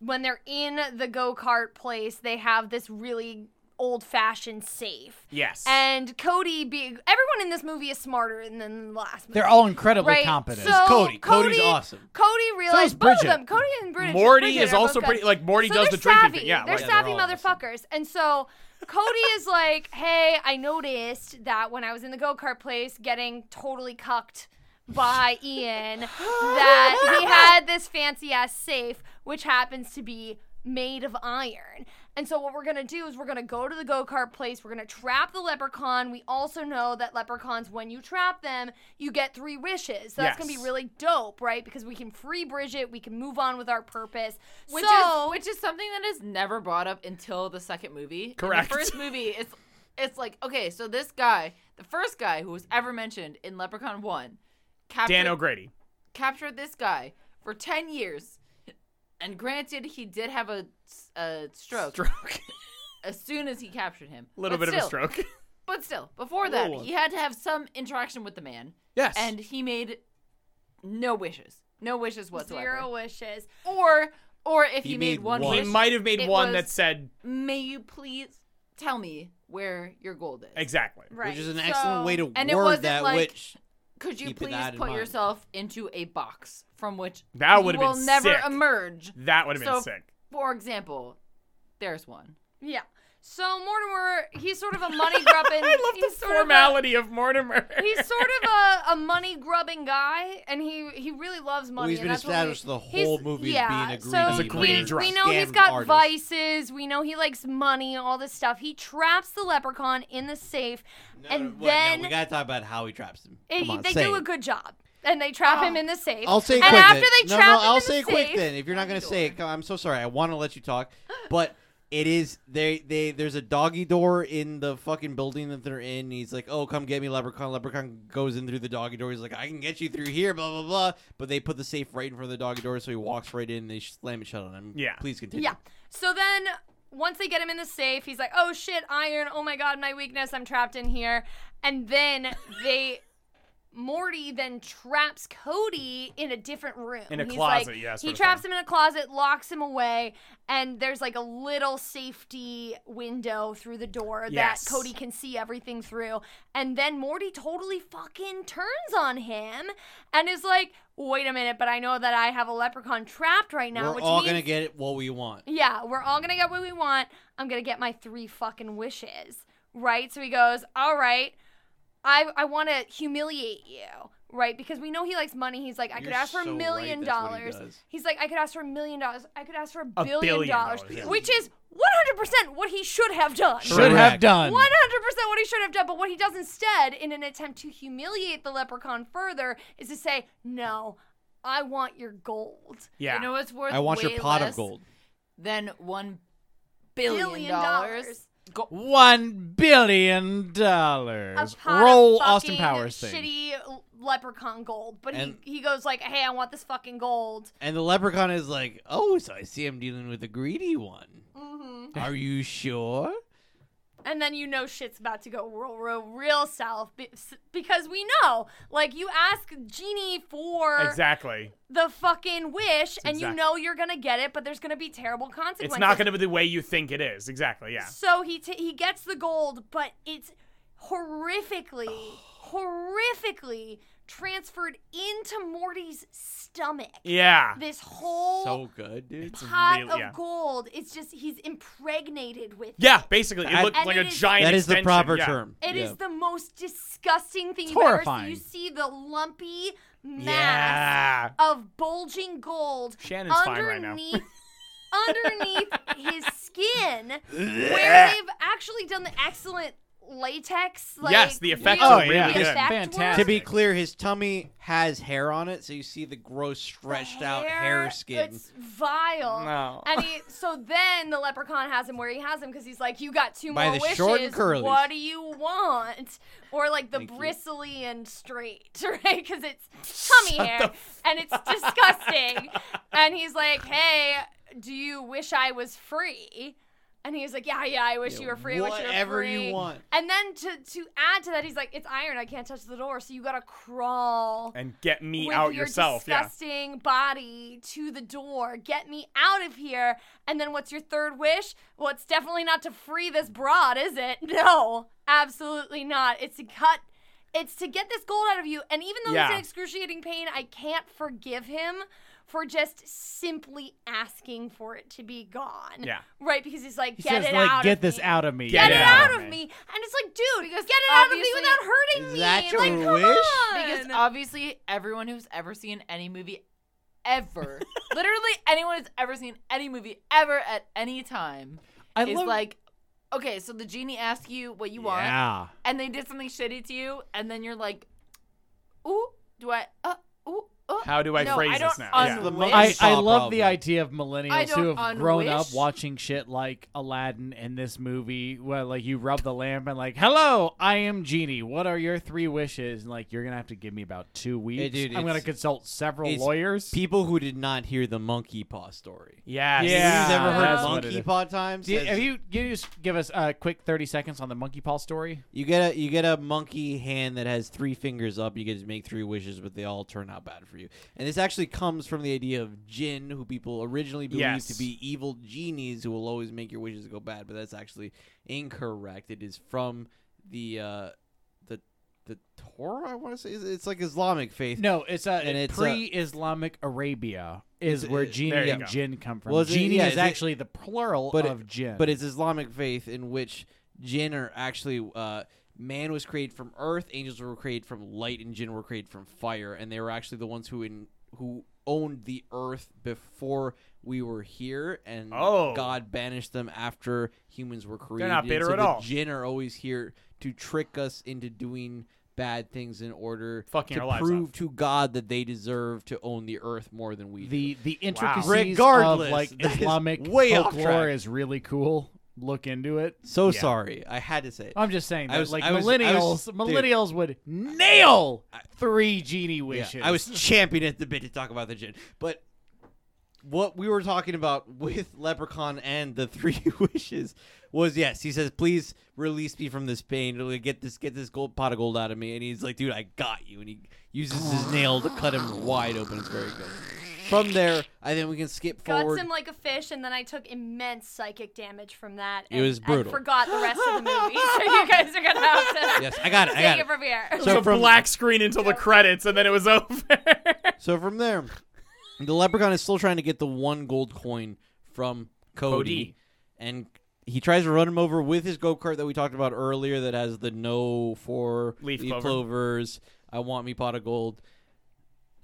Speaker 4: when they're in the go kart place, they have this really old fashioned safe.
Speaker 5: Yes.
Speaker 4: And Cody, being everyone in this movie is smarter than the last movie.
Speaker 2: They're all incredibly
Speaker 4: right?
Speaker 2: competent.
Speaker 4: So
Speaker 3: Cody. Cody's
Speaker 4: Oh, Cody-
Speaker 3: awesome.
Speaker 4: Cody realized both of
Speaker 2: Bridget.
Speaker 4: them. Cody and Bridget.
Speaker 5: Morty
Speaker 4: Bridget
Speaker 5: is
Speaker 4: are both
Speaker 5: also
Speaker 4: good.
Speaker 5: pretty- like, Morty
Speaker 4: so
Speaker 5: does
Speaker 4: they're
Speaker 5: the drinking
Speaker 4: savvy.
Speaker 5: thing, yeah,
Speaker 4: they're
Speaker 5: like-
Speaker 4: savvy
Speaker 3: Yeah, they're all
Speaker 4: motherfuckers. And so Cody is like, "Hey, I noticed that when I was in the go kart place, getting totally cucked by Ian, that he had this fancy ass safe, which happens to be." Made of iron. And so, what we're gonna do is, we're gonna go to the go kart place, we're gonna trap the leprechaun. We also know that leprechauns, when you trap them, you get three wishes. So, that's gonna be
Speaker 5: Yes.
Speaker 4: really really dope, right? Because we can free Bridget, we can move on with our purpose.
Speaker 6: Which
Speaker 4: so,
Speaker 6: is which is something that is never brought up until the second movie. In
Speaker 5: Correct.
Speaker 6: the first movie, it's it's like okay, so this guy, the first guy who was ever mentioned in Leprechaun One, captured
Speaker 5: Dan O'Grady.
Speaker 6: captured this guy for ten years, and granted he did have a, a stroke
Speaker 5: Stroke.
Speaker 6: as soon as he captured him.
Speaker 5: A little
Speaker 6: But
Speaker 5: bit of a
Speaker 6: still-
Speaker 5: stroke.
Speaker 6: But still, before that,
Speaker 3: Whoa.
Speaker 6: he had to have some interaction with the man,
Speaker 5: Yes.
Speaker 6: and he made no wishes, no wishes whatsoever.
Speaker 4: zero wishes.
Speaker 6: Or or if
Speaker 3: He
Speaker 6: he, made,
Speaker 3: made
Speaker 6: one,
Speaker 3: one.
Speaker 5: he
Speaker 6: wish,
Speaker 5: might have made
Speaker 6: it
Speaker 5: one
Speaker 6: was-
Speaker 5: that said
Speaker 6: may you please tell me where your gold is?
Speaker 5: exactly.
Speaker 4: Right.
Speaker 3: Which is an excellent
Speaker 4: so-
Speaker 3: way to
Speaker 6: and it
Speaker 3: word
Speaker 6: wasn't
Speaker 3: that
Speaker 6: like-
Speaker 3: which
Speaker 6: Could you
Speaker 3: Keeping
Speaker 6: please
Speaker 3: that in
Speaker 6: put
Speaker 3: mind.
Speaker 6: yourself into a box from which
Speaker 5: That
Speaker 6: you
Speaker 5: would've been
Speaker 6: will never
Speaker 5: sick.
Speaker 6: emerge?
Speaker 5: That would have been
Speaker 6: So-
Speaker 5: sick.
Speaker 6: For example, there's one.
Speaker 4: Yeah. So Mortimer, he's sort of a money grubbing. I love he's sort of a-
Speaker 5: Formality of Mortimer.
Speaker 4: He's sort of a, a money grubbing guy, and he, he really loves money.
Speaker 3: he's
Speaker 4: and
Speaker 3: been
Speaker 4: that's what we-
Speaker 3: established the
Speaker 4: he's-
Speaker 3: whole movie as
Speaker 4: yeah,
Speaker 3: being a
Speaker 4: so
Speaker 3: greedy As
Speaker 5: a greedy
Speaker 4: we,
Speaker 5: drunk
Speaker 4: we know he's
Speaker 3: scam
Speaker 4: got
Speaker 3: artist.
Speaker 4: vices. We know he likes money, all this stuff. He traps the leprechaun in the safe, and
Speaker 3: What?
Speaker 4: then
Speaker 3: no, we gotta talk about how he traps him.
Speaker 4: It-
Speaker 3: Come on,
Speaker 4: they
Speaker 3: say
Speaker 4: do
Speaker 3: it. Oh,
Speaker 4: a good job, and they trap him in the safe.
Speaker 3: I'll say it
Speaker 4: and
Speaker 3: quick.
Speaker 4: after
Speaker 3: then.
Speaker 4: they
Speaker 3: no,
Speaker 4: trap
Speaker 3: no,
Speaker 4: him
Speaker 3: I'll
Speaker 4: in
Speaker 3: say
Speaker 4: the
Speaker 3: it quick
Speaker 4: safe-
Speaker 3: then. If you're not gonna say it, I'm so sorry. I want to let you talk, but it is they they there's a doggy door in the fucking building that they're in. And he's like, oh, come get me, leprechaun. Leprechaun goes in through the doggy door. He's like, I can get you through here, blah blah blah. But they put the safe right in front of the doggy door, so he walks right in. and They slam it shut on him.
Speaker 5: Yeah.
Speaker 3: please continue.
Speaker 4: Yeah. So then once they get him in the safe, he's like, "Oh shit, iron. Oh my god, my weakness. I'm trapped in here." And then they Morty then traps Cody in a different room.
Speaker 5: In a
Speaker 4: He's
Speaker 5: closet,
Speaker 4: like,
Speaker 5: yeah, sort
Speaker 4: He
Speaker 5: of
Speaker 4: traps
Speaker 5: thing.
Speaker 4: him in a closet, locks him away, and there's like a little safety window through the door
Speaker 5: Yes.
Speaker 4: that Cody can see everything through. And then Morty totally fucking turns on him and is like, "Wait a minute, but I know that I have a leprechaun trapped right now,
Speaker 3: we're
Speaker 4: which
Speaker 3: all
Speaker 4: means
Speaker 3: gonna get what we want.
Speaker 4: yeah, we're all gonna get what we want. I'm gonna get my three fucking wishes, right? So he goes, all right, I I want to humiliate you, right? Because we know he likes money. He's like, I could
Speaker 3: You're
Speaker 4: ask for
Speaker 3: so
Speaker 4: a
Speaker 3: right,
Speaker 4: million
Speaker 3: that's what he
Speaker 4: dollars.
Speaker 3: does.
Speaker 4: He's like, I could ask for a million dollars. I could ask for a
Speaker 5: A
Speaker 4: billion,
Speaker 5: billion
Speaker 4: dollars,
Speaker 5: dollars, yeah.
Speaker 4: which is 100% what he should have done.
Speaker 2: should
Speaker 3: Correct.
Speaker 2: have done.
Speaker 4: 100% what he should have done, but what he does instead, in an attempt to humiliate the leprechaun further, is to say, No, I want your gold.
Speaker 5: yeah.
Speaker 6: You know what's worth?
Speaker 3: I want your
Speaker 6: way
Speaker 3: pot of
Speaker 6: less
Speaker 3: gold.
Speaker 6: Than one billion
Speaker 4: Billion
Speaker 6: dollars. Go-
Speaker 2: One billion
Speaker 4: a
Speaker 2: dollars.
Speaker 4: pot
Speaker 2: Roll
Speaker 4: of
Speaker 2: Austin
Speaker 4: fucking
Speaker 2: Powers thing.
Speaker 4: Shitty leprechaun gold, but
Speaker 3: And-
Speaker 4: he, he goes like, "Hey, I want this fucking gold."
Speaker 3: And the leprechaun is like, oh, so I see I'm dealing with a greedy one.
Speaker 4: Mm-hmm.
Speaker 3: Are you sure?
Speaker 4: and then you know shit's about to go real, real, real south be- s- because we know. Like you ask Genie for
Speaker 5: Exactly.
Speaker 4: the fucking wish, and you
Speaker 5: exact-
Speaker 4: know you're gonna get it, but there's gonna be terrible consequences.
Speaker 5: It's not going to be the way you think it is. Exactly. Yeah.
Speaker 4: So he t- he gets the gold, but it's horrifically, horrifically transferred into Morty's stomach.
Speaker 5: Yeah.
Speaker 4: This whole
Speaker 3: So good, dude.
Speaker 4: pot
Speaker 5: real-
Speaker 4: of
Speaker 5: yeah.
Speaker 4: gold. It's just he's impregnated with. it.
Speaker 5: Yeah. Basically, it
Speaker 3: That-
Speaker 5: looked
Speaker 4: And
Speaker 5: like
Speaker 4: it
Speaker 5: a
Speaker 4: is-
Speaker 5: giant.
Speaker 3: That is the
Speaker 5: extension,
Speaker 3: proper
Speaker 5: yeah.
Speaker 3: term.
Speaker 4: It is
Speaker 3: Yeah.
Speaker 4: the most disgusting thing
Speaker 2: It's
Speaker 4: you've ever seen.
Speaker 2: horrifying.
Speaker 4: You see the lumpy
Speaker 5: Yeah.
Speaker 4: mass of bulging gold
Speaker 5: Shannon's fine right now.
Speaker 4: underneath underneath his skin, where they've actually done the excellent latex. Like,
Speaker 5: Yes, the effects
Speaker 2: are
Speaker 4: weird
Speaker 2: really
Speaker 4: effect
Speaker 2: good.
Speaker 4: work.
Speaker 2: Fantastic.
Speaker 3: Oh, To be clear, his tummy has hair on it, so you see the gross stretched out hair skin.
Speaker 4: It's vile.
Speaker 5: No.
Speaker 4: And he, so then the leprechaun has him where he has him because he's like, "You got two
Speaker 3: By
Speaker 4: more
Speaker 3: the
Speaker 4: wishes.
Speaker 3: short and curlies."
Speaker 4: What do you want?" Or like the
Speaker 3: Thank you.
Speaker 4: bristly and straight, right? Because it's tummy hair and it's disgusting. and he's like, "Hey, do you wish I was free?" And he was like, "Yeah, yeah, I wish you were free. I wish you were
Speaker 3: Whatever
Speaker 4: free."
Speaker 3: you want.
Speaker 4: And then to to add to that, he's like, "It's iron. I can't touch the door, so you gotta crawl."
Speaker 5: And get me
Speaker 4: with
Speaker 5: out
Speaker 4: your
Speaker 5: yourself. Yeah.
Speaker 4: disgusting body to the door. Get me out of here. And then what's your third wish? Well, it's definitely not to free this broad, is it? No, absolutely not. It's to cut. It's to get this gold out of you. And even though he's
Speaker 5: Yeah.
Speaker 4: in excruciating pain, I can't forgive him for just simply asking for it to be gone.
Speaker 5: Yeah.
Speaker 4: Right? Because he's like,
Speaker 2: He
Speaker 4: get
Speaker 2: says,
Speaker 4: it
Speaker 2: like,
Speaker 4: out
Speaker 2: get
Speaker 4: of
Speaker 2: this
Speaker 4: me.
Speaker 2: out of me.
Speaker 5: Get
Speaker 4: Get
Speaker 5: it
Speaker 4: it
Speaker 5: out
Speaker 4: out
Speaker 5: of
Speaker 4: of
Speaker 5: me.
Speaker 4: me. And it's like, dude,
Speaker 6: Because
Speaker 4: get it out of me
Speaker 6: obviously-
Speaker 4: without hurting
Speaker 3: Is
Speaker 4: me.
Speaker 3: that your
Speaker 4: like, come
Speaker 3: wish?
Speaker 4: on.
Speaker 6: Because obviously, everyone who's ever seen any movie ever, literally anyone who's ever seen any movie ever at any time,
Speaker 2: I
Speaker 6: is
Speaker 2: love-
Speaker 6: like, okay, so the genie asked you what you want,
Speaker 2: Yeah.
Speaker 6: and they did something shitty to you, and then you're like, ooh, do I, uh, ooh, uh,
Speaker 5: How do I
Speaker 6: no,
Speaker 5: phrase
Speaker 6: I
Speaker 5: this
Speaker 6: don't
Speaker 5: now?
Speaker 6: un-
Speaker 5: Yeah.
Speaker 3: The most-
Speaker 2: I,
Speaker 6: wish-
Speaker 2: I
Speaker 3: Saw
Speaker 2: love the
Speaker 3: problem.
Speaker 2: idea of
Speaker 6: I
Speaker 2: millennials
Speaker 6: don't
Speaker 2: who have grown up
Speaker 6: unwish.
Speaker 2: watching shit like Aladdin and this movie where like you rub the lamp and like, Hello, I am Genie. What are your three wishes? And like you're gonna have to give me about two weeks.
Speaker 3: dude,
Speaker 2: I'm gonna
Speaker 3: it's-
Speaker 2: consult several
Speaker 3: it's
Speaker 2: lawyers.
Speaker 3: People who did not hear the monkey paw story.
Speaker 5: Yes.
Speaker 2: Yeah.
Speaker 3: Who's ever heard
Speaker 2: That's what it
Speaker 3: monkey
Speaker 2: is.
Speaker 3: paw times?
Speaker 2: Do you- have you, can you just give us a quick thirty seconds on the monkey paw story?
Speaker 3: You get a you get a monkey hand that has three fingers up. You get to make three wishes, but they all turn out bad for you. And this actually comes from the idea of jinn, who people originally believed
Speaker 5: Yes.
Speaker 3: to be evil genies who will always make your wishes go bad. But that's actually incorrect. It is from the uh, the the Torah. I want to say It's- it's like Islamic faith.
Speaker 2: No, it's a
Speaker 3: And it's a- uh,
Speaker 2: pre-Islamic Arabia is where genie
Speaker 5: there you
Speaker 2: and
Speaker 5: go.
Speaker 2: jinn come from.
Speaker 3: Well, it's-
Speaker 2: genie
Speaker 3: yeah,
Speaker 2: is
Speaker 3: it's-
Speaker 2: actually the plural
Speaker 3: but it-
Speaker 2: of jinn.
Speaker 3: but it's Islamic faith in which jinn are actually uh, man was created from earth, angels were created from light, and jinn were created from fire, and they were actually the ones who in who owned the earth before we were here, and
Speaker 5: Oh.
Speaker 3: God banished them after humans were created.
Speaker 5: not
Speaker 3: and
Speaker 5: bitter
Speaker 3: so
Speaker 5: at
Speaker 3: the
Speaker 5: all.
Speaker 3: Jinn are always here to trick us into doing bad things in order
Speaker 5: Fucking our
Speaker 3: to
Speaker 5: lives
Speaker 3: prove
Speaker 5: up.
Speaker 3: to God that they deserve to own the earth more than we do.
Speaker 2: the the intricacies
Speaker 3: Regardless,
Speaker 2: of like
Speaker 3: that is
Speaker 2: Islamic
Speaker 3: way off
Speaker 2: folklore
Speaker 3: track.
Speaker 2: is really cool. Look into it.
Speaker 3: So
Speaker 5: Yeah.
Speaker 3: sorry, I had to say it.
Speaker 2: I'm just saying that
Speaker 3: I was-
Speaker 2: like
Speaker 3: I was- I
Speaker 2: millennials
Speaker 3: was- dude.
Speaker 2: millennials would nail three genie
Speaker 3: Yeah,
Speaker 2: wishes.
Speaker 3: I was champing at the bit to talk about the gin. But what we were talking about with Leprechaun and the Three Wishes was yes, he says, "Please release me from this pain. Like, Get this, get this gold pot of gold out of me." And he's like, "Dude, I got you." And he uses his nail to cut him wide open. It's very good. From there, I think we can skip forward.
Speaker 4: Guts him like a fish, and then I took immense psychic damage from that.
Speaker 3: It
Speaker 4: and
Speaker 3: was brutal.
Speaker 4: I forgot the rest of the movie, so you guys are gonna have to
Speaker 3: yes, I got it. I got
Speaker 4: take
Speaker 3: it.
Speaker 4: it from here.
Speaker 5: It
Speaker 3: So
Speaker 5: was a
Speaker 3: from-
Speaker 5: black screen until the credits, and then it was over.
Speaker 3: So from there, the leprechaun is still trying to get the one gold coin from Cody,
Speaker 5: Cody.
Speaker 3: and he tries to run him over with his go kart that we talked about earlier that has the no for
Speaker 5: Leaf clover.
Speaker 3: clovers. I want me pot of gold.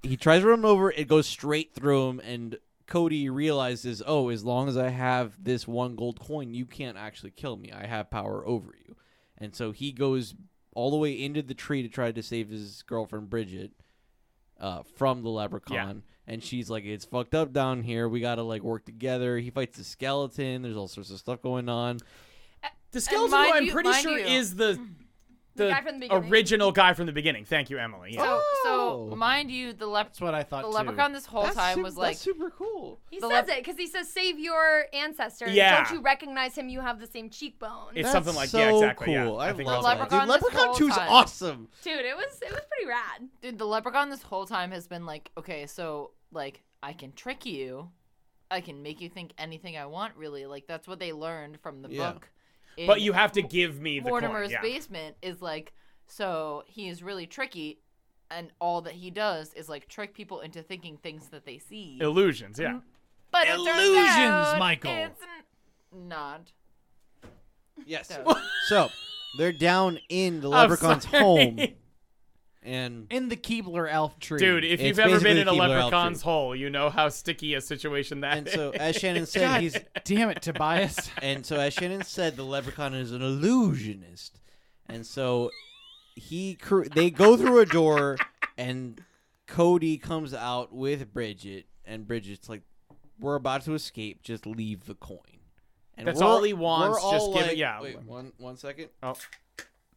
Speaker 3: He tries to run him over. It goes straight through him, and Cody realizes, oh, as long as I have this one gold coin, you can't actually kill me. I have power over you, and so he goes all the way into the tree to try to save his girlfriend Bridget uh, from the leprechaun. And she's like, it's fucked up down here. We got to like work together. He fights the skeleton. There's all sorts of stuff going on.
Speaker 5: The skeleton,
Speaker 6: mind
Speaker 5: I'm
Speaker 6: you-
Speaker 5: pretty
Speaker 6: mind
Speaker 5: sure,
Speaker 6: you-
Speaker 5: is the
Speaker 4: The
Speaker 5: the
Speaker 4: guy from the beginning?
Speaker 5: original guy from the beginning. Thank you, Emily. Yeah.
Speaker 6: So,
Speaker 3: Oh.
Speaker 6: so mind you, the lep-
Speaker 2: That's what I thought.
Speaker 6: the
Speaker 2: too.
Speaker 6: leprechaun this whole
Speaker 3: That's
Speaker 6: time
Speaker 3: sup-
Speaker 6: was like,
Speaker 3: that's super cool.
Speaker 4: He
Speaker 6: The
Speaker 4: says
Speaker 6: lep-
Speaker 4: it because he says, "Save your ancestor."
Speaker 5: Yeah.
Speaker 4: Don't you recognize him? You have the same cheekbone.
Speaker 5: It's
Speaker 3: That's
Speaker 5: something like
Speaker 3: so
Speaker 5: yeah, exactly. yeah.
Speaker 3: Cool. I,
Speaker 5: I think
Speaker 3: love
Speaker 6: The
Speaker 3: that. Dude,
Speaker 6: Leprechaun this
Speaker 3: Leprechaun
Speaker 6: whole
Speaker 3: Two's
Speaker 6: time.
Speaker 3: awesome.
Speaker 4: Dude, it was it was pretty rad.
Speaker 6: dude, the leprechaun this whole time has been like, okay, so like I can trick you, I can make you think anything I want. Really, like that's what they learned from the
Speaker 3: Yeah.
Speaker 6: book.
Speaker 5: But
Speaker 6: in
Speaker 5: you have to give me the
Speaker 6: Mortimer's
Speaker 5: coin. Yeah.
Speaker 6: basement is like so he is really tricky and all that he does is like trick people into thinking things that they see.
Speaker 5: Illusions, yeah.
Speaker 6: but it turns
Speaker 2: Illusions,
Speaker 6: out
Speaker 2: Michael.
Speaker 6: It's n- not.
Speaker 3: Yes.
Speaker 6: So-
Speaker 3: so they're down in the
Speaker 5: I'm
Speaker 3: leprechaun's
Speaker 5: sorry.
Speaker 3: home, and
Speaker 2: in the Keebler elf tree.
Speaker 5: Dude, if
Speaker 3: It's
Speaker 5: you've ever been
Speaker 3: basically
Speaker 5: in a
Speaker 3: Keebler Elf
Speaker 5: leprechaun's
Speaker 3: Tree.
Speaker 5: hole, you know how sticky a situation that
Speaker 3: and
Speaker 5: is.
Speaker 3: so as Shannon said,
Speaker 2: God
Speaker 3: he's
Speaker 2: damn it, Tobias.
Speaker 3: and so as Shannon said, the leprechaun is an illusionist, and so he cr- they go through a door, and Cody comes out with Bridget, and Bridget's like, "We're about to escape. Just leave the coin." And
Speaker 5: That's
Speaker 3: we're-
Speaker 5: all he wants,
Speaker 3: we're all
Speaker 5: just give it-
Speaker 3: like-
Speaker 5: yeah.
Speaker 3: Wait one one second.
Speaker 5: Oh.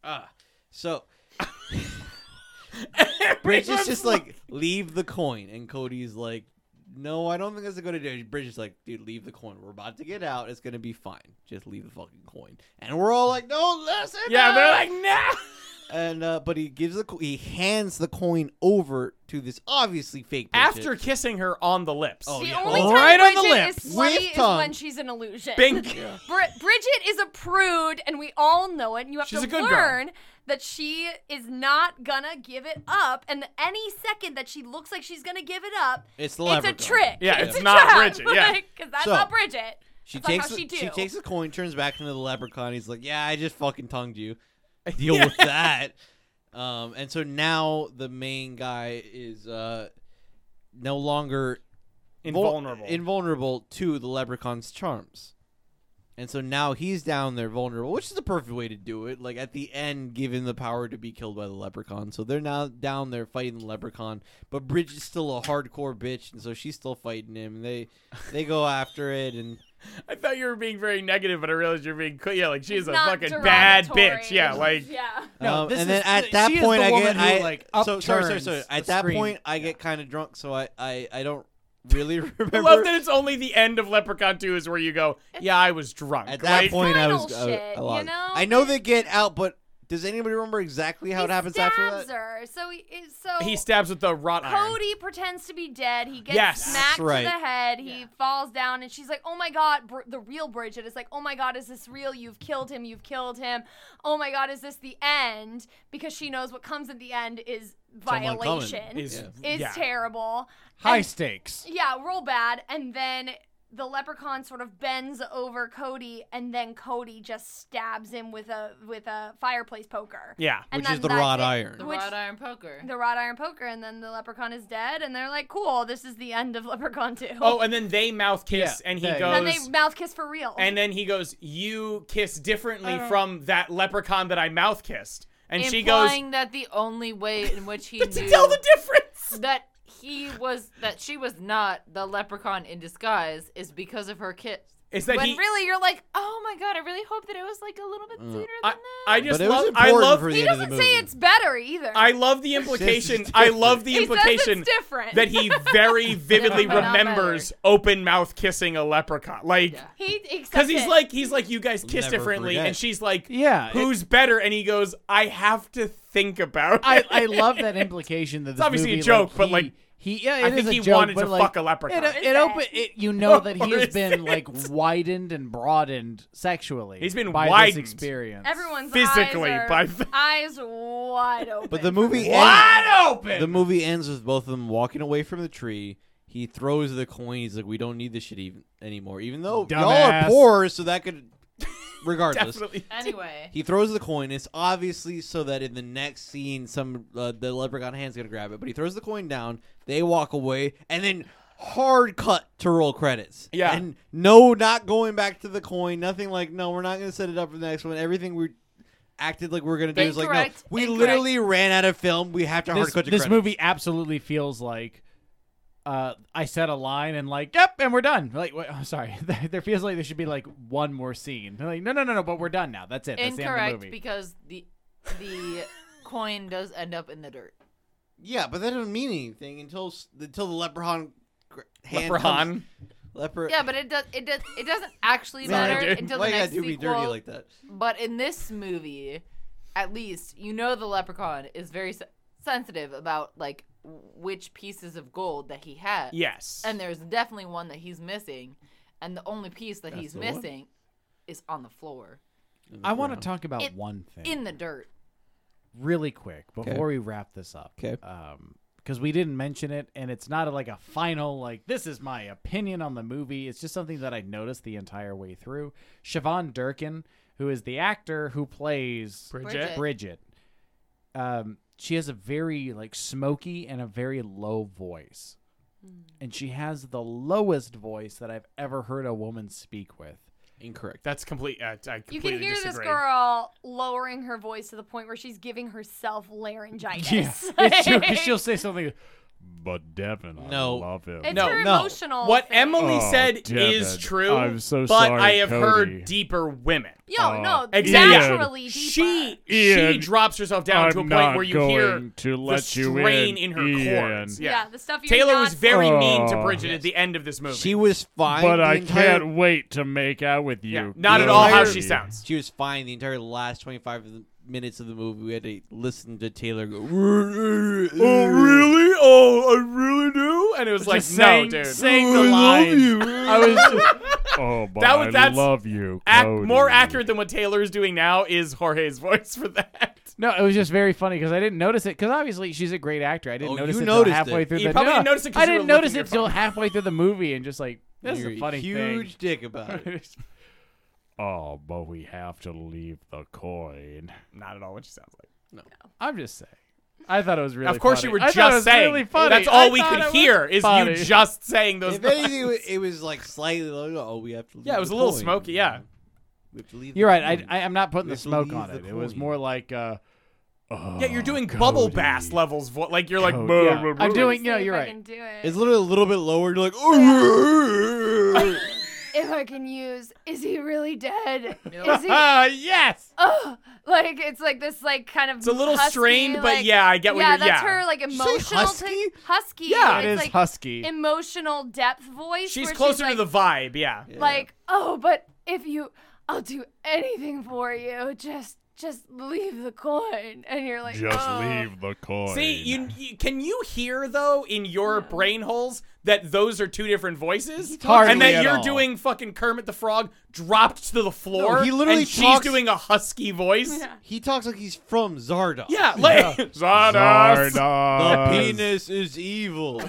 Speaker 3: Ah. So. Bridget's just like, leave the coin. And Cody's like, no, I don't think that's a good idea. Bridget's like, dude, leave the coin. We're about to get out. It's going to be fine. Just leave the fucking coin. And we're all like, no, listen.
Speaker 5: yeah,
Speaker 3: no."
Speaker 5: they're like, no.
Speaker 3: And, uh, but he gives the, co- he hands the coin over to this obviously fake Bridget.
Speaker 5: After kissing her on the lips.
Speaker 3: Oh,
Speaker 4: The
Speaker 3: yeah.
Speaker 4: only time
Speaker 2: Right on the
Speaker 4: Bridget
Speaker 2: lips.
Speaker 4: is
Speaker 3: With
Speaker 4: slutty is
Speaker 3: tongue.
Speaker 4: when she's an illusion.
Speaker 5: Bink.
Speaker 4: Bri- Bridget is a prude, and we all know it. And you have
Speaker 5: She's
Speaker 4: to
Speaker 5: a good girl.
Speaker 4: learn that she is not gonna give it up. And any second that she looks like she's gonna give it up,
Speaker 3: It's the
Speaker 4: it's a
Speaker 3: leprechaun.
Speaker 4: trick.
Speaker 5: Yeah, it's
Speaker 4: a
Speaker 5: not
Speaker 4: trap.
Speaker 5: Bridget, yeah.
Speaker 4: because that's
Speaker 3: So,
Speaker 4: not Bridget.
Speaker 3: She
Speaker 4: That's not
Speaker 3: takes
Speaker 4: how
Speaker 3: the,
Speaker 4: she
Speaker 3: she
Speaker 4: do.
Speaker 3: takes the coin, turns back into the leprechaun. He's like, "Yeah, I just fucking tongued you. Deal with that." Um, and so now the main guy is uh, no longer vul-
Speaker 5: Invulnerable.
Speaker 3: invulnerable to the leprechaun's charms. And so now he's down there vulnerable, which is the perfect way to do it. Like at the end, given the power to be killed by the leprechaun. So they're now down there fighting the leprechaun. But Bridget's still a hardcore bitch, and so she's still fighting him. And they they go after it and
Speaker 5: I thought you were being very negative, but I realized you're being, yeah, like, she's a
Speaker 4: Not
Speaker 5: fucking bad
Speaker 4: derogatory.
Speaker 5: bitch. Yeah, like,
Speaker 4: yeah.
Speaker 2: No,
Speaker 3: Um,
Speaker 2: this
Speaker 3: and then
Speaker 2: is-
Speaker 3: at that
Speaker 2: she is
Speaker 3: point,
Speaker 2: the
Speaker 3: I
Speaker 2: woman
Speaker 3: get
Speaker 2: who,
Speaker 3: I
Speaker 2: like,
Speaker 3: so, sorry, sorry,
Speaker 2: upturns
Speaker 3: sorry.
Speaker 2: the
Speaker 3: At that
Speaker 2: screen.
Speaker 3: point, I get kind of drunk, so I, I, I don't really remember.
Speaker 5: I love that it's only the end of Leprechaun 2 is where you go, yeah, I was drunk.
Speaker 3: at that
Speaker 5: Like,
Speaker 3: point, I
Speaker 4: Final
Speaker 3: was I-
Speaker 4: shit,
Speaker 3: I,
Speaker 4: you
Speaker 3: lost.
Speaker 4: know?
Speaker 3: I know they get out, but does anybody remember exactly how
Speaker 4: he
Speaker 3: it happens
Speaker 4: stabs
Speaker 3: after that?
Speaker 4: her. So he so
Speaker 5: He stabs with the wrought iron.
Speaker 4: Cody pretends to be dead. He gets
Speaker 5: Yes.
Speaker 4: smacked
Speaker 3: That's right.
Speaker 4: to the head. He falls down, and she's like, "Oh my god!" Br- the real Bridget is like, "Oh my god, is this real? You've killed him. You've killed him. Oh my god, is this the end?" Because she knows what comes at the end is
Speaker 3: Someone coming.
Speaker 4: violation.
Speaker 5: Is,
Speaker 4: is
Speaker 5: yeah.
Speaker 4: terrible.
Speaker 2: High
Speaker 4: And-
Speaker 2: stakes.
Speaker 4: yeah, real bad. And then the leprechaun sort of bends over Cody, and then Cody just stabs him with a with a fireplace poker.
Speaker 5: Yeah.
Speaker 4: And
Speaker 3: Which is
Speaker 4: then
Speaker 3: the
Speaker 4: that's
Speaker 3: wrought
Speaker 4: it.
Speaker 3: iron.
Speaker 6: The
Speaker 4: Which-
Speaker 6: wrought iron poker.
Speaker 4: the wrought iron poker, and then the leprechaun is dead, and they're like, "Cool, this is the end of Leprechaun 2.
Speaker 5: Oh, and then they mouth kiss,
Speaker 2: Yeah,
Speaker 5: and he
Speaker 2: they-
Speaker 5: goes.
Speaker 4: and then they mouth kiss Uh. for real.
Speaker 5: And then he goes, "You kiss differently from that leprechaun that I mouth kissed." And she goes,
Speaker 6: implying that the only way in which he
Speaker 5: "To
Speaker 6: knew
Speaker 5: tell the difference."
Speaker 6: that he was that she was not the leprechaun in disguise is because of her kiss.
Speaker 5: Is that
Speaker 6: when
Speaker 5: he? Mm.
Speaker 6: really you're like, oh my god, I really hope that it was like a little bit sooner
Speaker 5: I,
Speaker 6: than that.
Speaker 5: I just
Speaker 3: But it was
Speaker 5: love. I
Speaker 3: important
Speaker 5: love.
Speaker 3: for the
Speaker 4: he
Speaker 3: end of the
Speaker 4: doesn't say
Speaker 3: movie.
Speaker 4: it's better either.
Speaker 5: I love the implication. I love the
Speaker 4: he says
Speaker 5: implication
Speaker 4: it's different.
Speaker 5: that he very vividly
Speaker 6: Different, but not
Speaker 5: remembers open mouth kissing a leprechaun, like
Speaker 6: Yeah.
Speaker 4: he
Speaker 5: because
Speaker 4: because
Speaker 5: he's like he's like you guys kiss
Speaker 3: Never
Speaker 5: differently,
Speaker 3: forget.
Speaker 5: and she's like,
Speaker 2: Yeah, it-
Speaker 5: who's better?" And he goes, "I have to think about."
Speaker 2: I,
Speaker 5: it."
Speaker 2: I love that implication that it's
Speaker 5: obviously a
Speaker 2: movie,
Speaker 5: joke,
Speaker 2: like,
Speaker 5: but,
Speaker 2: he-
Speaker 5: like,
Speaker 2: he yeah,
Speaker 5: I
Speaker 2: it is
Speaker 5: think
Speaker 2: a
Speaker 5: he
Speaker 2: joke,
Speaker 5: wanted
Speaker 2: but,
Speaker 5: to
Speaker 2: like,
Speaker 5: fuck a leprechaun.
Speaker 2: It,
Speaker 4: Is
Speaker 2: it open
Speaker 4: it?
Speaker 2: it you know that
Speaker 5: Or
Speaker 2: he has
Speaker 5: is
Speaker 2: been
Speaker 5: it?
Speaker 2: like widened and broadened sexually.
Speaker 5: He's been
Speaker 2: by
Speaker 5: widened.
Speaker 2: this experience.
Speaker 4: everyone's
Speaker 5: physically
Speaker 4: eyes, are,
Speaker 5: by the-
Speaker 4: eyes wide open.
Speaker 3: But the movie ends,
Speaker 5: wide open.
Speaker 3: the movie ends with both of them walking away from the tree. He throws the coin. He's like, "We don't need this shit even anymore." Even though y'all
Speaker 2: Dumbass.
Speaker 3: are poor, so that could, regardless.
Speaker 5: Definitely.
Speaker 6: anyway,
Speaker 3: He throws the coin. It's obviously so that in the next scene, some uh, the leprechaun hand's gonna grab it. But he throws the coin down. They walk away, and then hard cut to roll credits.
Speaker 5: Yeah.
Speaker 3: and no, not going back to the coin. Nothing like no, we're not gonna set it up for the next one. Everything we acted like we are gonna do is like no.
Speaker 6: Incorrect.
Speaker 3: We
Speaker 6: Incorrect.
Speaker 3: literally ran out of film. We have to hard
Speaker 2: this,
Speaker 3: cut to
Speaker 2: this
Speaker 3: credits.
Speaker 2: movie absolutely feels like uh, I said a line and like, yep, and we're done. Like, wait, I'm sorry. there feels like there should be like one more scene. They're like, no, no, no, no, but we're done now. That's it. That's the end of the
Speaker 6: incorrect
Speaker 2: movie.
Speaker 6: because the the coin does end up in the dirt.
Speaker 3: Yeah, but that doesn't mean anything until s- until the leprechaun gr- hand
Speaker 5: Leprechaun.
Speaker 3: comes- leper.
Speaker 6: Yeah, but it does. It does. It doesn't actually
Speaker 3: Sorry,
Speaker 6: matter
Speaker 5: dude.
Speaker 6: until
Speaker 3: Why you
Speaker 6: the
Speaker 3: gotta
Speaker 6: next
Speaker 3: do me
Speaker 6: sequel.
Speaker 3: dirty like that?
Speaker 6: But in this movie, at least you know the leprechaun is very se- sensitive about like which pieces of gold that he had.
Speaker 5: Yes.
Speaker 6: And there's definitely one that he's missing, and the only piece that he's
Speaker 3: the one.
Speaker 6: missing is on the floor
Speaker 2: I want to talk about
Speaker 6: It-
Speaker 2: one thing
Speaker 6: in the dirt.
Speaker 2: really quick before we wrap this up.
Speaker 3: 'Kay.
Speaker 2: because we didn't mention it, and it's not like a final like this is my opinion on the movie. It's just something that I noticed the entire way through. Siobhan Durkin, who is the actor who plays
Speaker 5: Bridget.
Speaker 2: Bridget. Um, she has a very like smoky and a very low voice. And she has the lowest voice that I've ever heard a woman speak with.
Speaker 3: Incorrect.
Speaker 5: That's complete. Uh, I
Speaker 4: You
Speaker 5: completely
Speaker 4: can hear
Speaker 5: disagree.
Speaker 4: this girl lowering her voice to the point where she's giving herself laryngitis.
Speaker 2: It's true, 'cause she'll say something.
Speaker 1: But Devin, I
Speaker 3: No.
Speaker 1: love him.
Speaker 4: It's
Speaker 5: No,
Speaker 4: her
Speaker 3: no.
Speaker 4: emotional.
Speaker 5: What
Speaker 4: thing.
Speaker 5: Emily
Speaker 1: Oh,
Speaker 5: said
Speaker 1: damn
Speaker 5: is
Speaker 1: it.
Speaker 5: true.
Speaker 1: I'm so
Speaker 5: but
Speaker 1: sorry,
Speaker 5: I have
Speaker 1: Cody.
Speaker 5: heard deeper women.
Speaker 4: Yo,
Speaker 1: Oh,
Speaker 4: no,
Speaker 5: Exactly.
Speaker 4: naturally deeper.
Speaker 5: She she
Speaker 1: Ian,
Speaker 5: drops herself down to a
Speaker 1: I'm
Speaker 5: point
Speaker 1: not
Speaker 5: where you
Speaker 1: going
Speaker 5: hear
Speaker 1: to
Speaker 5: the
Speaker 1: let you
Speaker 5: strain
Speaker 1: in,
Speaker 5: in, her
Speaker 1: Ian.
Speaker 5: cords.
Speaker 4: yeah.
Speaker 5: Yeah.
Speaker 4: the stuff. You're
Speaker 5: Taylor
Speaker 4: not
Speaker 5: was very mean to
Speaker 1: Oh.
Speaker 5: Bridget at the end of this movie.
Speaker 3: She was fine.
Speaker 1: but
Speaker 3: the
Speaker 1: I
Speaker 3: entire-
Speaker 1: can't wait to make out with you.
Speaker 5: yeah, not at all how she sounds.
Speaker 3: She was fine the entire last twenty five minutes of the movie. We had to listen to Taylor go. Oh
Speaker 5: Oh, I really do. And it was like,
Speaker 2: Just
Speaker 5: no,
Speaker 2: saying-
Speaker 5: dude.
Speaker 2: saying the lines. I was
Speaker 1: Oh, but
Speaker 5: That was-
Speaker 1: I
Speaker 5: that's
Speaker 1: love you.
Speaker 5: Ac-
Speaker 1: Cody.
Speaker 5: more accurate than what Taylor is doing now is Jorge's voice for that.
Speaker 2: no, it was just very funny because I didn't notice it because obviously she's a great actor. I didn't
Speaker 3: Oh,
Speaker 2: notice
Speaker 3: you
Speaker 2: it until
Speaker 3: noticed
Speaker 2: halfway
Speaker 3: it.
Speaker 2: through
Speaker 5: You
Speaker 2: the.
Speaker 5: probably
Speaker 2: no,
Speaker 5: didn't notice it 'cause
Speaker 2: I
Speaker 5: you were
Speaker 2: didn't notice
Speaker 5: looking
Speaker 2: it
Speaker 5: at your
Speaker 2: until
Speaker 5: phone.
Speaker 2: halfway through the movie and just like this
Speaker 3: You're
Speaker 2: is a funny
Speaker 3: huge dick about it.
Speaker 2: thing.
Speaker 1: Oh, but we have to leave the coin.
Speaker 5: Not at all what she sounds like.
Speaker 2: I'm just saying. I thought it was really.
Speaker 5: of course,
Speaker 2: funny.
Speaker 5: you were
Speaker 2: I thought
Speaker 5: just
Speaker 2: it was
Speaker 5: saying.
Speaker 2: Really funny.
Speaker 5: That's
Speaker 2: I
Speaker 5: all we
Speaker 2: thought
Speaker 5: could
Speaker 2: it was
Speaker 5: hear is
Speaker 2: funny.
Speaker 5: you just saying those.
Speaker 3: If anything, it
Speaker 5: lines.
Speaker 3: was- it was like slightly low. Oh, we have to. Leave
Speaker 5: yeah, it was a
Speaker 3: the
Speaker 5: little
Speaker 3: coin.
Speaker 5: smoky. Yeah,
Speaker 3: We have to leave
Speaker 2: You're
Speaker 3: the
Speaker 2: right.
Speaker 3: coin.
Speaker 2: I, I am not putting the
Speaker 3: Let's
Speaker 2: smoke
Speaker 3: leave
Speaker 2: on
Speaker 3: the
Speaker 2: it. It was
Speaker 3: coin.
Speaker 2: more like. uh
Speaker 5: yeah, you're doing
Speaker 1: Cody.
Speaker 5: bubble bass levels. Vo- like you're like,
Speaker 1: Cody.
Speaker 5: "Brr,
Speaker 1: Yeah.
Speaker 5: brr, brr."
Speaker 2: I'm doing.
Speaker 4: See
Speaker 2: Yeah,
Speaker 4: if
Speaker 2: you're
Speaker 4: I
Speaker 2: right.
Speaker 4: Can do it.
Speaker 3: It's literally a little bit lower. You're like. "Oh."
Speaker 4: if I can use, is he really dead? Is he?
Speaker 5: Ah, yes.
Speaker 4: Oh, like it's like this, like kind of.
Speaker 5: It's a little
Speaker 4: husky,
Speaker 5: strained, but
Speaker 4: like-
Speaker 5: yeah, I get what
Speaker 4: yeah,
Speaker 5: you're-
Speaker 4: that's
Speaker 5: yeah.
Speaker 4: her like
Speaker 3: you say
Speaker 4: emotional
Speaker 3: husky?
Speaker 4: t- husky.
Speaker 5: Yeah,
Speaker 4: it's
Speaker 2: It is
Speaker 4: like
Speaker 2: husky.
Speaker 4: emotional depth voice.
Speaker 5: She's
Speaker 4: where
Speaker 5: closer
Speaker 4: like,
Speaker 5: to the vibe. Yeah.
Speaker 4: like oh but if you i'll do anything for you just just leave the coin and you're like
Speaker 1: Just
Speaker 4: oh.
Speaker 1: leave the coin.
Speaker 5: See, you, you can you hear though in your brain holes that those are two different voices,
Speaker 2: Hardly
Speaker 5: and that
Speaker 2: at
Speaker 5: you're
Speaker 2: all.
Speaker 5: doing fucking Kermit the Frog dropped to the floor.
Speaker 3: No, he literally
Speaker 5: and she's
Speaker 3: talks-
Speaker 5: doing a husky voice.
Speaker 4: Yeah.
Speaker 3: He talks like he's from Zardoz.
Speaker 5: Yeah, like
Speaker 1: Zardos.
Speaker 3: The
Speaker 1: Uh,
Speaker 3: penis is evil.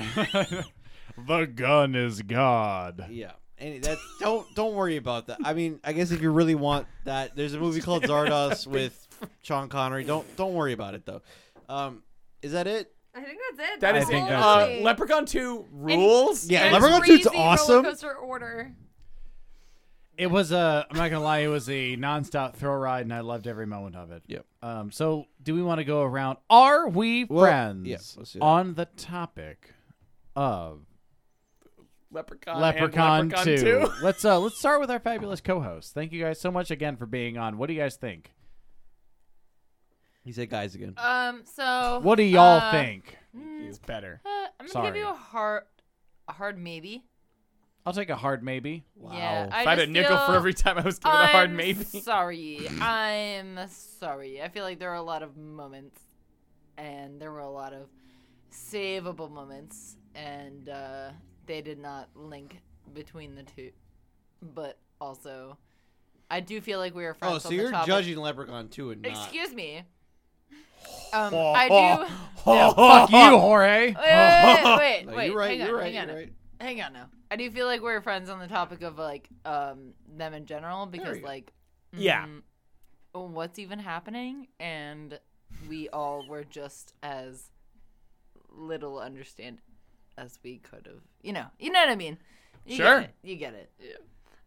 Speaker 1: The gun is God.
Speaker 3: yeah. And that's don't don't worry about that. I mean, I guess if you really want that, there's a movie called Zardoz with Sean Connery. Don't don't worry about it though. Um, is that it?
Speaker 4: i think that's it
Speaker 5: that
Speaker 2: I
Speaker 5: is
Speaker 2: think
Speaker 5: it.
Speaker 2: that's
Speaker 5: Uh,
Speaker 4: it.
Speaker 5: Leprechaun Two rules.
Speaker 3: Yeah,
Speaker 5: And-
Speaker 3: Leprechaun
Speaker 4: crazy
Speaker 3: Dude's awesome.
Speaker 4: roller coaster order
Speaker 2: It was a. I'm not gonna lie. It was a nonstop thrill ride, and I loved every moment of it.
Speaker 3: Yep.
Speaker 2: Um. So, do we want to go around? Are we
Speaker 3: Well,
Speaker 2: friends
Speaker 3: yeah, let's do that.
Speaker 2: on the topic of
Speaker 5: Leprechaun, Uh, and
Speaker 2: Leprechaun,
Speaker 5: Leprechaun
Speaker 2: 2. let's uh let's start with our fabulous co-host. Thank you guys so much again for being on. What do you guys think?
Speaker 3: He said guys again.
Speaker 6: Um. So
Speaker 2: What do y'all
Speaker 6: uh,
Speaker 2: think?
Speaker 5: It's better.
Speaker 6: uh, I'm gonna give
Speaker 2: Sorry.
Speaker 6: you a hard, a hard maybe.
Speaker 2: I'll take a hard maybe.
Speaker 6: Yeah,
Speaker 3: Oh,
Speaker 5: If I had a
Speaker 6: just
Speaker 5: nickel for
Speaker 6: feel-
Speaker 5: every time I was given a hard
Speaker 6: I'm
Speaker 5: maybe.
Speaker 6: Sorry. I'm sorry. I feel like there are a lot of moments and there were a lot of savable moments and uh, they did not link between the two. But also I do feel like we are friends.
Speaker 3: Oh, so
Speaker 6: on the
Speaker 3: you're
Speaker 6: topic.
Speaker 3: judging Leprechaun 2 and not.
Speaker 6: Excuse me. Um, I do.
Speaker 2: Fuck you, Jorge.
Speaker 6: Wait, wait, wait,
Speaker 3: No, Oh,
Speaker 6: wait.
Speaker 3: you're right,
Speaker 6: hang on,
Speaker 3: you're right,
Speaker 6: hang on.
Speaker 3: you're right.
Speaker 6: Hang on now. I do feel like we're friends on the topic of like um them in general because
Speaker 3: you go.
Speaker 6: like
Speaker 5: Yeah.
Speaker 6: mm, what's even happening and we all were just as little understand as we could have. You know, you know what I mean. You
Speaker 5: Sure.
Speaker 6: Get it. You get it.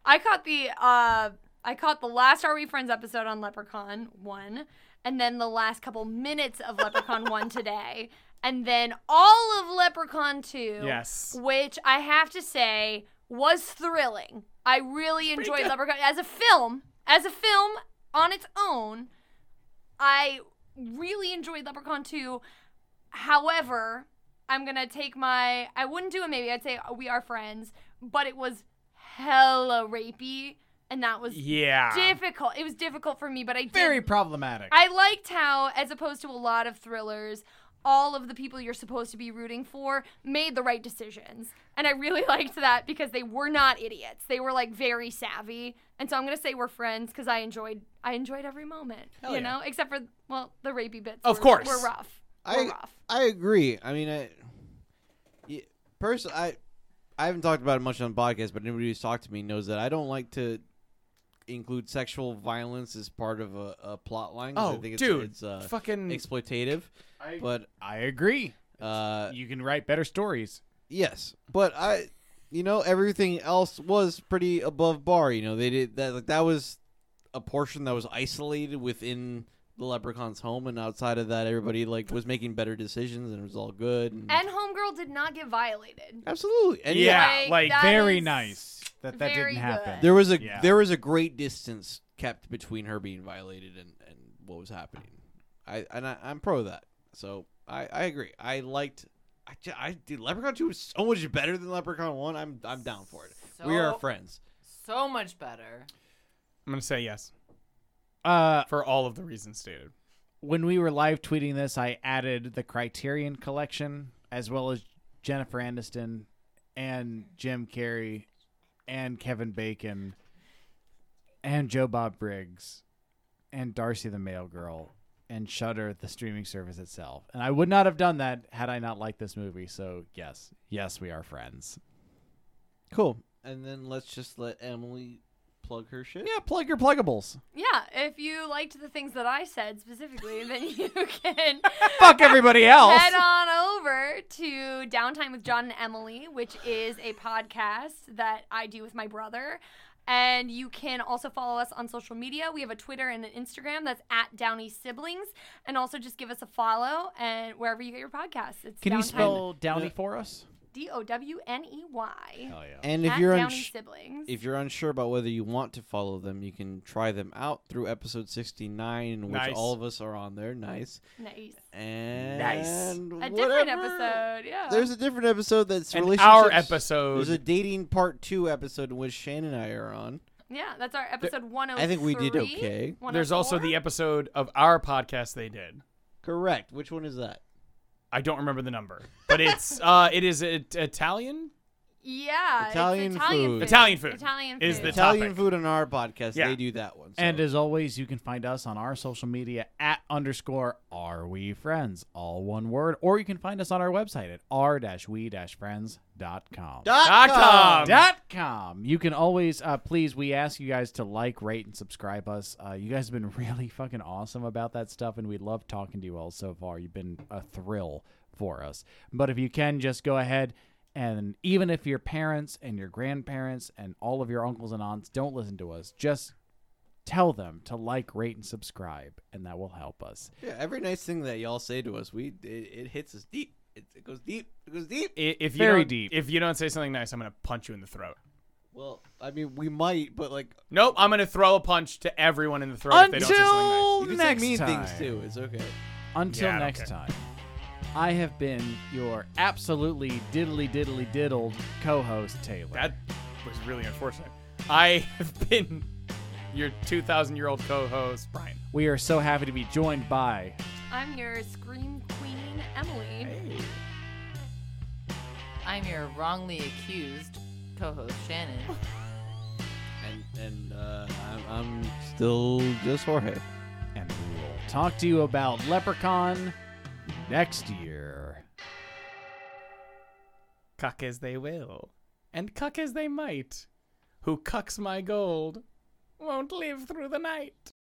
Speaker 4: i caught the uh i caught the last are we friends episode on leprechaun one and then the last couple minutes of leprechaun one today and then all of leprechaun two
Speaker 5: Yes.
Speaker 4: which I have to say was thrilling. I really enjoyed Leprechaun as a film. As a film on its own, I really enjoyed Leprechaun 2. However, I'm going to take my. I wouldn't do a maybe. I'd say we are friends, but it was hella rapey, and that was
Speaker 5: Yeah.
Speaker 4: difficult. It was difficult for me, but I did
Speaker 7: Very problematic.
Speaker 4: I liked how, as opposed to a lot of thrillers, all of the people you're supposed to be rooting for made the right decisions. And I really liked that because they were not idiots. They were like very savvy. And so I'm gonna say we're friends because I enjoyed I enjoyed every moment. you know? Except for well, the rapey bits
Speaker 5: Of
Speaker 4: were,
Speaker 5: course.
Speaker 4: were rough. Were
Speaker 3: I
Speaker 4: rough.
Speaker 3: I agree. I mean, I y- person I I haven't talked about it much on podcast, but anybody who's talked to me knows that I don't like to include sexual violence as part of a, a plot line. 'cause
Speaker 5: Oh,
Speaker 3: I think it's,
Speaker 5: dude,
Speaker 3: it's uh,
Speaker 5: fucking
Speaker 3: exploitative. But
Speaker 2: I agree.
Speaker 3: uh,
Speaker 2: You can write better stories.
Speaker 3: Yes, but I, you know, everything else was pretty above bar. You know, they did that. Like that was a portion that was isolated within the leprechaun's home, and outside of that, everybody like was making better decisions, and it was all good. And,
Speaker 4: And Homegirl did not get violated.
Speaker 3: absolutely, and yeah.
Speaker 2: yeah,
Speaker 4: Like,
Speaker 2: like
Speaker 4: that
Speaker 2: very
Speaker 4: is
Speaker 2: nice that that
Speaker 4: very
Speaker 2: didn't happen.
Speaker 4: good.
Speaker 3: there was a
Speaker 2: Yeah.
Speaker 3: there was a great distance kept between her being violated and and what was happening. I and I, I'm pro that. So I I agree. I liked. I, ju- I dude, Leprechaun Two is so much better than Leprechaun One. I'm I'm down for it. we are
Speaker 6: So-
Speaker 3: friends.
Speaker 6: So much better.
Speaker 5: I'm gonna say yes
Speaker 2: Uh,
Speaker 5: for all of the reasons stated.
Speaker 2: when we were live tweeting this, I added the Criterion Collection as well as Jennifer Aniston and Jim Carrey and Kevin Bacon and Joe Bob Briggs and Darcy the Mail Girl and Shudder the streaming service itself. And I would not have done that had I not liked this movie. So yes, yes, we are friends.
Speaker 3: Cool. And then let's just let Emily plug her shit.
Speaker 2: Yeah, plug your pluggables.
Speaker 4: Yeah, if you liked the things that I said specifically, then you can
Speaker 2: Fuck everybody else.
Speaker 4: Head on over to Downtime with John and Emily, which is a podcast that I do with my brother. And you can also follow us on social media. We have a Twitter and an Instagram that's at Downey Siblings. And also just give us a follow and wherever you get your podcasts. It's
Speaker 2: Can you
Speaker 4: Downtime-
Speaker 2: spell Downey for us?
Speaker 4: D O W N E Y?
Speaker 2: Oh yeah.
Speaker 3: And if
Speaker 4: At
Speaker 3: you're
Speaker 4: Downey
Speaker 3: uns-
Speaker 4: Siblings.
Speaker 3: if you're unsure about whether you want to follow them, you can try them out through episode 69, in which
Speaker 5: Nice.
Speaker 3: all of us are on there. Nice.
Speaker 4: nice.
Speaker 3: And
Speaker 4: A different
Speaker 3: whatever-
Speaker 4: episode. Yeah.
Speaker 3: There's a different episode that's
Speaker 5: And
Speaker 3: relationships.
Speaker 5: our episode.
Speaker 3: There's a dating part two episode in which Shane and I are on.
Speaker 4: yeah, that's our episode 103.
Speaker 3: I think we did okay.
Speaker 5: There's also the
Speaker 4: 104?
Speaker 5: episode of our podcast they did.
Speaker 3: Correct. Which one is that?
Speaker 5: I don't remember the number, but it's uh, it is it, Italian.
Speaker 4: Yeah. it's
Speaker 3: Italian
Speaker 4: Italian
Speaker 3: food.
Speaker 4: food.
Speaker 5: Italian food
Speaker 4: Italian
Speaker 5: is
Speaker 4: food.
Speaker 5: the
Speaker 3: Italian
Speaker 5: topic.
Speaker 3: food on our podcast.
Speaker 5: Yeah.
Speaker 3: They do that one. So.
Speaker 2: And as always, you can find us on our social media at underscore are we friends, all one word, or you can find us on our website at r we friends.com.
Speaker 5: Dot com.
Speaker 2: Dot com. You can always, uh, please, we ask you guys to like, rate, and subscribe us. Uh, you guys have been really fucking awesome about that stuff, and we love talking to you all so far. You've been a thrill for us. But if you can, just go ahead and even if your parents and your grandparents and all of your uncles and aunts don't listen to us, just tell them to like, rate, and subscribe, and that will help us.
Speaker 3: Yeah, every nice thing that y'all say to us, we it, it hits us deep. It, it goes deep. It goes deep.
Speaker 5: I- If you
Speaker 2: Very
Speaker 5: don't-
Speaker 2: deep.
Speaker 5: If you don't say something nice, I'm gonna punch you in the throat.
Speaker 3: Well, I mean, we might, but like
Speaker 5: Nope, I'm gonna throw a punch to everyone in the throat if they don't say something nice.
Speaker 2: Until
Speaker 3: you can
Speaker 2: next
Speaker 3: say mean
Speaker 2: time.
Speaker 3: things too. It's okay.
Speaker 2: Until
Speaker 5: Yeah, I don't
Speaker 2: next
Speaker 5: care.
Speaker 2: time, I have been your absolutely diddly diddly diddled co host, Taylor.
Speaker 5: That was really unfortunate. I have been your 2,000 year old co host, Brian.
Speaker 2: we are so happy to be joined by.
Speaker 4: I'm your scream queen, Emily.
Speaker 6: I'm your wrongly accused co-host Shannon.
Speaker 3: And and uh, I'm, I'm still just Jorge.
Speaker 2: And we will talk to you about Leprechaun next year.
Speaker 5: Cuck as they will, and cuck as they might. Who cucks my gold won't live through the night.